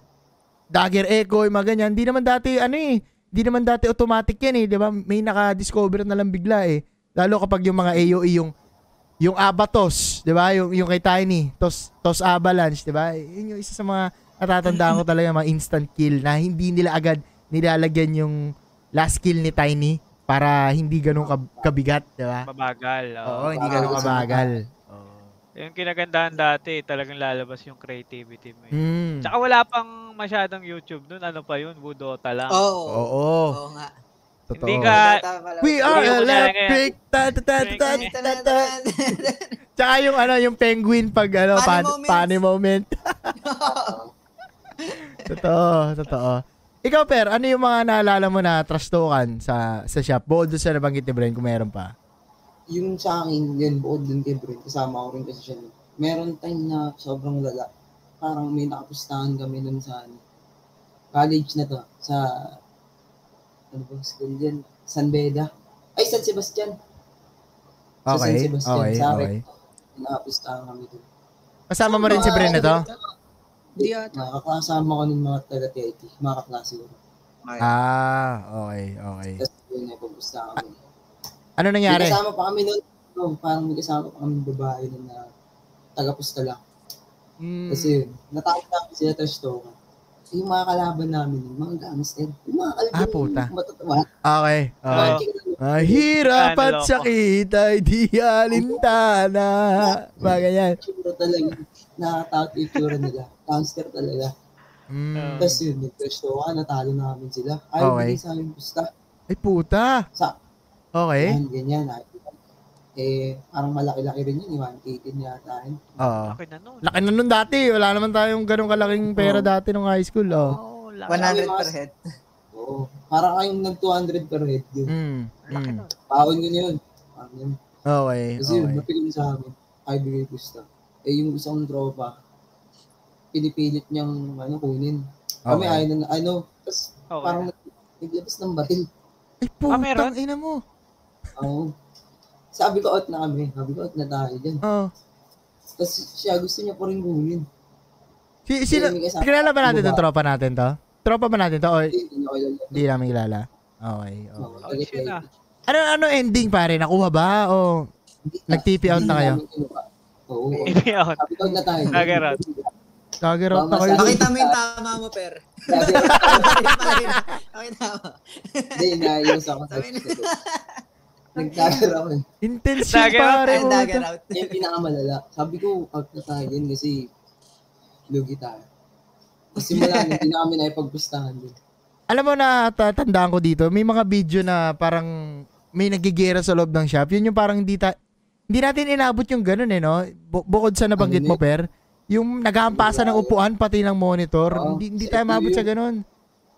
Speaker 1: dagger echo, yung mga ganyan. Di naman dati, ano eh, di naman dati automatic yan eh, di ba? May naka-discover na lang bigla eh. Lalo kapag yung mga AOE, yung yung Abatos, 'di ba? Yung yung kay Tiny, Tos Tos Avalanche, 'di ba? Yun yung isa sa mga natatandaan ko talaga mga instant kill na hindi nila agad nilalagyan yung last kill ni Tiny para hindi ganun kab- kabigat, 'di ba?
Speaker 2: Mabagal.
Speaker 1: Oo,
Speaker 2: Oh.
Speaker 1: hindi ganun kabagal. Oo.
Speaker 2: Yung kinagandahan dati, talagang lalabas yung creativity mo. eh.
Speaker 1: Mm.
Speaker 2: Tsaka wala pang masyadong YouTube nun. Ano pa yun? Budota lang.
Speaker 4: Oo, oo,
Speaker 1: Oo,
Speaker 4: nga.
Speaker 1: totoo.
Speaker 2: Hindi ka- Ah,
Speaker 4: Tama pala.
Speaker 1: We are
Speaker 2: Hindi ko talaga
Speaker 1: electric. Ta ta ta ta ta ta. ta. Tsaka yung ano, yung penguin pag ano,
Speaker 4: Funny
Speaker 1: pan,
Speaker 4: moments.
Speaker 1: funny moment. totoo, totoo. Ikaw, Per, ano yung mga naalala mo na trastokan sa sa shop? Bukod doon sa nabanggit ni Brian, kung meron pa.
Speaker 3: Yung sa akin, yun, buod dun kay Brent. Kasama ko rin kasi siya. nun. Meron time na sobrang lala. Parang may nakapustahan kami nun sa ano, college na to. Sa, ano ba, school dyan? San Beda. Ay, San Sebastian. Sa San
Speaker 1: Okay,
Speaker 3: Sebastian,
Speaker 1: okay,
Speaker 3: sa
Speaker 1: okay.
Speaker 3: Nakapustahan kami dun.
Speaker 1: Kasama mo rin si Brian na to?
Speaker 4: Hindi ata.
Speaker 3: Nakakasama ko ng mga taga-TIT, mga kaklase ko.
Speaker 1: Ah, okay, okay.
Speaker 3: Tapos yun, nagpapustahan kami.
Speaker 1: Ano
Speaker 3: May
Speaker 1: nangyari?
Speaker 3: kasama pa kami nun. Oh, parang may kasama pa kami babae nun na taga-pusta lang.
Speaker 1: Mm,
Speaker 3: Kasi natawag namin sila trash talk. Kasi yung mga kalaban namin, yung mga gangster, yung mga kalaban
Speaker 1: Ah, puta.
Speaker 3: matatawa.
Speaker 1: okay, okay.
Speaker 2: Oo.
Speaker 1: Ah, hirap
Speaker 2: Ano,
Speaker 1: at
Speaker 2: loko.
Speaker 1: sakit ay di alintana. Mga ganyan.
Speaker 3: Tsura talaga. Nakakatakot yung tsura nila. Gangster talaga.
Speaker 1: Mm.
Speaker 3: Tapos yun, nag-trash talk, natalo namin sila. Ayaw
Speaker 1: Okay.
Speaker 3: okay. sa amin pusta.
Speaker 1: Ay, puta.
Speaker 3: Sa,
Speaker 1: Okay.
Speaker 3: yan, ganyan. ayaw. Eh, parang malaki-laki rin yun, yung 180 yata. yun.
Speaker 1: Oo.
Speaker 2: Laki na nun.
Speaker 1: Ah. Laki na nun dati. Wala naman tayong ganun kalaking pera
Speaker 3: Oo.
Speaker 1: dati nung high school. Oh.
Speaker 2: Oo, laki.
Speaker 4: 100 per head.
Speaker 3: Oo. Parang kayong nag-200 per head yun.
Speaker 1: Mm.
Speaker 2: Laki
Speaker 1: mm.
Speaker 2: nun.
Speaker 3: Paon yun yun. Parang yun.
Speaker 1: Okay,
Speaker 3: Kasi yun,
Speaker 1: okay.
Speaker 3: napigil sa amin. Ay, bigay gusto. Eh, yung isang tropa, pinipilit niyang ano, kunin. Kami
Speaker 1: Okay.
Speaker 3: ayaw na, ano, tapos
Speaker 2: Okay.
Speaker 3: parang naglabas ng baril.
Speaker 1: Ay,
Speaker 2: Ah, meron?
Speaker 1: putang ina mo.
Speaker 3: Oo. Sabi ko out na kami, sabi ko out na tayo dyan.
Speaker 1: Oo.
Speaker 3: Tapos siya gusto niya pa rin gumawin.
Speaker 1: Si, sino, kilala ba natin tong tropa natin to? Tropa ba natin to? Or hindi namin kilala? Okay. okay.
Speaker 2: Oh, shit ah.
Speaker 1: Ano, ano ending pare? Nakuha ba? O nag-TP out na kayo?
Speaker 3: Oo.
Speaker 2: Hindi oh. ako.
Speaker 3: Sabi ko out na tayo.
Speaker 2: Nagger out.
Speaker 1: Nagger out na kayo.
Speaker 4: Nakita mo yung tama mo, per.
Speaker 3: Nagger out.
Speaker 4: Nakita mo.
Speaker 3: Hindi, naayos ako.
Speaker 4: Sabi na.
Speaker 3: Nagtagal ako. eh.
Speaker 1: Intense yun
Speaker 2: Dagger out,
Speaker 1: pare.
Speaker 4: Ayun, dagger out.
Speaker 3: Yan yung pinakamalala. Sabi ko, out na tayo yun kasi lugi tayo. Kasi simula nun, hindi na kami naipagpustahan yun.
Speaker 1: Alam mo na tatandaan ko dito, may mga video na parang may nagigera sa loob ng shop. Yun yung parang hindi ta- hindi natin inabot yung ganun eh, no? Bu- bukod sa nabanggit mo,
Speaker 3: Ano
Speaker 1: Per, yung naghahampasan ng upuan pati ng monitor,
Speaker 3: Oo,
Speaker 1: hindi, hindi
Speaker 3: sa
Speaker 1: tayo maabot
Speaker 3: FPU.
Speaker 1: sa ganun.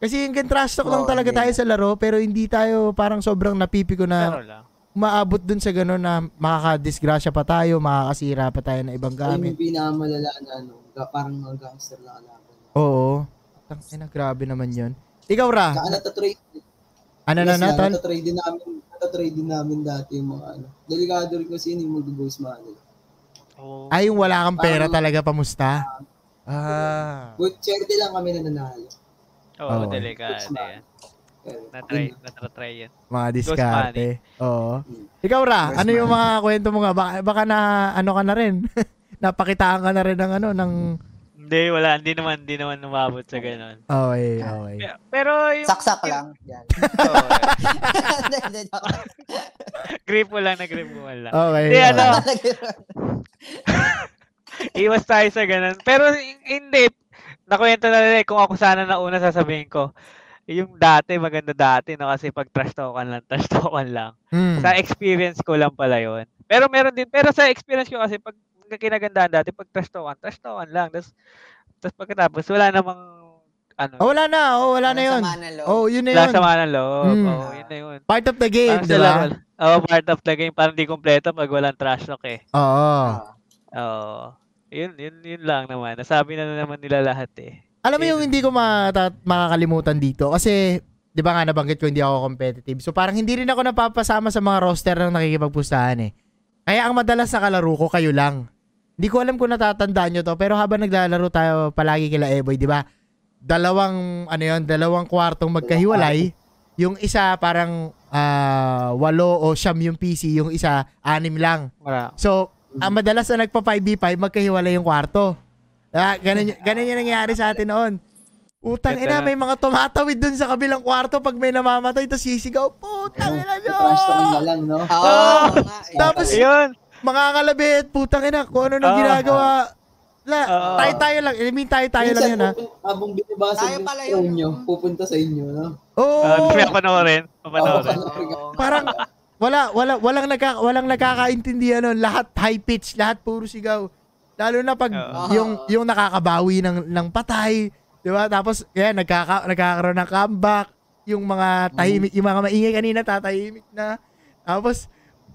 Speaker 1: Kasi yung trash talk
Speaker 3: Ah,
Speaker 1: lang
Speaker 4: Oo,
Speaker 1: talaga
Speaker 4: hindi.
Speaker 1: tayo sa laro, pero hindi tayo parang sobrang napipiko na
Speaker 2: Pero lang.
Speaker 1: maabot dun sa ganun na makakadisgrasya pa tayo, makakasira pa tayo ng ibang
Speaker 3: Yun
Speaker 1: gamit.
Speaker 3: yung pinakamalala na ano, ga- parang mga gangster na kalaban.
Speaker 1: Oo. Tang- ina, grabe naman yun. Ikaw, Ra,
Speaker 3: Saka natatrade.
Speaker 1: ano Ah. na
Speaker 3: Yes,
Speaker 1: natol?
Speaker 3: Natatrade din namin, natatrade din namin dati yung mga ano. Delikado rin kasi yun yung mag-ghost money.
Speaker 2: Oo.
Speaker 1: Oh. Ay, yung wala kang pera
Speaker 3: Parang-
Speaker 1: talaga, pamusta? Ah.
Speaker 3: But charity lang kami na nanalo.
Speaker 2: Oo,
Speaker 1: Oo.
Speaker 2: delikado
Speaker 3: Ghost
Speaker 2: yan.
Speaker 3: Pero,
Speaker 2: Natry,
Speaker 3: yun,
Speaker 2: natry yan.
Speaker 1: Mga diskarte. Oo. Ikaw, Ra,
Speaker 4: Yes,
Speaker 1: ano yung
Speaker 4: ma'am.
Speaker 1: mga kwento mo nga? Baka, baka na, ano ka na rin? Napakitaan ka na rin ng ano, ng...
Speaker 2: Hindi, wala. Hindi naman, hindi naman umabot sa ganun.
Speaker 1: Okay, okay.
Speaker 2: Pe- Pero yung...
Speaker 4: Saksak lang. Yan.
Speaker 2: Oo,
Speaker 4: Hindi, hindi, joke lang.
Speaker 2: grip mo lang na grip mo lang.
Speaker 1: Okay.
Speaker 2: Hindi, ano,
Speaker 1: okay.
Speaker 2: iwas tayo sa ganun. Pero y- hindi, nakwento na rin eh kung ako sana na una sasabihin ko. Yung dati, maganda dati, no? Kasi pag trash talkan lang, trash talkan lang.
Speaker 1: Hmm.
Speaker 2: Sa experience ko lang pala yun. Pero meron din, pero sa experience ko kasi pag pag kinagandaan dati, pag trash talkan, trash talkan lang. Tapos, tapos pagkatapos, wala namang, ano,
Speaker 1: Oh, wala na. Oh, wala na yun.
Speaker 4: Sama na loob.
Speaker 1: Oh, yun na
Speaker 2: wala
Speaker 1: yun.
Speaker 2: sama ng loob.
Speaker 1: Mm.
Speaker 2: Oo, yun na yun.
Speaker 1: Part of the game,
Speaker 2: Parang
Speaker 1: di
Speaker 2: sila,
Speaker 1: ba?
Speaker 2: wal- oo, part of the game. Parang di kompleto pag walang trash talk eh.
Speaker 1: Oo.
Speaker 4: Ah.
Speaker 2: Oo. Yun, yun, yun lang naman. Nasabi na naman nila lahat eh.
Speaker 1: Alam mo yung hindi ko mata- makakalimutan dito kasi 'di ba nga nabanggit ko hindi ako competitive. So parang hindi rin ako napapasama sa mga roster ng nakikipagpustahan eh. Kaya ang madalas na kalaro ko kayo lang. Hindi ko alam kung natatandaan nyo to pero habang naglalaro tayo palagi kila Eboy, 'di ba? Dalawang ano 'yon, dalawang kwartong magkahiwalay. Yung isa parang ah, walo o siyam yung PC, yung isa anim lang.
Speaker 2: Wala.
Speaker 1: So, ang madalas na nagpa 5v5, magkahiwalay yung kwarto. Ah, ganun, y- ganun yung nangyayari sa atin noon. Utang ina,
Speaker 2: Ganda na.
Speaker 1: may mga tumatawid dun sa kabilang kwarto pag may namamatay, tapos sisigaw, putang ina nyo!
Speaker 3: Trash talk na lang, no?
Speaker 4: Oo,
Speaker 2: Ah!
Speaker 4: nga eh.
Speaker 1: Tapos,
Speaker 2: Yun.
Speaker 1: mga kalabit, putang ina, kung ano nang
Speaker 2: Ah.
Speaker 1: ginagawa. La,
Speaker 2: Ah.
Speaker 1: tayo-tayo lang. I mean, tayo-tayo lang
Speaker 3: Minsan,
Speaker 1: yun, ha?
Speaker 3: pupun- Habang binabasa
Speaker 4: Tayo
Speaker 3: yung
Speaker 4: pala
Speaker 3: phone
Speaker 4: yun.
Speaker 3: nyo, pupunta sa inyo, no?
Speaker 1: Oo!
Speaker 2: Uh, may panoorin.
Speaker 3: Oo,
Speaker 2: Panoorin.
Speaker 3: panoorin.
Speaker 1: parang, wala, wala, walang, nagka, walang nagkakaintindihan nun. Lahat high pitch, lahat puro sigaw. Lalo na pag
Speaker 2: Oo.
Speaker 1: yung, yung nakakabawi ng, ng patay. Di ba? Tapos, yan, nagkaka, nagkakaroon ng comeback. Yung mga tahimik, yung mga maingay kanina, tatahimik na. Tapos,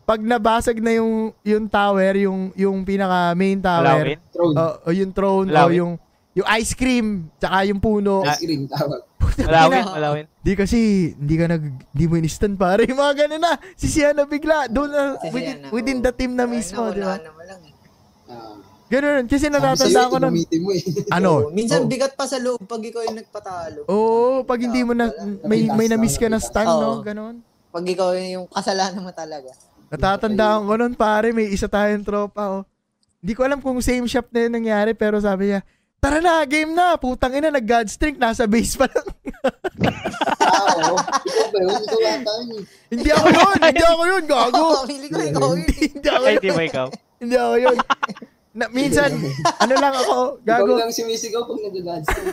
Speaker 1: pag nabasag na yung, yung tower, yung, yung pinaka main tower,
Speaker 2: Alawin.
Speaker 3: Throne.
Speaker 1: o, o yung throne, o
Speaker 2: Alawin.
Speaker 1: yung, yung ice cream, tsaka yung puno.
Speaker 3: Ice cream, tawag.
Speaker 2: Alawin. Alawin.
Speaker 1: Di kasi, hindi ka nag, di mo inistan pare. Yung mga ganun na, sisihan na bigla. Doon na,
Speaker 4: Sisihan
Speaker 1: within,
Speaker 4: na,
Speaker 1: within
Speaker 4: oo. Ano,
Speaker 1: the team na
Speaker 4: Ayun,
Speaker 1: mismo, di ba?
Speaker 4: naunahan naman lang eh.
Speaker 3: Ah.
Speaker 1: Ganun, kasi
Speaker 3: Sabi
Speaker 1: natatanda
Speaker 3: sa'yo,
Speaker 1: ko nun.
Speaker 3: tumamitin mo eh.
Speaker 1: Ano? Oh.
Speaker 4: Oo, minsan
Speaker 1: Oo.
Speaker 4: bigat pa sa loob pag ikaw yung nagpatalo.
Speaker 1: Oo, pag hindi mo na, may, may na-miss ka na stun,
Speaker 4: Oo.
Speaker 1: no? Ganun.
Speaker 4: Pag ikaw yung kasalanan mo talaga.
Speaker 1: Natatandaan ko nun, pare, may isa tayong tropa, oh. Hindi ko alam kung same shop na yun nangyari, pero sabi niya, Tara na, game na. Putang ina, nag-god strength. Nasa base pa lang.
Speaker 3: Ah, oo. Ikaw ba yun? Ikaw yata yun eh.
Speaker 1: hindi ako yun. Hindi ako yun. Gago.
Speaker 4: Oo, feeling ko ikaw yun. eh.
Speaker 1: hindi ako
Speaker 2: Ay,
Speaker 1: yun.
Speaker 2: di ba ikaw?
Speaker 1: Hindi ako yun. Na, minsan, ano lang ako, gago.
Speaker 3: Ikaw lang sumisigaw pag nag-godsend.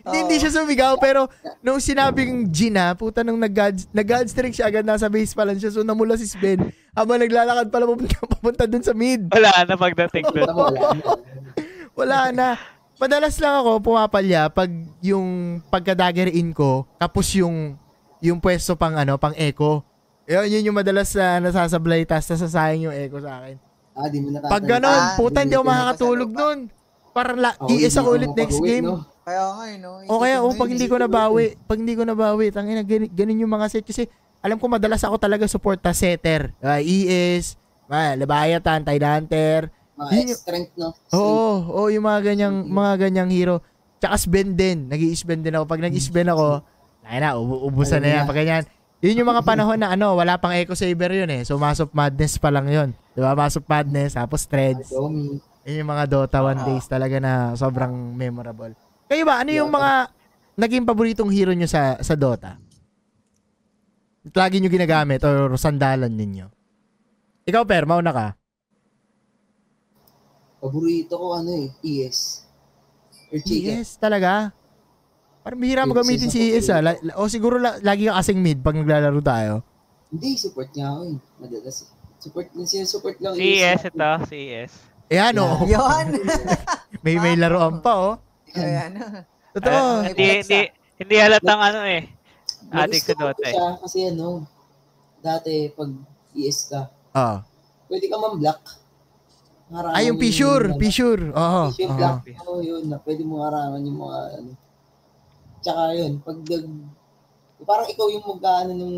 Speaker 1: Hindi, hindi siya sumigaw, pero nung sinabing Gina, puta nung nag-god nag streak siya agad, nasa base pa lang siya. So namula si Sven, habang naglalakad pala papunta, papunta dun sa mid.
Speaker 2: Wala na pagdating doon.
Speaker 3: Tama, wala.
Speaker 1: Wala na. Madalas lang ako pumapalya pag yung pagka-dagger in ko, tapos yung yung pwesto pang ano, pang echo. Yun, yun yung madalas na nasasablay, tas nasasayang yung echo sa akin.
Speaker 3: Ah, di mo natatanda.
Speaker 1: Pag ganon,
Speaker 4: Ah,
Speaker 1: puta, hindi ako
Speaker 3: hindi ko
Speaker 1: makakatulog
Speaker 4: napasalo pa.
Speaker 1: nun. Para la,
Speaker 3: Ako,
Speaker 1: iisa
Speaker 3: hindi
Speaker 1: ko ulit
Speaker 3: mo
Speaker 1: next
Speaker 3: pag-uwi,
Speaker 1: game.
Speaker 3: no?
Speaker 4: Kaya nga, eh, no?
Speaker 1: O kaya,
Speaker 4: Isipin
Speaker 1: oh,
Speaker 4: mo
Speaker 1: pag
Speaker 4: yun,
Speaker 1: hindi
Speaker 4: eh.
Speaker 1: ko nabawi, pag hindi ko nabawi, tangina, ganun, ganun yung mga set. Kasi, alam ko madalas ako talaga suporta setter. Ah, ES, uh, Labayatan, Tidehunter.
Speaker 3: Mga
Speaker 1: Yun yung-
Speaker 3: strength, no?
Speaker 1: Oo, oh, yung mga ganyang,
Speaker 3: Mm.
Speaker 1: mga ganyang hero. Tsaka spend din. nag spend din ako. Pag nag-spend ako, ay na, ubu- ubusan na yan.
Speaker 3: Ayun na.
Speaker 1: Pag ganyan. Yun yung mga panahon na ano, wala pang Eco Saver yun eh. So, Mass of Madness pa lang yun. Di ba? Mass of Madness, tapos Threads.
Speaker 3: Adomi.
Speaker 1: Yun yung mga Dota 1 days talaga na sobrang memorable. Kayo ba, ano yung mga naging paboritong hero nyo sa, sa Dota? Lagi nyo ginagamit or sandalan ninyo? Ikaw, Per, mauna ka.
Speaker 3: Paborito ko ano eh, ES. Or Chicken.
Speaker 1: Yes, talaga. Parang bihira mo
Speaker 3: Yes,
Speaker 1: gamitin
Speaker 3: yes,
Speaker 1: si ES
Speaker 3: ako.
Speaker 1: ah. La- la- o siguro la- lagi ka kasing mid pag naglalaro tayo.
Speaker 3: Hindi, support niya ako eh. Madalas eh. Support na siya, support lang. E
Speaker 2: CS E ito, CS.
Speaker 1: Ayan oh.
Speaker 4: Yun!
Speaker 1: May may laruan pa oh.
Speaker 4: Ayan.
Speaker 1: Totoo.
Speaker 2: Ah,
Speaker 4: Ay,
Speaker 2: Hindi,
Speaker 4: Alexa.
Speaker 2: hindi, hindi halatang ano eh. Addict
Speaker 3: Nagustuhan
Speaker 2: sa Dota
Speaker 3: ko
Speaker 2: eh.
Speaker 3: siya Kasi ano, dati pag ES ka,
Speaker 1: Oo.
Speaker 3: pwede ka man-block. Harangan
Speaker 1: Ah. Ay, Ah, yung Fissure.
Speaker 3: ano,
Speaker 1: Fissure. Oo.
Speaker 3: Fissure
Speaker 1: oo.
Speaker 3: block. Oo, yun. Na, pwede mo harangan yung mga ano. Tsaka yun, pag nag- parang ikaw yung mag-ano nung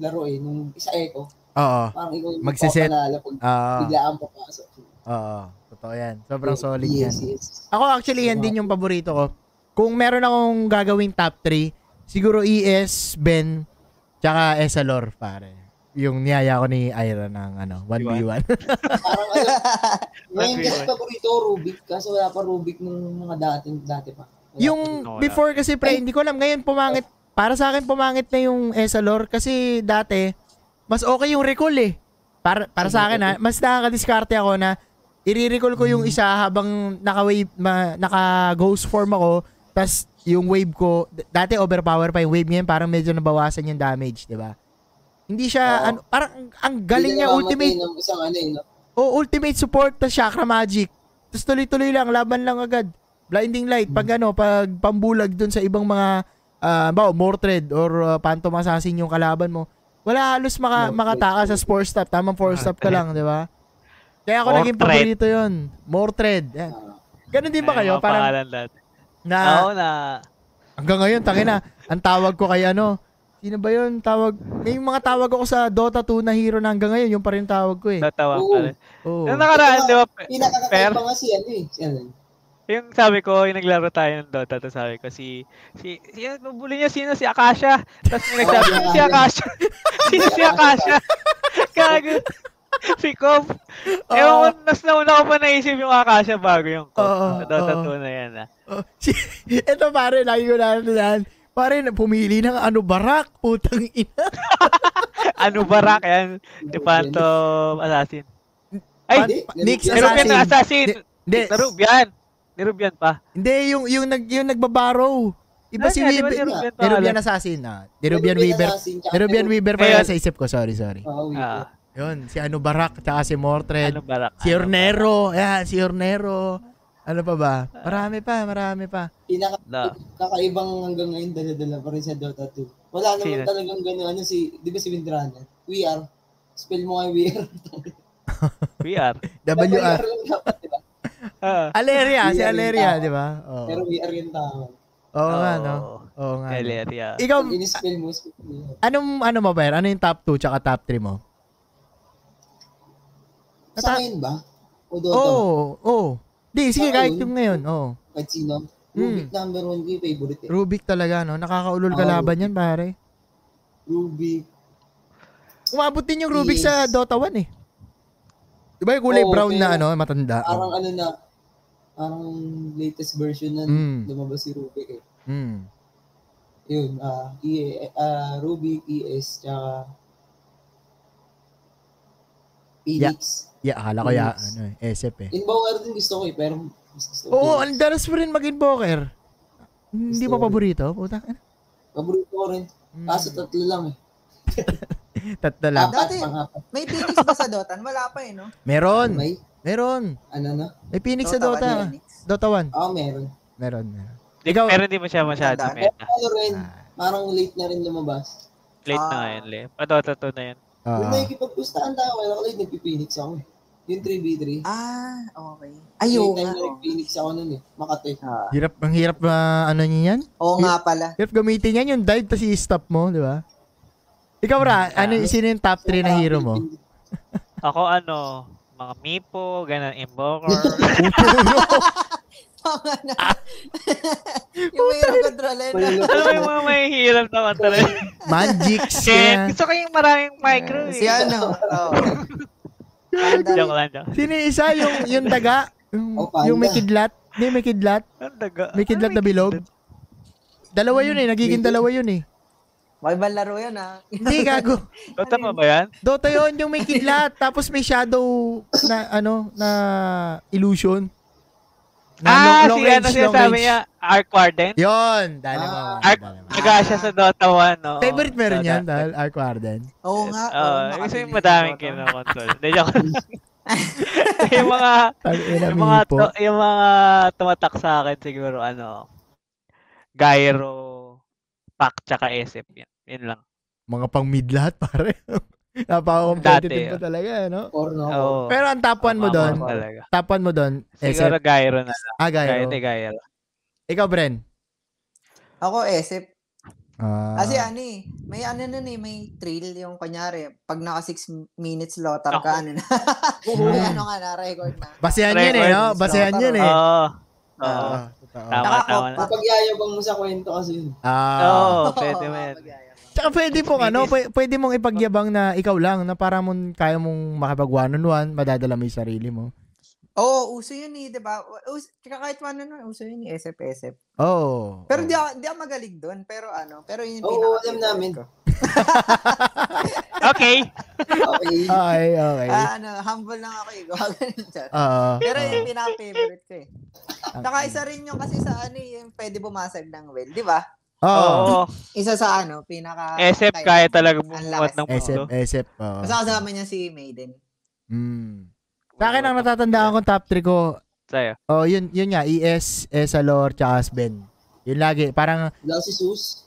Speaker 3: laro eh, nung isa echo.
Speaker 1: Oo.
Speaker 3: Parang ikaw yung
Speaker 1: Magsiset.
Speaker 3: magpapanalo pag
Speaker 1: Oo.
Speaker 3: biglaan papasok.
Speaker 1: Oo. Totoo yan. Ah. Sobrang solid yan.
Speaker 3: yes, yes.
Speaker 1: Ako actually, yan din yung paborito ko. Kung meron akong gagawing top 3, siguro ES, Ben, tsaka Esalor, pare. Yung niyaya ko ni Ira ng ano, 1v1.
Speaker 3: Parang ano, ngayon
Speaker 2: Agree,
Speaker 3: kasi
Speaker 2: boy.
Speaker 3: paborito Rubik, kaso wala pa Rubik nung mga dati, dati pa. Wala pa.
Speaker 1: Yung
Speaker 2: No, wala.
Speaker 1: before kasi pre, hindi ko alam ngayon pumangit. Para sa akin pumangit na yung Esalor kasi dati mas okay yung recall eh. Para para sa akin ha, mas nakakadiskarte ako na i-recall ko
Speaker 3: Mm.
Speaker 1: yung isa habang naka-wave ma, naka-ghost form ako, tas yung wave ko, d- dati overpower pa yung wave ngayon, parang medyo nabawasan yung damage, di ba? Hindi siya,
Speaker 3: Oo.
Speaker 1: ano, parang ang- ang galing
Speaker 3: Hindi
Speaker 1: niya
Speaker 3: na
Speaker 1: ultimate
Speaker 3: mamatay ng isang ano eh, no?
Speaker 1: o Oh, ultimate support tas chakra magic. Tapos tuloy-tuloy lang, laban lang agad. Blinding light,
Speaker 2: Hmm.
Speaker 1: pag ano, pag pambulag dun sa ibang mga, ah, ba, Mortred or uh, Phantom Assassin yung kalaban mo. Wala halos maka,
Speaker 3: Mortred.
Speaker 1: makataka sa four stop. Tamang four stop ka lang, di ba? Kaya ako naging
Speaker 2: Mortred.
Speaker 1: paborito yun. Mortred. Yan.
Speaker 3: Ah,
Speaker 1: Ganun din ba kayo? Parang Ah.
Speaker 2: Pangalan Oh. lahat.
Speaker 1: na,
Speaker 2: Oo na.
Speaker 1: hanggang ngayon, tangina, ang tawag ko kay ano, sino ba yun? Tawag, may mga tawag ako sa Dota 2 na hero na hanggang ngayon, yung pa rin tawag ko eh.
Speaker 2: Natawa
Speaker 3: Oo.
Speaker 2: ka.
Speaker 1: Oo.
Speaker 2: Yung nakaraan, di ba? pe- Pero-
Speaker 3: Pinakakakaiba nga si ano eh. Si ano.
Speaker 2: Yung sabi ko, yung naglaro tayo ng Dota, tapos sabi ko, si, si, si, nabuli niya, sino si Akasha? Tapos may nagsabi,
Speaker 3: Oo,
Speaker 2: sino
Speaker 3: yun,
Speaker 2: si
Speaker 3: yun.
Speaker 2: Akasha? sino si Akasha? Gago. Si Kof.
Speaker 1: Oo.
Speaker 2: Ewan ko, mas nauna ko pa naisip yung Akasha bago yung Kof.
Speaker 1: Oo,
Speaker 2: Sa Dota
Speaker 1: oo.
Speaker 2: 2 na yan, ah.
Speaker 1: Oh, si, eto pare, lagi ko natatandaan. Pare, na- pumili ng ano, barak, putang ina.
Speaker 2: Ano ba rank yan? Si Phantom Assassin. Ay,
Speaker 3: Hindi,
Speaker 1: Nix
Speaker 3: Nix
Speaker 2: ni Rubian na
Speaker 1: Assassin.
Speaker 2: Assassin!
Speaker 1: Di- Hindi,
Speaker 2: Ni Rubian! Ni Rubian pa.
Speaker 1: hindi, yung, yung, nag, yung nagbabarrow. Iba
Speaker 2: Ay,
Speaker 1: si
Speaker 2: nga, Ano di ba
Speaker 1: Weaver.
Speaker 2: ni Rubian
Speaker 1: Ni Rubian
Speaker 2: pangalan?
Speaker 1: Assassin. Ah. Ni Rubian Weaver. Ni Rubian Weaver pa
Speaker 2: Ngayon.
Speaker 1: yun sa isip ko. Sorry, sorry.
Speaker 2: Ah,
Speaker 1: Yun, si ano, barak, tsaka si Mortred.
Speaker 2: ano ba rank?
Speaker 1: si
Speaker 2: Ano ba rank?
Speaker 1: Ornero. Ayan, si Ornero. Ano pa ba? Marami pa, marami pa.
Speaker 3: Pinaka-
Speaker 2: Na.
Speaker 3: kakaibang hanggang ngayon dala-dala pa rin sa Dota 2. Wala naman
Speaker 2: Sino?
Speaker 3: talagang gano'n. Ano si, di ba si Windrana? We are. Spell mo nga yung we are.
Speaker 2: VR.
Speaker 3: We
Speaker 1: W.A.
Speaker 3: are lang dapat, di ba?
Speaker 2: Ah.
Speaker 1: Aleria, si
Speaker 3: Weaver yung
Speaker 1: Aleria,
Speaker 3: tao.
Speaker 1: di ba? Oo.
Speaker 3: Pero we are yung tao.
Speaker 1: Oo nga, no?
Speaker 2: Oo.
Speaker 1: Oo nga. no?
Speaker 2: Galeria.
Speaker 1: Ikaw,
Speaker 3: Pag in-spell mo, spell mo. yun.
Speaker 1: Anong ano mo ba? Ano yung top 2 tsaka top 3 mo?
Speaker 3: Sa
Speaker 1: Nata-
Speaker 3: akin ba?
Speaker 1: Oo,
Speaker 3: O Dota?
Speaker 1: oh, oo. Oh. Di, sige,
Speaker 3: Sa
Speaker 1: kahit
Speaker 3: akin?
Speaker 1: yung ngayon. Oh.
Speaker 3: Kahit sino?
Speaker 1: Mm.
Speaker 3: Rubik number one ko yung favorite eh.
Speaker 1: Rubik talaga, no? Nakakaulol
Speaker 3: Oo.
Speaker 1: kalaban yan, pare.
Speaker 3: Rubik.
Speaker 1: Umabot din yung Rubik sa
Speaker 3: Yes.
Speaker 1: Dota 1 eh. Di ba yung kulay
Speaker 3: Oo,
Speaker 1: brown na ano,
Speaker 3: pero-
Speaker 1: matanda?
Speaker 3: Parang ano na, parang latest version na
Speaker 1: Mm.
Speaker 3: lumabas si Rubik eh.
Speaker 1: Mm.
Speaker 3: Yun, ah EA, ah, Rubik, ES, tsaka Phoenix.
Speaker 1: Yeah, akala ko ya,
Speaker 3: Yes.
Speaker 1: ano eh, SF eh.
Speaker 3: Invoker din gusto ko eh, pero mas gusto ko.
Speaker 1: Oo, ang
Speaker 3: Phoenix.
Speaker 1: daras mo rin maging poker. Hindi
Speaker 3: Gusto
Speaker 1: pa
Speaker 3: ko rin.
Speaker 1: paborito, puta. ka na.
Speaker 3: Paborito ko rin.
Speaker 1: Mm.
Speaker 3: Kaso tatlo lang eh.
Speaker 1: Tatlo lang.
Speaker 3: Apat,
Speaker 4: Dati-
Speaker 3: pangapat.
Speaker 4: May Phoenix ba sa Dotan? Wala pa eh, no?
Speaker 1: Meron,
Speaker 3: May,
Speaker 1: meron.
Speaker 3: ano na?
Speaker 1: May Phoenix sa
Speaker 4: Dota ba,
Speaker 1: Dota.
Speaker 4: Phoenix?
Speaker 1: Dota 1,
Speaker 3: Oo, meron.
Speaker 1: meron. meron.
Speaker 2: Di-
Speaker 1: Ikaw-
Speaker 2: pero hindi mo siya masyado
Speaker 4: Tanda.
Speaker 2: meta.
Speaker 3: Ano rin,
Speaker 1: Ah.
Speaker 3: parang late na rin lumabas.
Speaker 2: Late na
Speaker 4: Ah.
Speaker 2: nga yun, le. Pa Dota 2 na yun.
Speaker 1: Oo.
Speaker 3: Nung nakikipagpustahan tayo, kaya ako late, nagpipinix ako eh. Yung 3v3.
Speaker 4: Ah, okay. Ayaw
Speaker 3: Yung time
Speaker 4: nga.
Speaker 3: na nag-Phoenix ako nun eh. Makate.
Speaker 4: Ah.
Speaker 1: Hirap, ang hirap ah, ano niya yan?
Speaker 4: Oo nga pala.
Speaker 1: Hirap gamitin yan, yung dive tapos i-stop mo, di ba? Ikaw ra, ano, sino yung top 3 na hero mo?
Speaker 2: Ako ano, mga Mipo, ganun, Invoker.
Speaker 4: yung may rock controller na.
Speaker 2: Alam mo yung mga may hirap na kontra.
Speaker 1: Magix.
Speaker 2: Shit,
Speaker 1: Yeah.
Speaker 2: gusto ko yung maraming micro eh.
Speaker 4: Si ano? Oo. Panda rin.
Speaker 2: Joke lang, joke.
Speaker 1: Sino yung isa? Yung, yung daga? Yung,
Speaker 3: Oh, panda.
Speaker 1: yung may kidlat? Hindi, may kidlat.
Speaker 2: Ang daga.
Speaker 1: Ano May kidlat na bilog.
Speaker 2: Ano,
Speaker 1: Dalawa yun eh, nagiging dalawa yun eh.
Speaker 4: May ibang laro yan ah.
Speaker 1: Hindi, gago.
Speaker 2: Dota mo ba yan?
Speaker 1: Dota yun, yung may kidlat, tapos may shadow na, ano, na illusion.
Speaker 2: ah,
Speaker 1: long- long
Speaker 2: si
Speaker 1: range,
Speaker 2: ano
Speaker 1: long
Speaker 2: sinasabi
Speaker 1: range.
Speaker 2: niya? Arc Warden?
Speaker 1: Yun, dala mo.
Speaker 3: Ah.
Speaker 1: dala
Speaker 2: Arc,
Speaker 1: mo.
Speaker 2: naga siya sa Dota 1, no?
Speaker 1: Favorite meron
Speaker 2: Dota.
Speaker 1: yan, Ah, dahil Arc Warden.
Speaker 4: Oo nga.
Speaker 2: Oo,
Speaker 4: oo,
Speaker 2: oh, kasi
Speaker 4: nakabili
Speaker 2: yung madaming
Speaker 4: ako to.
Speaker 2: kinokontrol. Hindi, joke lang. yung mga,
Speaker 1: Tag ina
Speaker 2: yung mga,
Speaker 1: po.
Speaker 2: to, yung mga tumatak sa akin siguro, ano, Gyro, Pack, tsaka SF. Yan, yun lang.
Speaker 1: Mga pang mid lahat, pare. Napaka-competitive
Speaker 2: Dati, ah.
Speaker 1: pa talaga, eh, no?
Speaker 3: Or no.
Speaker 2: Oo.
Speaker 1: Pero ang top 1 mo
Speaker 2: Mama
Speaker 1: doon,
Speaker 2: ko talaga.
Speaker 1: top 1 mo doon,
Speaker 2: Siguro eh.
Speaker 1: SF.
Speaker 2: Gyro na lang.
Speaker 1: Ah,
Speaker 2: Gyro.
Speaker 1: Gyro.
Speaker 2: Hindi, Gyro.
Speaker 1: Ikaw, Bren.
Speaker 4: Ako SF.
Speaker 1: Ah,
Speaker 4: Kasi ano eh, may ano nun eh, may thrill yung kunyari. Pag naka 6 minutes
Speaker 2: Ako.
Speaker 4: lotar ka, ano na. may ano ka na, record na.
Speaker 1: basehan yun eh, no? Basehan yun eh.
Speaker 2: Oo. Oo.
Speaker 1: Ah, totoo.
Speaker 2: Tama,
Speaker 4: Nakakop
Speaker 2: tama.
Speaker 4: pa.
Speaker 3: Pagyayabang mo sa kwento kasi yun.
Speaker 1: Ah.
Speaker 2: Oo,
Speaker 4: Oo,
Speaker 2: pwede man.
Speaker 4: makapagyayabang.
Speaker 1: Tsaka pwede pong ano, pwe- pwede mong ipagyabang na ikaw lang na para mong kaya mong makapag one on one, madadala mo 'yung sarili mo.
Speaker 4: Oo, uso yun eh, di ba? Uso, tsaka kahit ano nun, uso yun eh, SF, SF.
Speaker 1: Oh.
Speaker 4: Pero di ako, di ako magaling doon, pero ano, pero yun yung
Speaker 3: Oo,
Speaker 4: pinaka-
Speaker 3: alam namin.
Speaker 4: ko.
Speaker 2: Okay.
Speaker 3: Okay.
Speaker 1: Okay, okay.
Speaker 4: Ah, ano, humble lang ako eh, gumagano dyan.
Speaker 1: Oo. Ah.
Speaker 4: Pero yun yung pinaka-favorite ko eh. Tsaka isa rin yung kasi sa ano eh, yung pwede bumasag ng well, di ba?
Speaker 1: Oo.
Speaker 2: Oo.
Speaker 4: Isa sa ano, pinaka...
Speaker 2: SF kaya
Speaker 4: kaya-
Speaker 2: talaga
Speaker 4: Ang
Speaker 2: bumuhat
Speaker 4: lakas.
Speaker 2: ng
Speaker 1: SF,
Speaker 2: mundo.
Speaker 1: SF. oo.
Speaker 4: Basta kasama niya si Maiden.
Speaker 1: Mm. Sa akin ang natatandaan kong top 3 ko,
Speaker 2: Sa'yo.
Speaker 1: oh, yun, yun nga, ES, Esalor, tsaka Asben. Yun lagi, parang,
Speaker 3: Wala si Sus.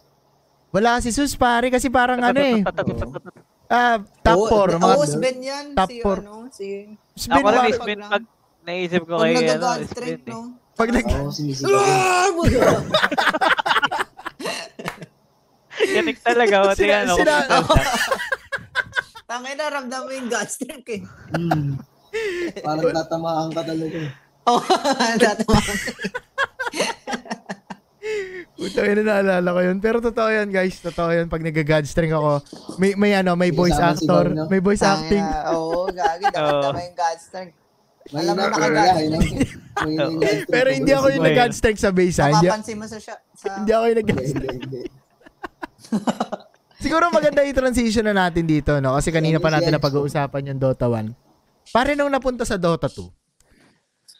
Speaker 1: wala si Sus pare, kasi parang ano eh, ah,
Speaker 4: Oo,
Speaker 1: top 4, mga,
Speaker 4: Oo, Sven yan.
Speaker 1: Top
Speaker 4: si
Speaker 1: four.
Speaker 4: ano, si...
Speaker 1: Sven,
Speaker 2: Ako rin,
Speaker 1: pare,
Speaker 4: Mark.
Speaker 2: Spin, pag naisip ko
Speaker 4: Pag
Speaker 2: kay ano,
Speaker 4: nagagal
Speaker 2: Spin
Speaker 4: strength,
Speaker 2: eh.
Speaker 4: no?
Speaker 1: pag nag,
Speaker 3: Oo, si Missy.
Speaker 1: Diba?
Speaker 4: Ah, buto!
Speaker 2: Kinig talaga, pati
Speaker 1: Sina-
Speaker 2: ano.
Speaker 1: sina-
Speaker 4: Tangay na, ramdam mo yung god strength eh.
Speaker 3: Hmm. Parang tatamaan ka talaga. eh.
Speaker 4: Oo, Oh, natatawa.
Speaker 1: Puta, yun na naalala ko yun. Pero totoo yun, guys. Totoo yun. Pag nag-godstring ako, may, may ano, may
Speaker 3: May
Speaker 1: voice
Speaker 3: kasama si
Speaker 1: actor.
Speaker 3: Gorno.
Speaker 1: May voice acting.
Speaker 4: Tangina, Oo, gagi. Ramdam mo yung god strength.
Speaker 3: May
Speaker 4: Alam mo,
Speaker 3: nakagaya,
Speaker 4: nakagaya.
Speaker 3: no? May nangyayari.
Speaker 1: Pero hindi ako yung
Speaker 2: Gorno.
Speaker 1: nag-godstring sa baseline. Hindi,
Speaker 4: Mapapansin mo sa siya. Sa...
Speaker 1: hindi ako yung nag
Speaker 3: Hindi, hindi, hindi.
Speaker 1: Siguro maganda yung transition na natin dito, no? Kasi kanina pa natin na pag-uusapan yung Dota 1. Pare nung napunta sa Dota 2,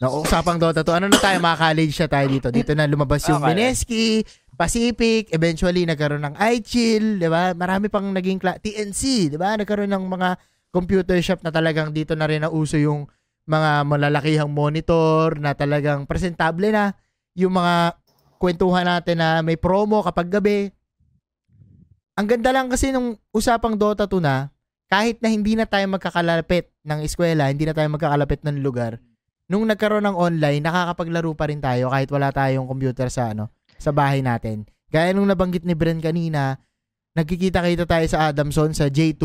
Speaker 1: Nauusapang Dota 2, ano na tayo, mga college na tayo dito. Dito na lumabas yung
Speaker 2: Okay.
Speaker 1: Mineski, Pacific, eventually nagkaroon ng iChill, di ba? Marami pang naging kla- TNC, di ba? Nagkaroon ng mga computer shop na talagang dito na rin nauso yung mga malalakihang monitor na talagang presentable na yung mga kwentuhan natin na may promo kapag gabi, ang ganda lang kasi nung usapang Dota 2 na, kahit na hindi na tayo magkakalapit ng eskwela, hindi na tayo magkakalapit ng lugar, nung nagkaroon ng online, nakakapaglaro pa rin tayo kahit wala tayong computer sa ano, sa bahay natin. Gaya nung nabanggit ni Bren kanina, nagkikita-kita tayo sa Adamson sa J2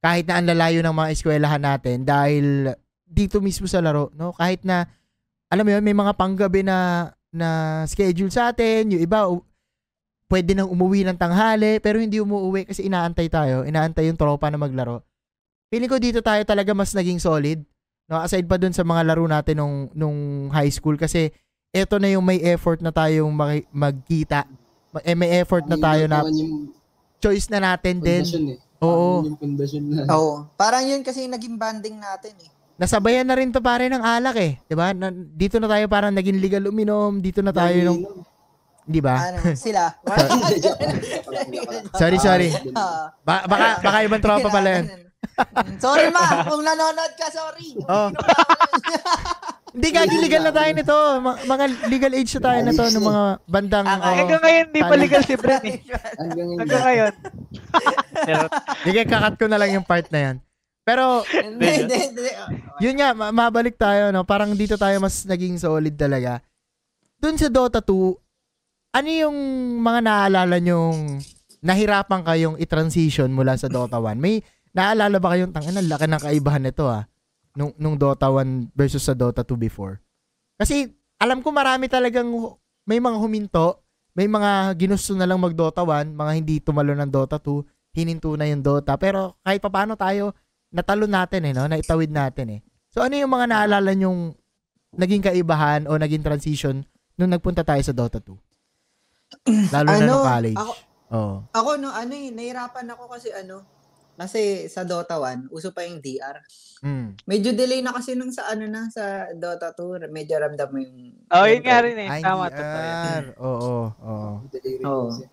Speaker 1: kahit na ang lalayo ng mga eskwelahan natin dahil dito mismo sa laro, no? Kahit na alam mo yun, may mga panggabi na na schedule sa atin, yung iba u- pwede nang umuwi ng tanghali pero hindi umuwi kasi inaantay tayo, inaantay yung tropa na maglaro. Feeling ko dito tayo talaga mas naging solid. No, aside pa dun sa mga laro natin nung nung high school kasi eto na yung may effort na tayong maki- magkita. Ma- eh, may effort na tayo na
Speaker 3: Yun yung
Speaker 1: choice na natin din.
Speaker 3: pundasyon eh.
Speaker 1: Oo.
Speaker 3: Yun yung pundasyon na.
Speaker 1: Ano?
Speaker 4: Oo. Parang yun kasi yung naging banding natin eh.
Speaker 1: Nasabayan na rin to pare ng alak eh. 'Di ba? Na- dito na tayo parang naging legal uminom, dito na tayo nung, 'di ba?
Speaker 4: Ano, sila.
Speaker 1: Sorry, sorry.
Speaker 4: Ah. Mm,
Speaker 1: Ba- baka baka ibang tropa pala yan.
Speaker 4: sorry ma, kung nanonood ka, sorry.
Speaker 1: Oh.
Speaker 4: eh.
Speaker 1: Hindi gagi legal na tayo nito. Ma- mga legal age na tayo nito ng mga bandang
Speaker 4: Ah,
Speaker 1: oh.
Speaker 2: Hanggang ngayon, hindi pa
Speaker 1: Talo.
Speaker 2: legal si Bren eh.
Speaker 3: Hanggang
Speaker 2: Hanggang ngayon. Pero,
Speaker 1: Sige, kakat ko na lang yung part na yan. Pero
Speaker 4: Hindi, hindi, hindi.
Speaker 1: yun nga, ma- mabalik tayo, no? Parang dito tayo mas naging solid talaga. Doon sa Dota 2, ano yung mga naalala nyong nahirapan kayong i-transition mula sa Dota 1? May naalala ba kayong, tangan, ang laki ng kaibahan nito, ah, nung, nung Dota 1 versus sa Dota 2 before? Kasi, alam ko marami talagang, hu- may mga huminto, may mga ginusto na lang mag-Dota 1, mga hindi tumalo ng Dota 2, hininto na yung Dota. Pero kahit papaano tayo, natalo natin eh, no? Naitawid natin eh. So ano yung mga naalala nyong naging kaibahan o naging transition nung nagpunta tayo sa Dota 2? Lalo na
Speaker 4: Ano,
Speaker 1: nung college.
Speaker 4: ako-
Speaker 1: Oo.
Speaker 4: Ako no, ano eh, nahirapan ako kasi ano, kasi sa Dota 1, uso pa yung DR.
Speaker 1: Mm.
Speaker 4: Medyo delay na kasi nung sa ano na, sa Dota 2, medyo ramdam mo yung...
Speaker 2: Oh, yun nga rin eh.
Speaker 1: Ay, ah,
Speaker 2: Tama, totoo yan.
Speaker 1: NDR. Oo, oo.
Speaker 3: Delivery
Speaker 4: Oo.
Speaker 3: kasi.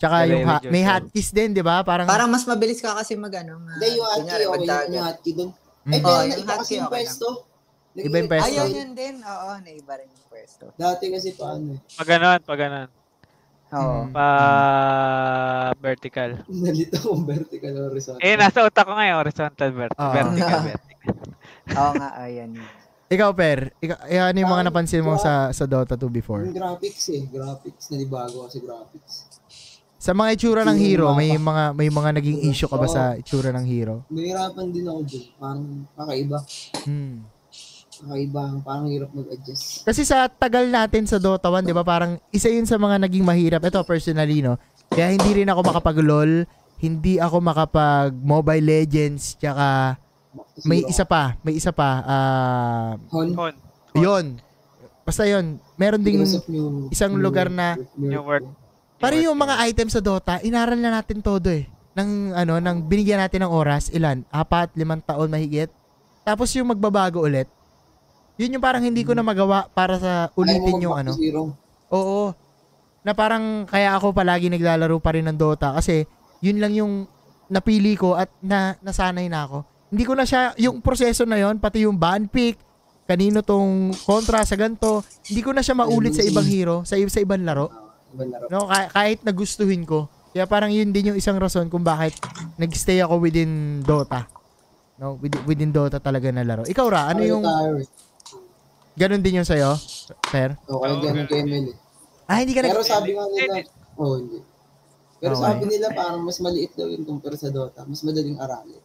Speaker 1: Tsaka
Speaker 2: Dalawa
Speaker 1: yung
Speaker 2: yung
Speaker 1: ha-
Speaker 2: medyo
Speaker 1: may
Speaker 2: slow.
Speaker 1: hotkeys din, di ba? Parang,
Speaker 4: Parang mas mabilis ka kasi mag ano. Mag,
Speaker 3: Hindi, yung hotkey,
Speaker 4: kunyari,
Speaker 3: okay
Speaker 4: mag-target.
Speaker 3: yun yung hotkey doon.
Speaker 1: Mm.
Speaker 3: Eh, pero
Speaker 4: Oo, yung
Speaker 3: iba kasi
Speaker 4: hotkey, okay
Speaker 3: yung
Speaker 4: lang.
Speaker 3: pwesto.
Speaker 1: Iba yung pwesto.
Speaker 4: Ayun yun din. Oo, naiba rin yung pwesto.
Speaker 3: Dati kasi pa ano eh,
Speaker 2: Pag ganon, pag ganon.
Speaker 4: Oo.
Speaker 1: Mm.
Speaker 2: Pa vertical.
Speaker 3: nalito kong vertical or horizontal.
Speaker 2: Eh, nasa utak ko ngayon, horizontal vert.
Speaker 1: Ah.
Speaker 2: vertical,
Speaker 4: Ah.
Speaker 2: vertical.
Speaker 4: Oo nga, ayun.
Speaker 1: ikaw, Per, ikaw, eh, ano yung mga
Speaker 3: Parang-
Speaker 1: napansin mo sa, sa Dota 2 before?
Speaker 3: Yung graphics eh, graphics, nanibago kasi graphics.
Speaker 1: Sa mga itsura ng
Speaker 3: Yung
Speaker 1: hero, may
Speaker 3: mapa.
Speaker 1: mga may mga naging issue ka ba
Speaker 3: Oo.
Speaker 1: sa itsura ng hero?
Speaker 3: Nahirapan din ako dun, parang kakaiba.
Speaker 1: Mm.
Speaker 3: Kakaiba, parang hirap mag-adjust.
Speaker 1: Kasi sa tagal natin sa Dota 1, 'di ba, parang isa 'yun sa mga naging mahirap ito personally, no. Kaya hindi rin ako makapag-LoL, hindi ako makapag Mobile Legends, tsaka
Speaker 3: Back to
Speaker 1: may
Speaker 3: zero.
Speaker 1: isa pa, may isa pa. Ah,
Speaker 3: Hon,
Speaker 2: Hon.
Speaker 1: 'yun. Basta 'yun. Meron ding
Speaker 3: because of new-
Speaker 1: isang
Speaker 3: new-
Speaker 1: lugar na-
Speaker 3: new-
Speaker 2: New work.
Speaker 1: Pare yung mga items sa Dota, inaral na natin todo eh. Nang ano, nang binigyan natin ng oras, ilan? Apat, limang taon mahigit. Tapos yung magbabago ulit. Yun yung parang hindi ko na magawa para sa
Speaker 3: Ayaw
Speaker 1: ulitin
Speaker 3: mo
Speaker 1: yung ano.
Speaker 3: mag-back to zero.
Speaker 1: Oo. Na parang kaya ako palagi naglalaro pa rin ng Dota kasi yun lang yung napili ko at na nasanay na ako. Hindi ko na siya yung proseso na yon pati yung ban pick, kanino tong kontra sa ganto, hindi ko na siya maulit sa ibang hero, sa i- sa ibang laro.
Speaker 3: Ah, ibang laro.
Speaker 1: No, ka- kahit nagustuhin ko. Kaya parang yun din yung isang rason kung bakit nagstay ako within Dota. No, within, within Dota talaga na laro. Ikaw ra, ano
Speaker 3: Ayaw
Speaker 1: yung
Speaker 3: tayo eh.
Speaker 1: ganun din yung sa'yo? Fair?
Speaker 3: Oo, kaya
Speaker 2: Oo,
Speaker 3: hindi ako
Speaker 2: Ano
Speaker 3: ML eh.
Speaker 1: Ah, hindi ka nag...
Speaker 3: Pero sabi nga nila, oh, hindi. Pero
Speaker 1: Ah, Okay.
Speaker 3: sabi nila parang mas maliit daw yun kumpara sa Dota. Mas madaling aralin.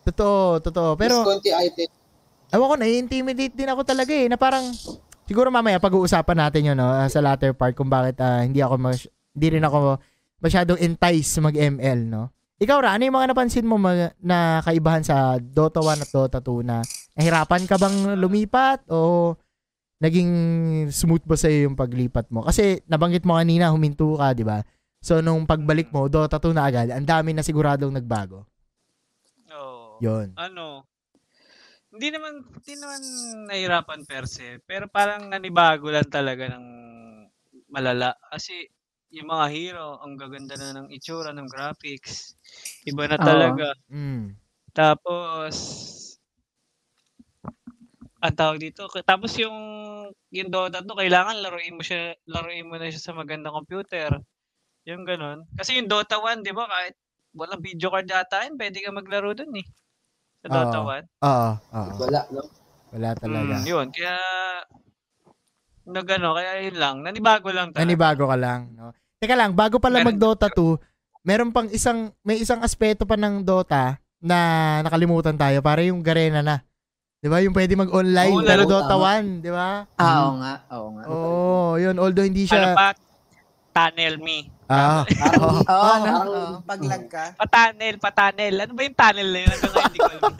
Speaker 1: Totoo, totoo. Pero
Speaker 3: mas konti item.
Speaker 1: Ewan ko, nai-intimidate din ako talaga eh, na parang, siguro mamaya pag-uusapan natin yun, no, ah, sa latter part, kung bakit ah, hindi ako, mas- hindi rin ako masyadong enticed mag-ML, no? Ikaw, Ra, ano yung mga napansin mo mga- na kaibahan sa Dota 1 at Dota 2 na nahirapan ka bang lumipat o naging smooth ba sa'yo yung paglipat mo? Kasi nabanggit mo kanina, huminto ka, di ba? So, nung pagbalik mo, Dota 2 na agad, ang dami na siguradong nagbago.
Speaker 2: Oo.
Speaker 1: Yun.
Speaker 2: ano, hindi naman, hindi naman nahirapan per se, pero parang nanibago lang talaga ng malala. Kasi yung mga hero, ang gaganda na ng itsura, ng graphics. Iba na
Speaker 1: Ah.
Speaker 4: Oo.
Speaker 2: talaga.
Speaker 1: Mm.
Speaker 2: Tapos, ang tawag dito, k- tapos yung, yung Dota 2, kailangan laruin mo siya, laruin mo na siya sa magandang computer. Yung ganun. Kasi yung Dota 1, di ba, kahit walang video card yata yun, pwede ka maglaro dun eh. Sa Dota
Speaker 1: Oo.
Speaker 2: 1.
Speaker 1: Oo, oo.
Speaker 3: Wala, no?
Speaker 1: Wala talaga.
Speaker 2: Mm, yun, kaya nagano, kaya yun lang. Nanibago lang talaga.
Speaker 1: Nanibago ka lang, no? Teka lang, bago pala
Speaker 2: Meron-
Speaker 1: mag-Dota 2, meron pang isang may isang aspeto pa ng Dota na nakalimutan tayo, para yung Garena na. 'Di ba? Yung pwede mag-online
Speaker 3: Oo,
Speaker 1: pero
Speaker 3: laro,
Speaker 1: Dota
Speaker 3: tama.
Speaker 1: 1, 'di ba?
Speaker 4: Ah, oo nga, oo nga.
Speaker 1: Oo, yun although hindi
Speaker 2: Ano
Speaker 1: siya
Speaker 2: pa? Tunnel me.
Speaker 1: Ah,
Speaker 3: Parang,
Speaker 1: Oo.
Speaker 4: Oo,
Speaker 3: parang-
Speaker 4: ano,
Speaker 3: parang-
Speaker 4: oo, pag lag ka.
Speaker 2: Patunnel, patunnel. Ano ba yung tunnel na yun? Hanggang ngayon, hindi ko alam.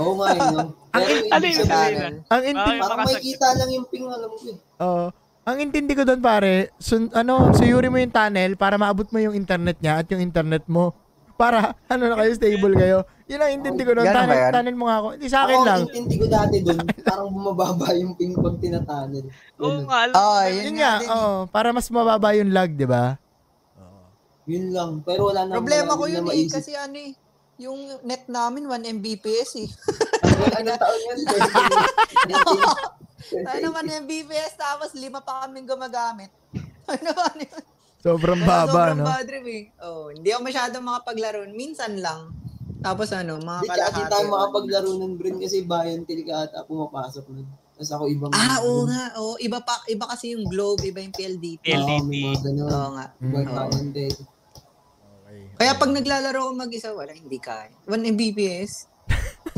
Speaker 3: Oo nga, eh, no? Pero yung
Speaker 2: ano
Speaker 3: ibig
Speaker 2: yun?
Speaker 3: sabihin,
Speaker 2: Ano yun?
Speaker 1: ang intindi
Speaker 2: Bakit?
Speaker 3: Parang may kita lang yung ping, alam ko eh.
Speaker 1: Oo. ang intindi ko doon pare, sun, ano, suyuri mo yung tunnel para maabot mo yung internet niya at yung internet mo para ano na kayo stable kayo. Yun ang intindi ko doon.
Speaker 4: Ganun ba
Speaker 1: Tunnel,
Speaker 4: yan?
Speaker 1: tunnel mo nga ako. Hindi sa akin
Speaker 3: Oo,
Speaker 1: lang.
Speaker 3: intindi ko dati dun, parang bumababa yung ping pag tinatanil.
Speaker 2: Oo
Speaker 3: Ganun.
Speaker 2: Oh, nga, alam
Speaker 4: Oo,
Speaker 2: ko.
Speaker 4: yun,
Speaker 1: Yun
Speaker 4: nga.
Speaker 1: nga,
Speaker 4: din. eh.
Speaker 1: oo, para mas mababa yung lag, 'di ba?
Speaker 3: Yun lang. Pero wala na.
Speaker 4: Problema
Speaker 3: wala
Speaker 4: ko
Speaker 3: na
Speaker 4: yun eh,
Speaker 3: maisip.
Speaker 4: kasi ano eh, yung net namin 1 Mbps eh.
Speaker 3: Anong taon yun? 2018.
Speaker 4: Tayo naman 1 Mbps tapos lima pa kaming gumagamit. Ano ba yun?
Speaker 1: Sobrang baba,
Speaker 4: Kaya sobrang
Speaker 1: no?
Speaker 4: bad trip eh. Oh, hindi ako masyadong makapaglaro. Minsan lang. Tapos ano, mga
Speaker 3: Hindi kasi
Speaker 4: kalahati.
Speaker 3: tayo
Speaker 4: ano.
Speaker 3: makapaglaro ng Bren kasi Bayan Tilga ata pumapasok nun. Tapos ako ibang...
Speaker 4: Ah, oo nga. Oo, iba, pa, iba kasi yung Globe, iba yung PLDT.
Speaker 2: Yeah.
Speaker 3: Oo, may mga ganun.
Speaker 4: Oo nga.
Speaker 3: Ibang
Speaker 4: Oo.
Speaker 3: taon din.
Speaker 4: Kaya pag naglalaro ako mag-isa, wala, hindi kaya. 1 Mbps.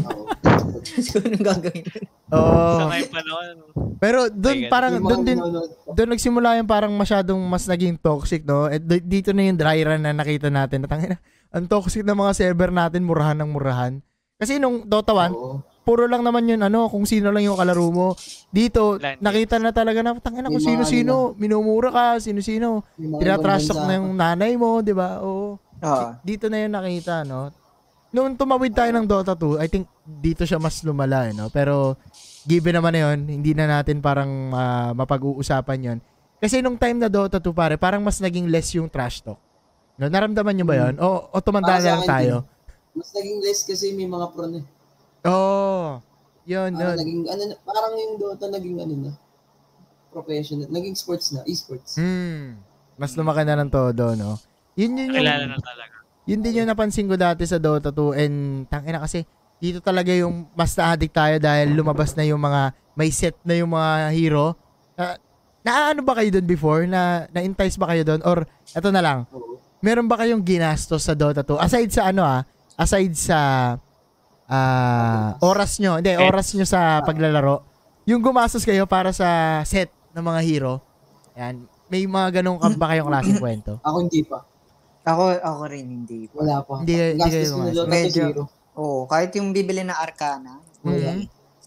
Speaker 3: Oo.
Speaker 4: Siguro nang gagawin.
Speaker 1: Oo.
Speaker 2: Sanay pa noon.
Speaker 1: Pero doon
Speaker 2: Ay, ganun.
Speaker 1: parang
Speaker 3: Yung mga
Speaker 1: doon din
Speaker 3: pinanood ko.
Speaker 1: doon nagsimula yung parang masyadong mas naging toxic, no? At d- dito na yung dry run na nakita natin. Natangin na, ang toxic ng mga server natin, murahan ng murahan. Kasi nung Dota 1,
Speaker 3: Oo.
Speaker 1: puro lang naman yun, ano, kung sino lang yung kalaro mo. Dito,
Speaker 2: Land
Speaker 1: nakita na talaga na, tangin na kung
Speaker 3: Yung mga
Speaker 1: sino-sino, minumura ka, sino-sino,
Speaker 3: Yung mga
Speaker 1: tinatrash talk
Speaker 3: ibang
Speaker 1: na
Speaker 3: bansa.
Speaker 1: yung nanay mo, di ba? Oo.
Speaker 3: Ah.
Speaker 4: Oo.
Speaker 1: dito na yun nakita, no? Noong tumawid tayo ng Dota 2, I think dito siya mas lumala, eh, no? Pero given naman na yun, hindi na natin parang ah, mapag-uusapan yon Kasi nung time na Dota 2, pare, parang mas naging less yung trash talk. No, naramdaman nyo ba yun? O, o tumanda na
Speaker 3: Hmm. Para sa
Speaker 1: lang
Speaker 3: akin
Speaker 1: tayo?
Speaker 3: Mas naging less kasi may mga pro na. eh.
Speaker 1: Oo. Oh, yun,
Speaker 3: Parang,
Speaker 1: yun.
Speaker 3: naging, ano, na- parang yung Dota naging ano na. Professional. Naging sports na. Esports.
Speaker 1: Hmm. Mas lumaki na ng todo, no? Yun yun yung
Speaker 2: Kilala na talaga.
Speaker 1: yun din yung napansin ko dati sa Dota 2 and tangina kasi dito talaga yung mas na-addict tayo dahil lumabas na yung mga may set na yung mga hero. Na, naaano ba kayo doon before? Na na-entice ba kayo doon? Or eto na lang,
Speaker 3: Oo.
Speaker 1: meron ba kayong ginastos sa Dota 2? Aside sa ano ah, aside sa ah, oras nyo, hindi,
Speaker 2: Set.
Speaker 1: oras nyo sa paglalaro, yung gumastos kayo para sa set ng mga hero, yan, may mga ganong ka ba kayong klaseng kwento?
Speaker 3: Ako hindi pa.
Speaker 4: Ako, ako rin hindi.
Speaker 3: Wala pa.
Speaker 1: Hindi kayo- hindi
Speaker 3: Gastos
Speaker 1: kayo
Speaker 3: ko na
Speaker 1: gumastos.
Speaker 3: Dota ko
Speaker 4: Medyo.
Speaker 3: zero.
Speaker 4: Oo, kahit yung bibili na Arcana.
Speaker 1: Mhm.
Speaker 3: Hmm.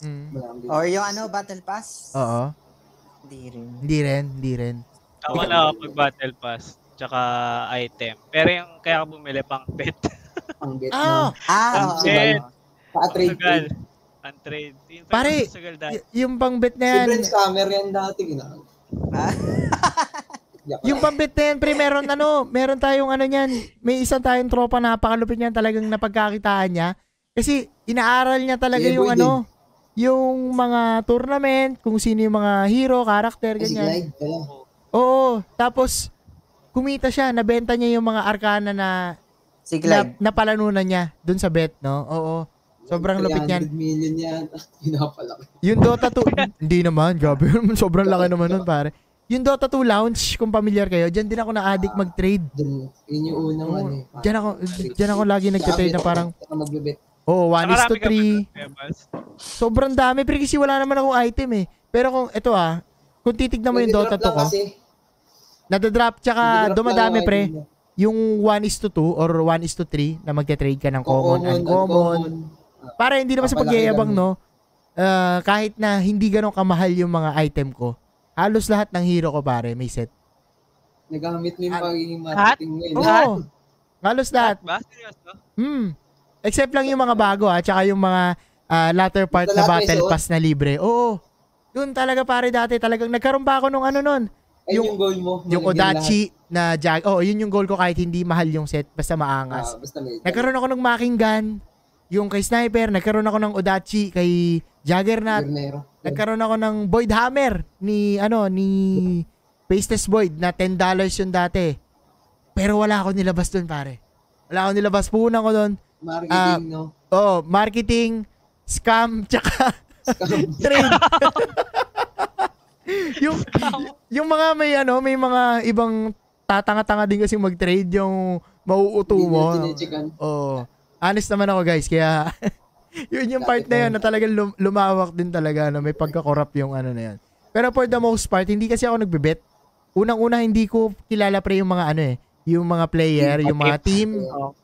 Speaker 1: Mm.
Speaker 3: Wala akong
Speaker 4: Or yung ano, Battle Pass.
Speaker 1: Oo.
Speaker 4: Hindi rin.
Speaker 1: Hindi rin, hindi rin.
Speaker 2: Ako na ako pag battle pass. Tsaka item. Pero yung kaya ako bumili pang pet.
Speaker 3: Ang bet
Speaker 1: Ah,
Speaker 3: na.
Speaker 4: Ah, oo.
Speaker 2: Shit.
Speaker 3: Pa-trade.
Speaker 2: Sugal. Ang trade. Yung trade
Speaker 1: Pare, eh,
Speaker 2: ng sugal dati.
Speaker 1: Y- yung pangbet na
Speaker 3: Si
Speaker 1: yan,
Speaker 3: Brent Scammer yan dati. Ginagawa.
Speaker 4: Ah,
Speaker 1: yung pangbet na yan, pre, meron ano, meron tayong ano niyan, may isang tayong tropa na napakalupit niyan talagang napagkakitaan niya. Kasi inaaral niya talaga
Speaker 3: Si
Speaker 1: yung
Speaker 3: Boy
Speaker 1: ano, yung mga tournament, kung sino yung mga hero, character,
Speaker 3: Kasi
Speaker 1: ganyan.
Speaker 3: glide pala.
Speaker 1: Oo, tapos kumita siya, nabenta niya yung mga arkana na,
Speaker 4: si
Speaker 1: na
Speaker 4: Glide.
Speaker 1: napalanunan niya dun sa bet, no? Oo. Sobrang lupit niyan.
Speaker 3: 300 million yan. Pinapalaki.
Speaker 1: Yung Dota 2, hindi naman, grabe. Sobrang laki naman nun, pare. Yung Dota 2 lounge, kung familiar kayo, dyan din ako na-addict mag-trade.
Speaker 3: Dun, yun yung unang
Speaker 1: Oo,
Speaker 3: Ah. ano eh. parang-
Speaker 1: Dyan Hmm. ako, dyan ako lagi nagtitrade na parang,
Speaker 3: Saka magbebet.
Speaker 1: oh, 1 is to 3.
Speaker 2: 3.
Speaker 1: Sobrang dami, pero kasi wala naman akong item eh. Pero kung, eto ah, kung titignan mo yung Dota 2
Speaker 3: Nagdrop
Speaker 1: ko,
Speaker 3: lang kasi.
Speaker 1: nadadrop, tsaka
Speaker 3: Nagdrop
Speaker 1: dumadami
Speaker 3: lang
Speaker 1: pre,
Speaker 3: yung item niya.
Speaker 1: yung 1 is to 2 or 1 is to 3 na magte-trade ka ng common,
Speaker 3: Oo,
Speaker 1: uncommon. Para hindi naman sa
Speaker 3: Papalaki
Speaker 1: pagyayabang, no,
Speaker 3: lang.
Speaker 1: ah, kahit na hindi ganun kamahal yung mga item ko, halos lahat ng hero ko pare, may set.
Speaker 3: Nagamit mo yung
Speaker 1: At-
Speaker 3: pagiging marketing mo yun.
Speaker 1: Ah. Oo.
Speaker 2: Lahat?
Speaker 1: Halos lahat.
Speaker 2: Ba? Seryoso?
Speaker 1: Hmm. Except lang yung mga bago ha, tsaka yung mga ah, latter part na
Speaker 3: Basta lahat may
Speaker 1: battle
Speaker 3: suot.
Speaker 1: pass na libre. Oo. Doon talaga pare dati talagang nagkaroon pa ako nung ano nun.
Speaker 3: Ayun
Speaker 1: Yung-
Speaker 3: yung, goal mo.
Speaker 1: Yung
Speaker 3: malagyan lahat.
Speaker 1: Odachi na jag. Oo, yun yung goal ko kahit hindi mahal yung set basta maangas.
Speaker 3: Ah, basta may.
Speaker 1: Nagkaroon ako ng Making Gun, yung kay Sniper, nagkaroon ako ng Odachi kay Juggernaut,
Speaker 3: Gernero.
Speaker 1: nagkaroon ako ng Void Hammer ni ano ni Pasteless Void na $10 yun dati. Pero wala ako nilabas doon pare. Wala ako nilabas punan ko doon.
Speaker 3: Marketing, no?
Speaker 1: Oh, marketing, scam, tsaka
Speaker 3: Scam.
Speaker 1: trade. yung yung mga may ano, may mga ibang tatanga-tanga din kasi mag-trade yung mauuto
Speaker 3: Hindi
Speaker 1: mo.
Speaker 3: nyo tinitigan.
Speaker 1: Oo. honest naman ako, guys, kaya yun yung part na yun na talagang lum- lumawak din talaga na may pagkakorap yung ano na yun. Pero for the most part, hindi kasi ako nagbebet. Unang-una, hindi ko kilala pre yung mga ano eh, yung mga player, yung mga team,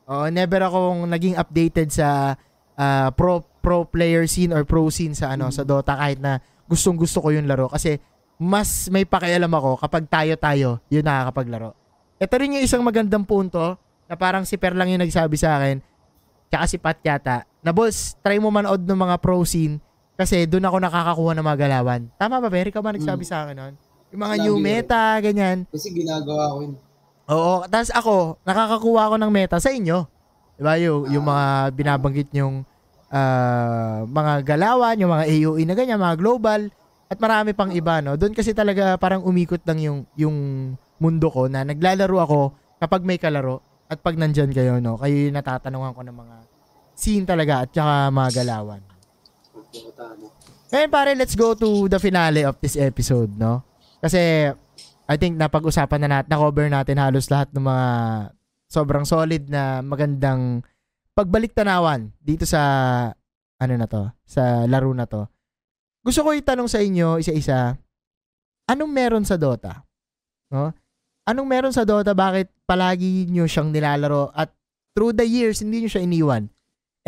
Speaker 1: Oh, never akong naging updated sa ah, pro pro player scene or pro scene sa ano
Speaker 3: Mm.
Speaker 1: sa Dota kahit na gustong-gusto ko yung laro kasi mas may pakialam ako kapag tayo-tayo yung nakakapaglaro. Ito rin yung isang magandang punto na parang si Per lang yung nagsabi sa akin tsaka si Pat yata na boss, try mo manood ng mga pro scene kasi doon ako nakakakuha ng mga galawan. Tama ba, Per? Ikaw ba nagsabi
Speaker 3: Mm.
Speaker 1: sa akin nun? Yung mga
Speaker 3: Sinabi
Speaker 1: new
Speaker 3: ko yun.
Speaker 1: meta, ganyan.
Speaker 3: Kasi ginagawa ko yun.
Speaker 1: Oo, tapos ako, nakakakuha ako ng meta sa inyo. Diba, yung, yung mga binabanggit yung ah, mga galawan, yung mga AOE na ganyan, mga global, at marami pang iba, no? Doon kasi talaga parang umikot lang yung, yung mundo ko na naglalaro ako kapag may kalaro at pag nandyan kayo, no? Kayo yung natatanungan ko ng mga scene talaga at saka mga galawan.
Speaker 3: Pagkakata na.
Speaker 1: Ngayon pare, let's go to the finale of this episode, no? Kasi I think napag-usapan na natin, na-cover natin halos lahat ng mga sobrang solid na magandang pagbalik tanawan dito sa ano na to, sa laro na to. Gusto ko itanong sa inyo isa-isa, anong meron sa Dota? No? Anong meron sa Dota? Bakit palagi nyo siyang nilalaro at through the years, hindi nyo siya iniwan?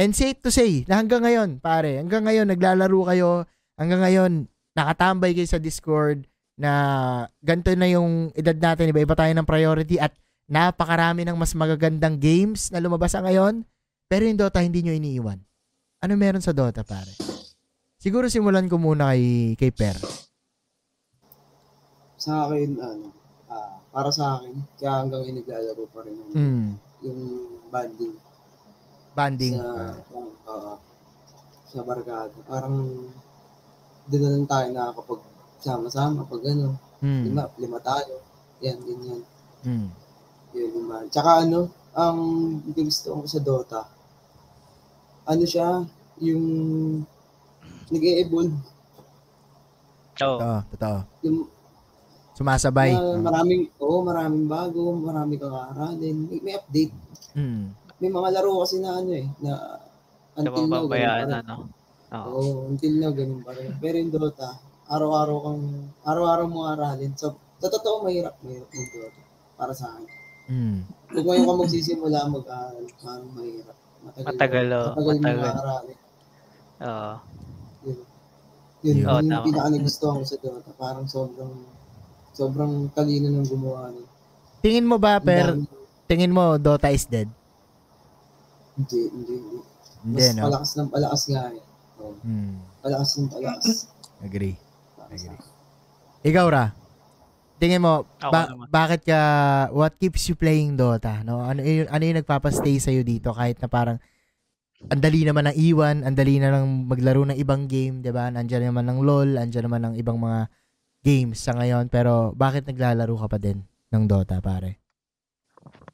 Speaker 1: And safe to say, na hanggang ngayon, pare, hanggang ngayon, naglalaro kayo, hanggang ngayon, nakatambay kayo sa Discord na ganito na yung edad natin, iba-iba tayo ng priority at napakarami ng mas magagandang games na lumabas sa ngayon, pero yung Dota hindi nyo iniiwan. Ano meron sa Dota, pare? Siguro simulan ko muna kay, kay Per.
Speaker 3: Sa akin, ano, ah, para sa akin, kaya hanggang ngayon naglalaro pa rin ako.
Speaker 1: Mm,
Speaker 3: yung banding
Speaker 1: banding.
Speaker 3: sa, ah, sa barkada. Parang doon na lang tayo nakakapag sama-sama pag ano,
Speaker 1: Mm,
Speaker 3: lima, lima tayo. Yan, ganyan.
Speaker 1: mm,
Speaker 3: Yun, lima. Tsaka ano, ang gusto ko sa Dota, ano siya, yung nag-e-evolve,
Speaker 2: So,
Speaker 1: totoo, totoo.
Speaker 3: yung
Speaker 1: Sumasabay.
Speaker 3: na maraming, oo, maraming bago, marami kang aaralin. May, may update.
Speaker 1: Mm,
Speaker 3: May mga laro kasi na ano eh, na until now, ganun pa
Speaker 2: nababayaan
Speaker 3: rin.
Speaker 2: na, ano, no? Oo.
Speaker 3: Oo, until now, ganun pa rin. Pero yung Dota, araw-araw kang, araw-araw mo aralin. So, sa totoo, mahirap, mahirap yung Dota. Para sa akin.
Speaker 1: mm,
Speaker 3: Kung ngayon ka magsisimula mag-aral, parang mahirap. Matagal,
Speaker 2: Matagal, oo,
Speaker 3: matagal, mo
Speaker 2: matagal.
Speaker 3: aralin.
Speaker 2: Oo.
Speaker 3: Yun,
Speaker 1: Yun.
Speaker 3: yun,
Speaker 2: Oo,
Speaker 3: yung
Speaker 2: tama.
Speaker 3: pinaka nagustuhan ko sa Dota. Parang sobrang, sobrang talino ng gumawa nun.
Speaker 1: Tingin mo ba,
Speaker 3: Ang
Speaker 1: Per,
Speaker 3: dami-
Speaker 1: tingin mo Dota is dead?
Speaker 3: Hindi, hindi, hindi.
Speaker 1: Hindi,
Speaker 3: Mas
Speaker 1: no?
Speaker 3: palakas ng palakas nga eh. Oo,
Speaker 1: Mm,
Speaker 3: palakas ng palakas.
Speaker 1: agree.
Speaker 3: Para sa akin.
Speaker 1: Ikaw ra. Tingin mo
Speaker 2: Ako
Speaker 1: ba-
Speaker 2: naman.
Speaker 1: bakit ka what keeps you playing Dota, no? Ano yun, ano yung nagpapastay sa dito kahit na parang ang dali naman ng iwan, ang dali na lang maglaro ng ibang game, 'di ba? Andiyan naman ng LoL, andiyan naman ng ibang mga games sa ngayon, pero bakit naglalaro ka pa din ng Dota, pare?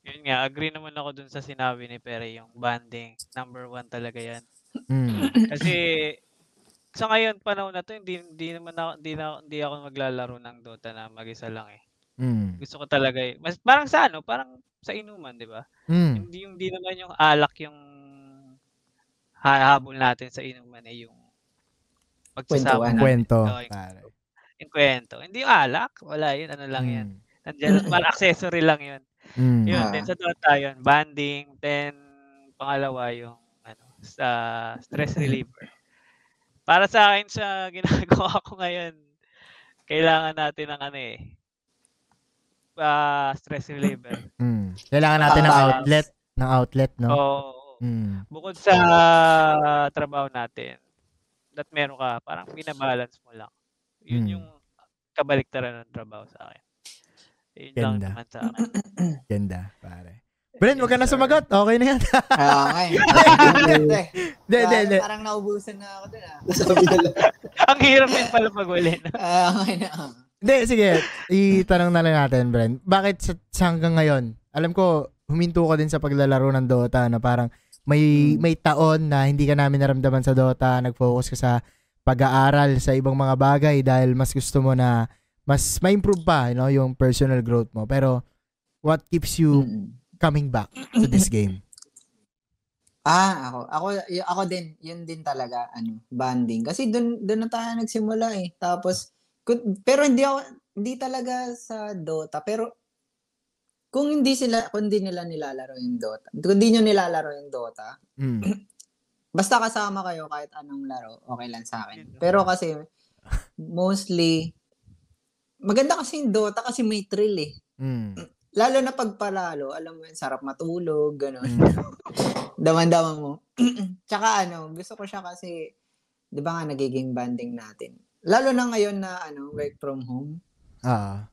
Speaker 2: Yun nga, agree naman ako dun sa sinabi ni Pere, yung banding. Number one talaga yan.
Speaker 1: Mm.
Speaker 2: Kasi sa ngayon panahon na to, hindi hindi naman ako, hindi, na, hindi ako maglalaro ng Dota na mag-isa lang eh.
Speaker 1: Mm.
Speaker 2: Gusto ko talaga eh. Mas parang sa ano, parang sa inuman, 'di ba?
Speaker 1: Mm.
Speaker 2: Hindi yung di naman yung alak yung hahabol natin sa inuman eh yung pagsasama
Speaker 4: Kwentuhan.
Speaker 2: natin.
Speaker 1: Kwento,
Speaker 2: Oo, yung-
Speaker 1: pare.
Speaker 2: Yung kwento. Hindi yung alak, wala yun, ano lang yan. Nandiyan, parang accessory lang yun.
Speaker 1: Mm.
Speaker 2: Yun,
Speaker 4: Ah.
Speaker 2: then sa Dota yun, banding, then pangalawa yung ano, sa stress reliever. Para sa akin sa ginagawa ko ngayon, kailangan natin ng ano eh, ah, stress reliever.
Speaker 1: Mm. Kailangan natin ng
Speaker 4: Ah.
Speaker 1: outlet, ng outlet, no?
Speaker 2: Oo.
Speaker 1: Mm.
Speaker 2: bukod sa trabaho natin, that meron ka, parang binabalance mo lang. Yun
Speaker 1: Mm.
Speaker 2: yung kabaliktaran ng trabaho sa akin. Yun lang
Speaker 1: Ganda.
Speaker 2: naman sa akin.
Speaker 1: Ganda, pare. Brent, wag ka na
Speaker 2: Yes, sir.
Speaker 1: sumagot. Okay na yan.
Speaker 4: Ah, okay.
Speaker 1: Hindi, hindi, hindi.
Speaker 4: Parang- Parang naubusan na ako dun ah.
Speaker 3: Sabi na lang.
Speaker 1: Hmm.
Speaker 2: Ang hirap din pala pag wala. no?
Speaker 4: Ah, okay na. ah.
Speaker 1: Hindi, sige. Itanong na lang natin, Brent. Bakit sa, sa hanggang ngayon? Alam ko, huminto ka din sa paglalaro ng Dota na parang may may taon na hindi ka namin naramdaman sa Dota, nag-focus ka sa pag-aaral sa ibang mga bagay dahil mas gusto mo na mas ma-improve pa, you know, yung personal growth mo. Pero what keeps you
Speaker 4: Mm.
Speaker 1: coming back to this game?
Speaker 4: Ah, ako. Ako, y- ako din. Yun din talaga, ano, banding. Kasi dun, dun na tayo nagsimula eh. Tapos, kun- pero hindi ako, hindi talaga sa Dota. Pero, kung hindi sila, kung hindi nila nilalaro yung Dota, kung hindi nyo nilalaro yung Dota,
Speaker 1: Mm.
Speaker 4: basta kasama kayo kahit anong laro, okay lang sa akin. Pero kasi, mostly, maganda kasi yung Dota kasi may thrill eh.
Speaker 1: Mm.
Speaker 4: Lalo na pagpalalo, alam mo yun, sarap matulog, gano'n.
Speaker 1: Mm.
Speaker 4: Daman-daman mo. Tsaka ano, gusto ko siya kasi, di ba nga nagiging banding natin. Lalo na ngayon na ano, work from home.
Speaker 1: Ah.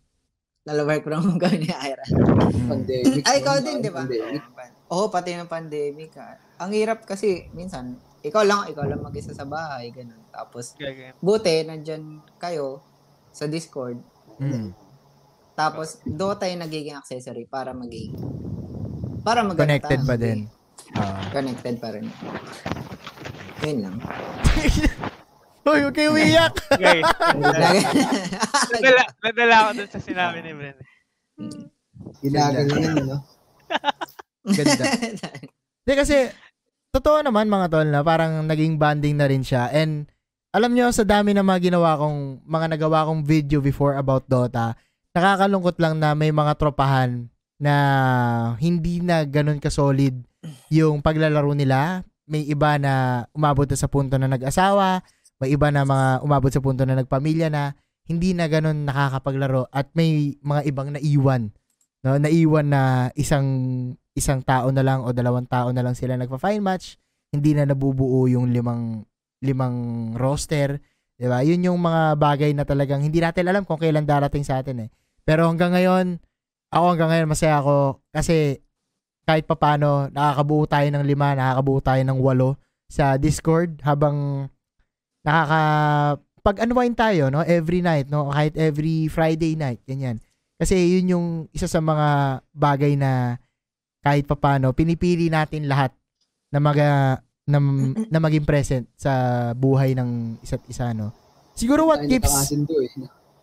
Speaker 4: Lalo work from home kami ni Ira.
Speaker 1: Mm.
Speaker 3: Pandemic.
Speaker 4: Ay, ikaw din, di ba?
Speaker 3: Pandemic.
Speaker 4: Oo, pati ng pandemic. ah. Ang hirap kasi, minsan, ikaw lang, ikaw lang mag-isa sa bahay, gano'n. Tapos,
Speaker 2: Gagawin.
Speaker 4: Buti, nandyan kayo sa Discord.
Speaker 1: Mm.
Speaker 4: Tapos, Dota yung nagiging accessory para maging para maganda
Speaker 1: Connected
Speaker 4: tayo.
Speaker 1: pa din. Ah.
Speaker 4: Connected pa rin. Yun lang.
Speaker 1: Hoy, huwag kayo iyak.
Speaker 2: Guys, nadala, nadala ako dun sa sinabi ni Bren.
Speaker 3: Ginagaling yun, no?
Speaker 1: Ganda. Hindi kasi, totoo naman mga tol na parang naging banding na rin siya. And alam nyo, sa dami ng mga ginawa kong, mga nagawa kong video before about Dota, nakakalungkot lang na may mga tropahan na hindi na ganun ka-solid yung paglalaro nila. May iba na umabot na sa punto na nag-asawa, may iba na mga umabot sa punto na nagpamilya na hindi na ganun nakakapaglaro at may mga ibang naiwan. No, naiwan na isang isang tao na lang o dalawang tao na lang sila nagpa-fine match, hindi na nabubuo yung limang limang roster, 'di ba? Yun yung mga bagay na talagang hindi natin alam kung kailan darating sa atin eh. Pero hanggang ngayon, ako hanggang ngayon masaya ako kasi kahit papano nakakabuo tayo ng lima, nakakabuo tayo ng walo sa Discord habang nakaka pag-unwind tayo, no? Every night, no? Kahit every Friday night, ganyan. Kasi yun yung isa sa mga bagay na kahit papano pinipili natin lahat na maga na, na maging present sa buhay ng isa't isa no siguro what Ano
Speaker 3: Tayo
Speaker 1: keeps
Speaker 3: natakasin to, eh.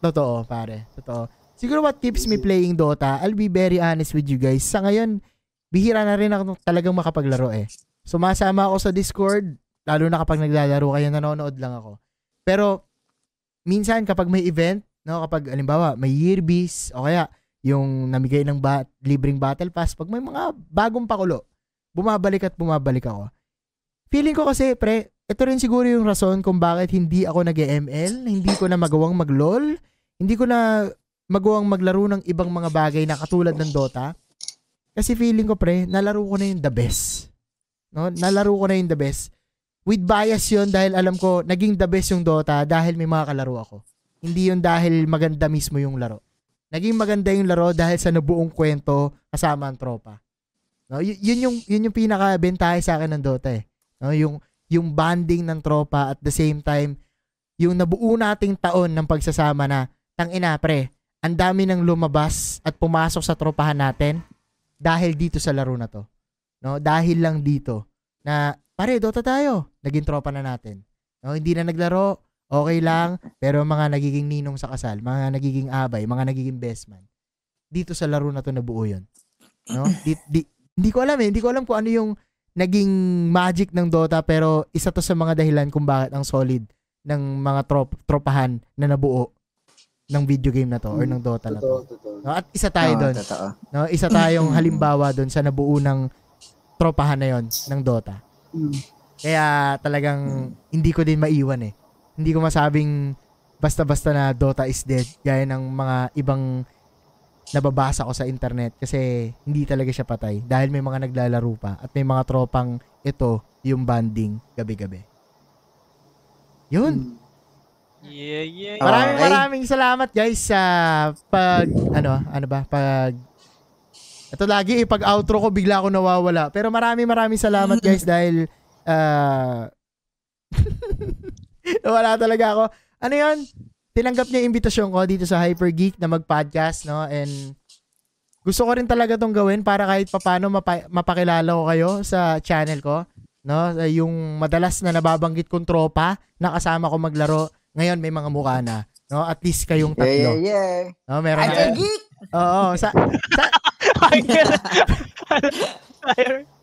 Speaker 1: Totoo, pare. Totoo. Siguro what keeps me playing Dota, I'll be very honest with you guys. Sa ngayon, bihira na rin ako talagang makapaglaro eh. Sumasama ako sa Discord, lalo na kapag naglalaro kayo, nanonood lang ako. Pero, minsan kapag may event, no, kapag alimbawa may yearbies, o kaya yung namigay ng ba- libreng battle pass, pag may mga bagong pakulo, bumabalik at bumabalik ako. Feeling ko kasi, pre, ito rin siguro yung rason kung bakit hindi ako nag-ML, hindi ko na magawang mag-LOL, hindi ko na magawang maglaro ng ibang mga bagay na katulad ng Dota. Kasi feeling ko pre, nalaro ko na yung the best. No? Nalaro ko na yung the best. With bias yon dahil alam ko naging the best yung Dota dahil may mga kalaro ako. Hindi yun dahil maganda mismo yung laro. Naging maganda yung laro dahil sa nabuong kwento kasama ang tropa. No? Y- yun yung yun yung pinaka bentahe sa akin ng Dota eh. No? Yung yung bonding ng tropa at the same time yung nabuo nating taon ng pagsasama na tang ina pre, ang dami nang lumabas at pumasok sa tropahan natin dahil dito sa laro na to. No, dahil lang dito na pare Dota tayo, naging tropa na natin. No, hindi na naglaro, okay lang, pero mga nagiging ninong sa kasal, mga nagiging abay, mga nagiging best man. Dito sa laro na to nabuo 'yon. No? Di, di, hindi ko alam eh, hindi ko alam kung ano yung naging magic ng Dota pero isa to sa mga dahilan kung bakit ang solid ng mga trop tropahan na nabuo ng video game na to or ng Dota na
Speaker 3: Totoo,
Speaker 1: to.
Speaker 3: totoo.
Speaker 1: No, at isa tayo doon.
Speaker 4: Totoo.
Speaker 1: No, isa tayong halimbawa doon sa nabuo ng tropahan na yon ng Dota.
Speaker 3: Mm.
Speaker 1: Kaya talagang hindi ko din maiwan eh. Hindi ko masabing basta-basta na Dota is dead gaya ng mga ibang nababasa ko sa internet kasi hindi talaga siya patay dahil may mga naglalaro pa at may mga tropang ito yung banding gabi-gabi. Yun.
Speaker 3: Mm.
Speaker 2: Yeah, yeah.
Speaker 4: Ah.
Speaker 1: Maraming
Speaker 4: Okay.
Speaker 1: maraming salamat guys sa pag ano ano ba pag Ito lagi eh, pag outro ko bigla ako nawawala. Pero maraming maraming salamat guys dahil ah wala talaga ako. Ano 'yun? Tinanggap niya yung imbitasyon ko dito sa Hyper Geek na mag-podcast no and gusto ko rin talaga tong gawin para kahit papano mapa- mapakilala ko kayo sa channel ko no yung madalas na nababanggit kong tropa na kasama ko maglaro ngayon may mga mukha na no at least kayong
Speaker 4: Yeah, yeah,
Speaker 1: tatlo
Speaker 4: yeah.
Speaker 1: no meron
Speaker 4: Hyper
Speaker 1: na
Speaker 4: Geek!
Speaker 1: oo sa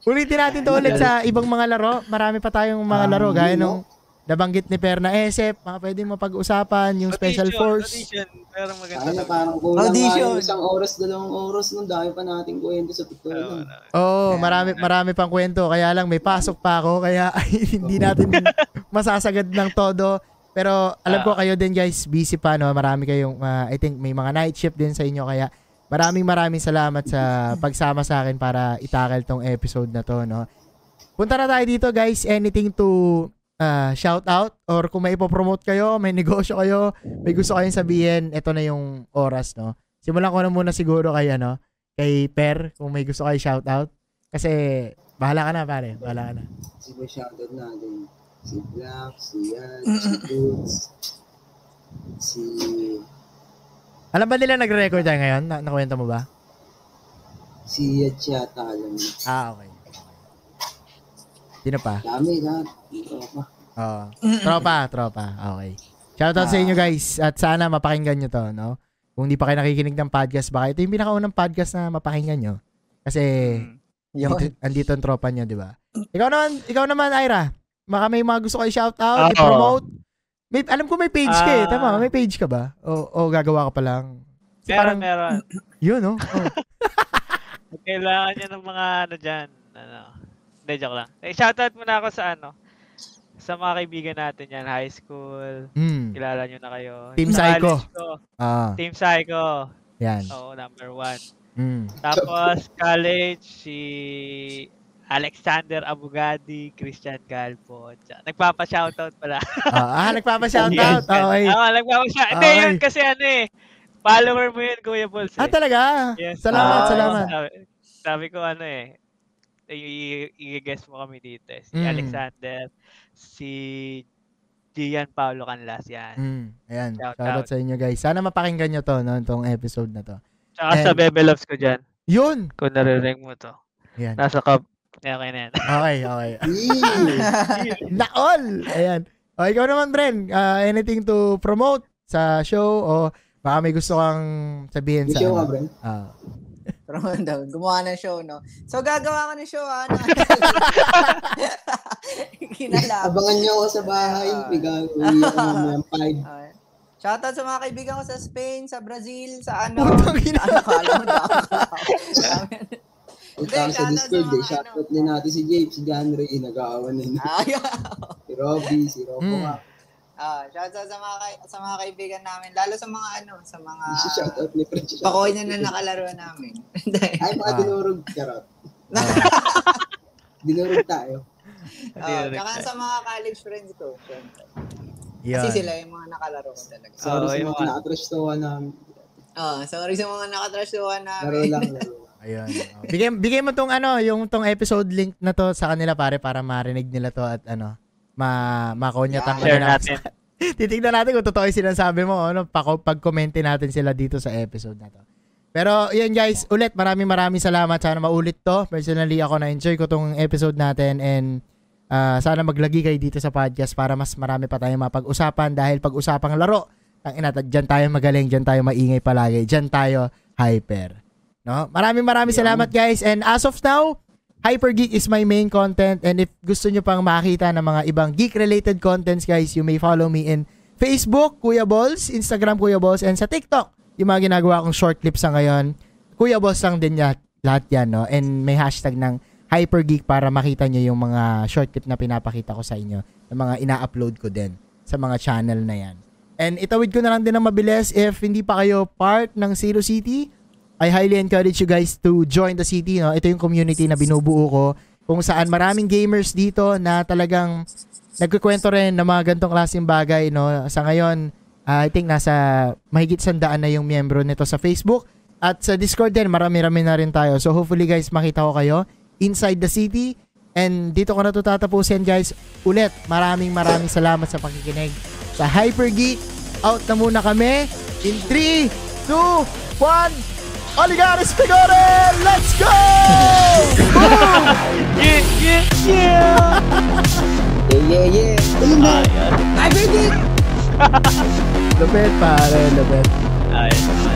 Speaker 1: ulitin natin to ulit sa ibang mga laro marami pa tayong mga
Speaker 3: Ah,
Speaker 1: laro gaya
Speaker 3: yun,
Speaker 1: nung nabanggit ni Perna SF mga pwedeng mapag-usapan yung Special Force
Speaker 2: Audition, pero maganda
Speaker 3: Kaya
Speaker 2: talaga.
Speaker 3: parang kulang nga
Speaker 4: Audition.
Speaker 3: yung isang oras, dalawang oras nun. Dahil pa nating kwento sa totoo lang.
Speaker 1: Oo, oh,
Speaker 4: Kaya-
Speaker 1: marami marami pang kwento kaya lang may pasok pa ako kaya hindi natin masasagad ng todo. Pero alam ko kayo din guys, busy pa no. Marami kayong ah, I think may mga night shift din sa inyo kaya maraming maraming salamat sa pagsama sa akin para itakal tong episode na to no. Punta na tayo dito guys. Anything to ah, shout out or kung may ipopromote kayo, may negosyo kayo, may gusto kayong sabihin, ito na yung oras no. Simulan ko na muna siguro kay ano, kay Per kung may gusto kayo shout out. Kasi bahala ka na pare, bahala ka na.
Speaker 3: Si may shoutout natin. Si Black, si Yan, si Boots, si...
Speaker 1: Alam ba nila nagre-record tayo ngayon? Na nakuwento mo ba?
Speaker 3: Si Yad siya, ata, alam mo.
Speaker 1: Ah, okay. Sino pa?
Speaker 3: Dami lahat. Tropa.
Speaker 1: Oo. Tropa, tropa. Okay. Shoutout sa inyo guys at sana mapakinggan nyo to, no? Kung di pa kayo nakikinig ng podcast, baka ito yung pinakaunang podcast na mapakinggan nyo. Kasi
Speaker 2: Mm.
Speaker 4: Yun.
Speaker 1: andito, andito ang tropa nyo, di ba? Ikaw naman, ikaw naman, Ira. Baka may mga gusto kayo shoutout,
Speaker 2: Oo.
Speaker 1: i-promote. May, alam ko may page ka eh.
Speaker 2: Ah.
Speaker 1: Tama, may page ka ba? O, o gagawa ka pa lang. Kasi
Speaker 2: Meron, meron.
Speaker 1: Yun, no? Oh.
Speaker 2: Kailangan niya ng mga ano dyan. Ano. Hindi, joke lang. Eh, shoutout muna ako sa ano. Sa mga kaibigan natin yan. High school.
Speaker 1: Mm.
Speaker 2: Kilala nyo na kayo.
Speaker 1: Team
Speaker 2: Sa
Speaker 1: Psycho.
Speaker 2: college ko,
Speaker 1: Ah,
Speaker 2: Team Psycho.
Speaker 1: yan.
Speaker 2: Oo, number one.
Speaker 1: Mm.
Speaker 2: Tapos, college, si Alexander Abugadi, Christian Galpo. Tsaka- Nagpapa-shoutout pala.
Speaker 1: Ah, ah, nagpapa-shoutout. Okay.
Speaker 2: Oo, nagpapa-shoutout. Hindi,
Speaker 1: Okay.
Speaker 2: yun kasi ano eh. Follower mo yun, Kuya Bulls.
Speaker 1: Ah,
Speaker 2: Eh.
Speaker 1: talaga?
Speaker 2: Yes.
Speaker 1: Salamat,
Speaker 4: Ah,
Speaker 1: salamat.
Speaker 2: Sabi, sabi ko ano eh, i- i- i-guess mo kami dito. eh. Si
Speaker 1: Mm.
Speaker 2: Alexander, si Gian Paolo Canlas yan.
Speaker 1: Mm, ayan.
Speaker 2: Shoutout.
Speaker 1: Shoutout sa inyo guys. Sana mapakinggan nyo to, no, itong episode na to.
Speaker 2: Tsaka sa
Speaker 1: and-
Speaker 2: Bebeloves ko dyan,
Speaker 1: Yun!
Speaker 2: kung naririnig mo to.
Speaker 1: Ayan.
Speaker 2: Nasa cup. Eh, Okay na yan.
Speaker 1: Okay, okay.
Speaker 3: Yee!
Speaker 1: Na all! Ayan. O, ikaw naman, Bren. ah, anything to promote sa show o baka may gusto kang sabihin
Speaker 3: May
Speaker 1: sa...
Speaker 3: show ka,
Speaker 1: ano?
Speaker 3: Bren?
Speaker 1: Ah.
Speaker 4: Roman daw, gumawa ng show, no? So, gagawa ko ng show, ah. ha? Na- Kinalaban.
Speaker 3: Abangan niyo ako sa bahay.
Speaker 4: Ah.
Speaker 3: May gagawin ako ng 5.
Speaker 4: Okay. Shoutout sa mga kaibigan ko sa Spain, sa Brazil, sa ano.
Speaker 1: Putang ina.
Speaker 4: Ano ka, alam mo na
Speaker 3: Punta ako sa
Speaker 4: Shoutout
Speaker 3: Discord.
Speaker 4: sa mga ano.
Speaker 3: Eh. Shoutout na natin si James, si John Ray. Nag-aawan na yun. Si Robby, si Robo
Speaker 1: Mm.
Speaker 3: nga.
Speaker 4: Ah, shoutout sa mga, kay- sa mga kaibigan namin, lalo sa mga ano, sa mga
Speaker 3: Si shoutout ni French.
Speaker 4: pakoy na na nakalaro namin. Hindi.
Speaker 3: Ay, mga
Speaker 1: Ah.
Speaker 3: dinurog. Charot. dinurog tayo.
Speaker 4: Ah, tsaka sa mga college friends ko, syempre. Kasi
Speaker 1: Yun.
Speaker 4: sila yung mga nakalaro ko talaga. So,
Speaker 3: Sorry
Speaker 2: Oo,
Speaker 3: sa
Speaker 2: yun
Speaker 3: mga
Speaker 2: nga.
Speaker 3: na-attrash tawa namin.
Speaker 4: ah, sorry sa mga nakatrasuhan
Speaker 3: Laro
Speaker 4: namin.
Speaker 3: lang, laro.
Speaker 1: Ayun. O, oh. Bigay, bigay mo tong ano, yung tong episode link na to sa kanila pare para marinig nila to at ano, ma makonyatang ano
Speaker 2: Share natin.
Speaker 1: titignan natin kung totoo yung sinasabi mo. Ano, pako- pag-commente natin sila dito sa episode na to. Pero, yun guys, ulit, maraming maraming salamat. Sana maulit to. Personally, ako na-enjoy ko tong episode natin and ah, sana maglagi kayo dito sa podcast para mas marami pa tayong mapag-usapan dahil pag-usapang laro, ang ina, dyan tayo magaling, dyan tayo maingay palagi, dyan tayo hyper. No? Maraming maraming salamat guys and as of now, Hyper Geek is my main content and if gusto nyo pang makita ng mga ibang geek-related contents guys, you may follow me in Facebook, Kuya Balls, Instagram, Kuya Balls, and sa TikTok, yung mga ginagawa kong short clips sa ngayon, Kuya Balls lang din yan, lahat yan, no? And may hashtag ng Hyper Geek para makita nyo yung mga short clip na pinapakita ko sa inyo, yung mga ina-upload ko din sa mga channel na yan. And itawid ko na lang din ng mabilis, if hindi pa kayo part ng Zero City, I highly encourage you guys to join the city. No? Ito yung community na binubuo ko kung saan maraming gamers dito na talagang nagkukwento rin ng mga gantong klaseng bagay. No? Sa ngayon, ah, I think nasa mahigit sandaan na yung miyembro nito sa Facebook. At sa Discord din, marami-rami na rin tayo. So hopefully guys, makita ko kayo inside the city. And dito ko na ito tatapusin guys. Ulit, maraming maraming salamat sa pakikinig sa Hyper Geek. Out na muna kami in 3, 2, 1. Oligares Figore! Let's go!
Speaker 2: Yeah, yeah, yeah!
Speaker 4: Yeah, yeah, yeah.
Speaker 3: Ayun na!
Speaker 2: Ayos.
Speaker 4: Hyper Geek!
Speaker 1: Lupit pare, lupit.
Speaker 2: Ayos.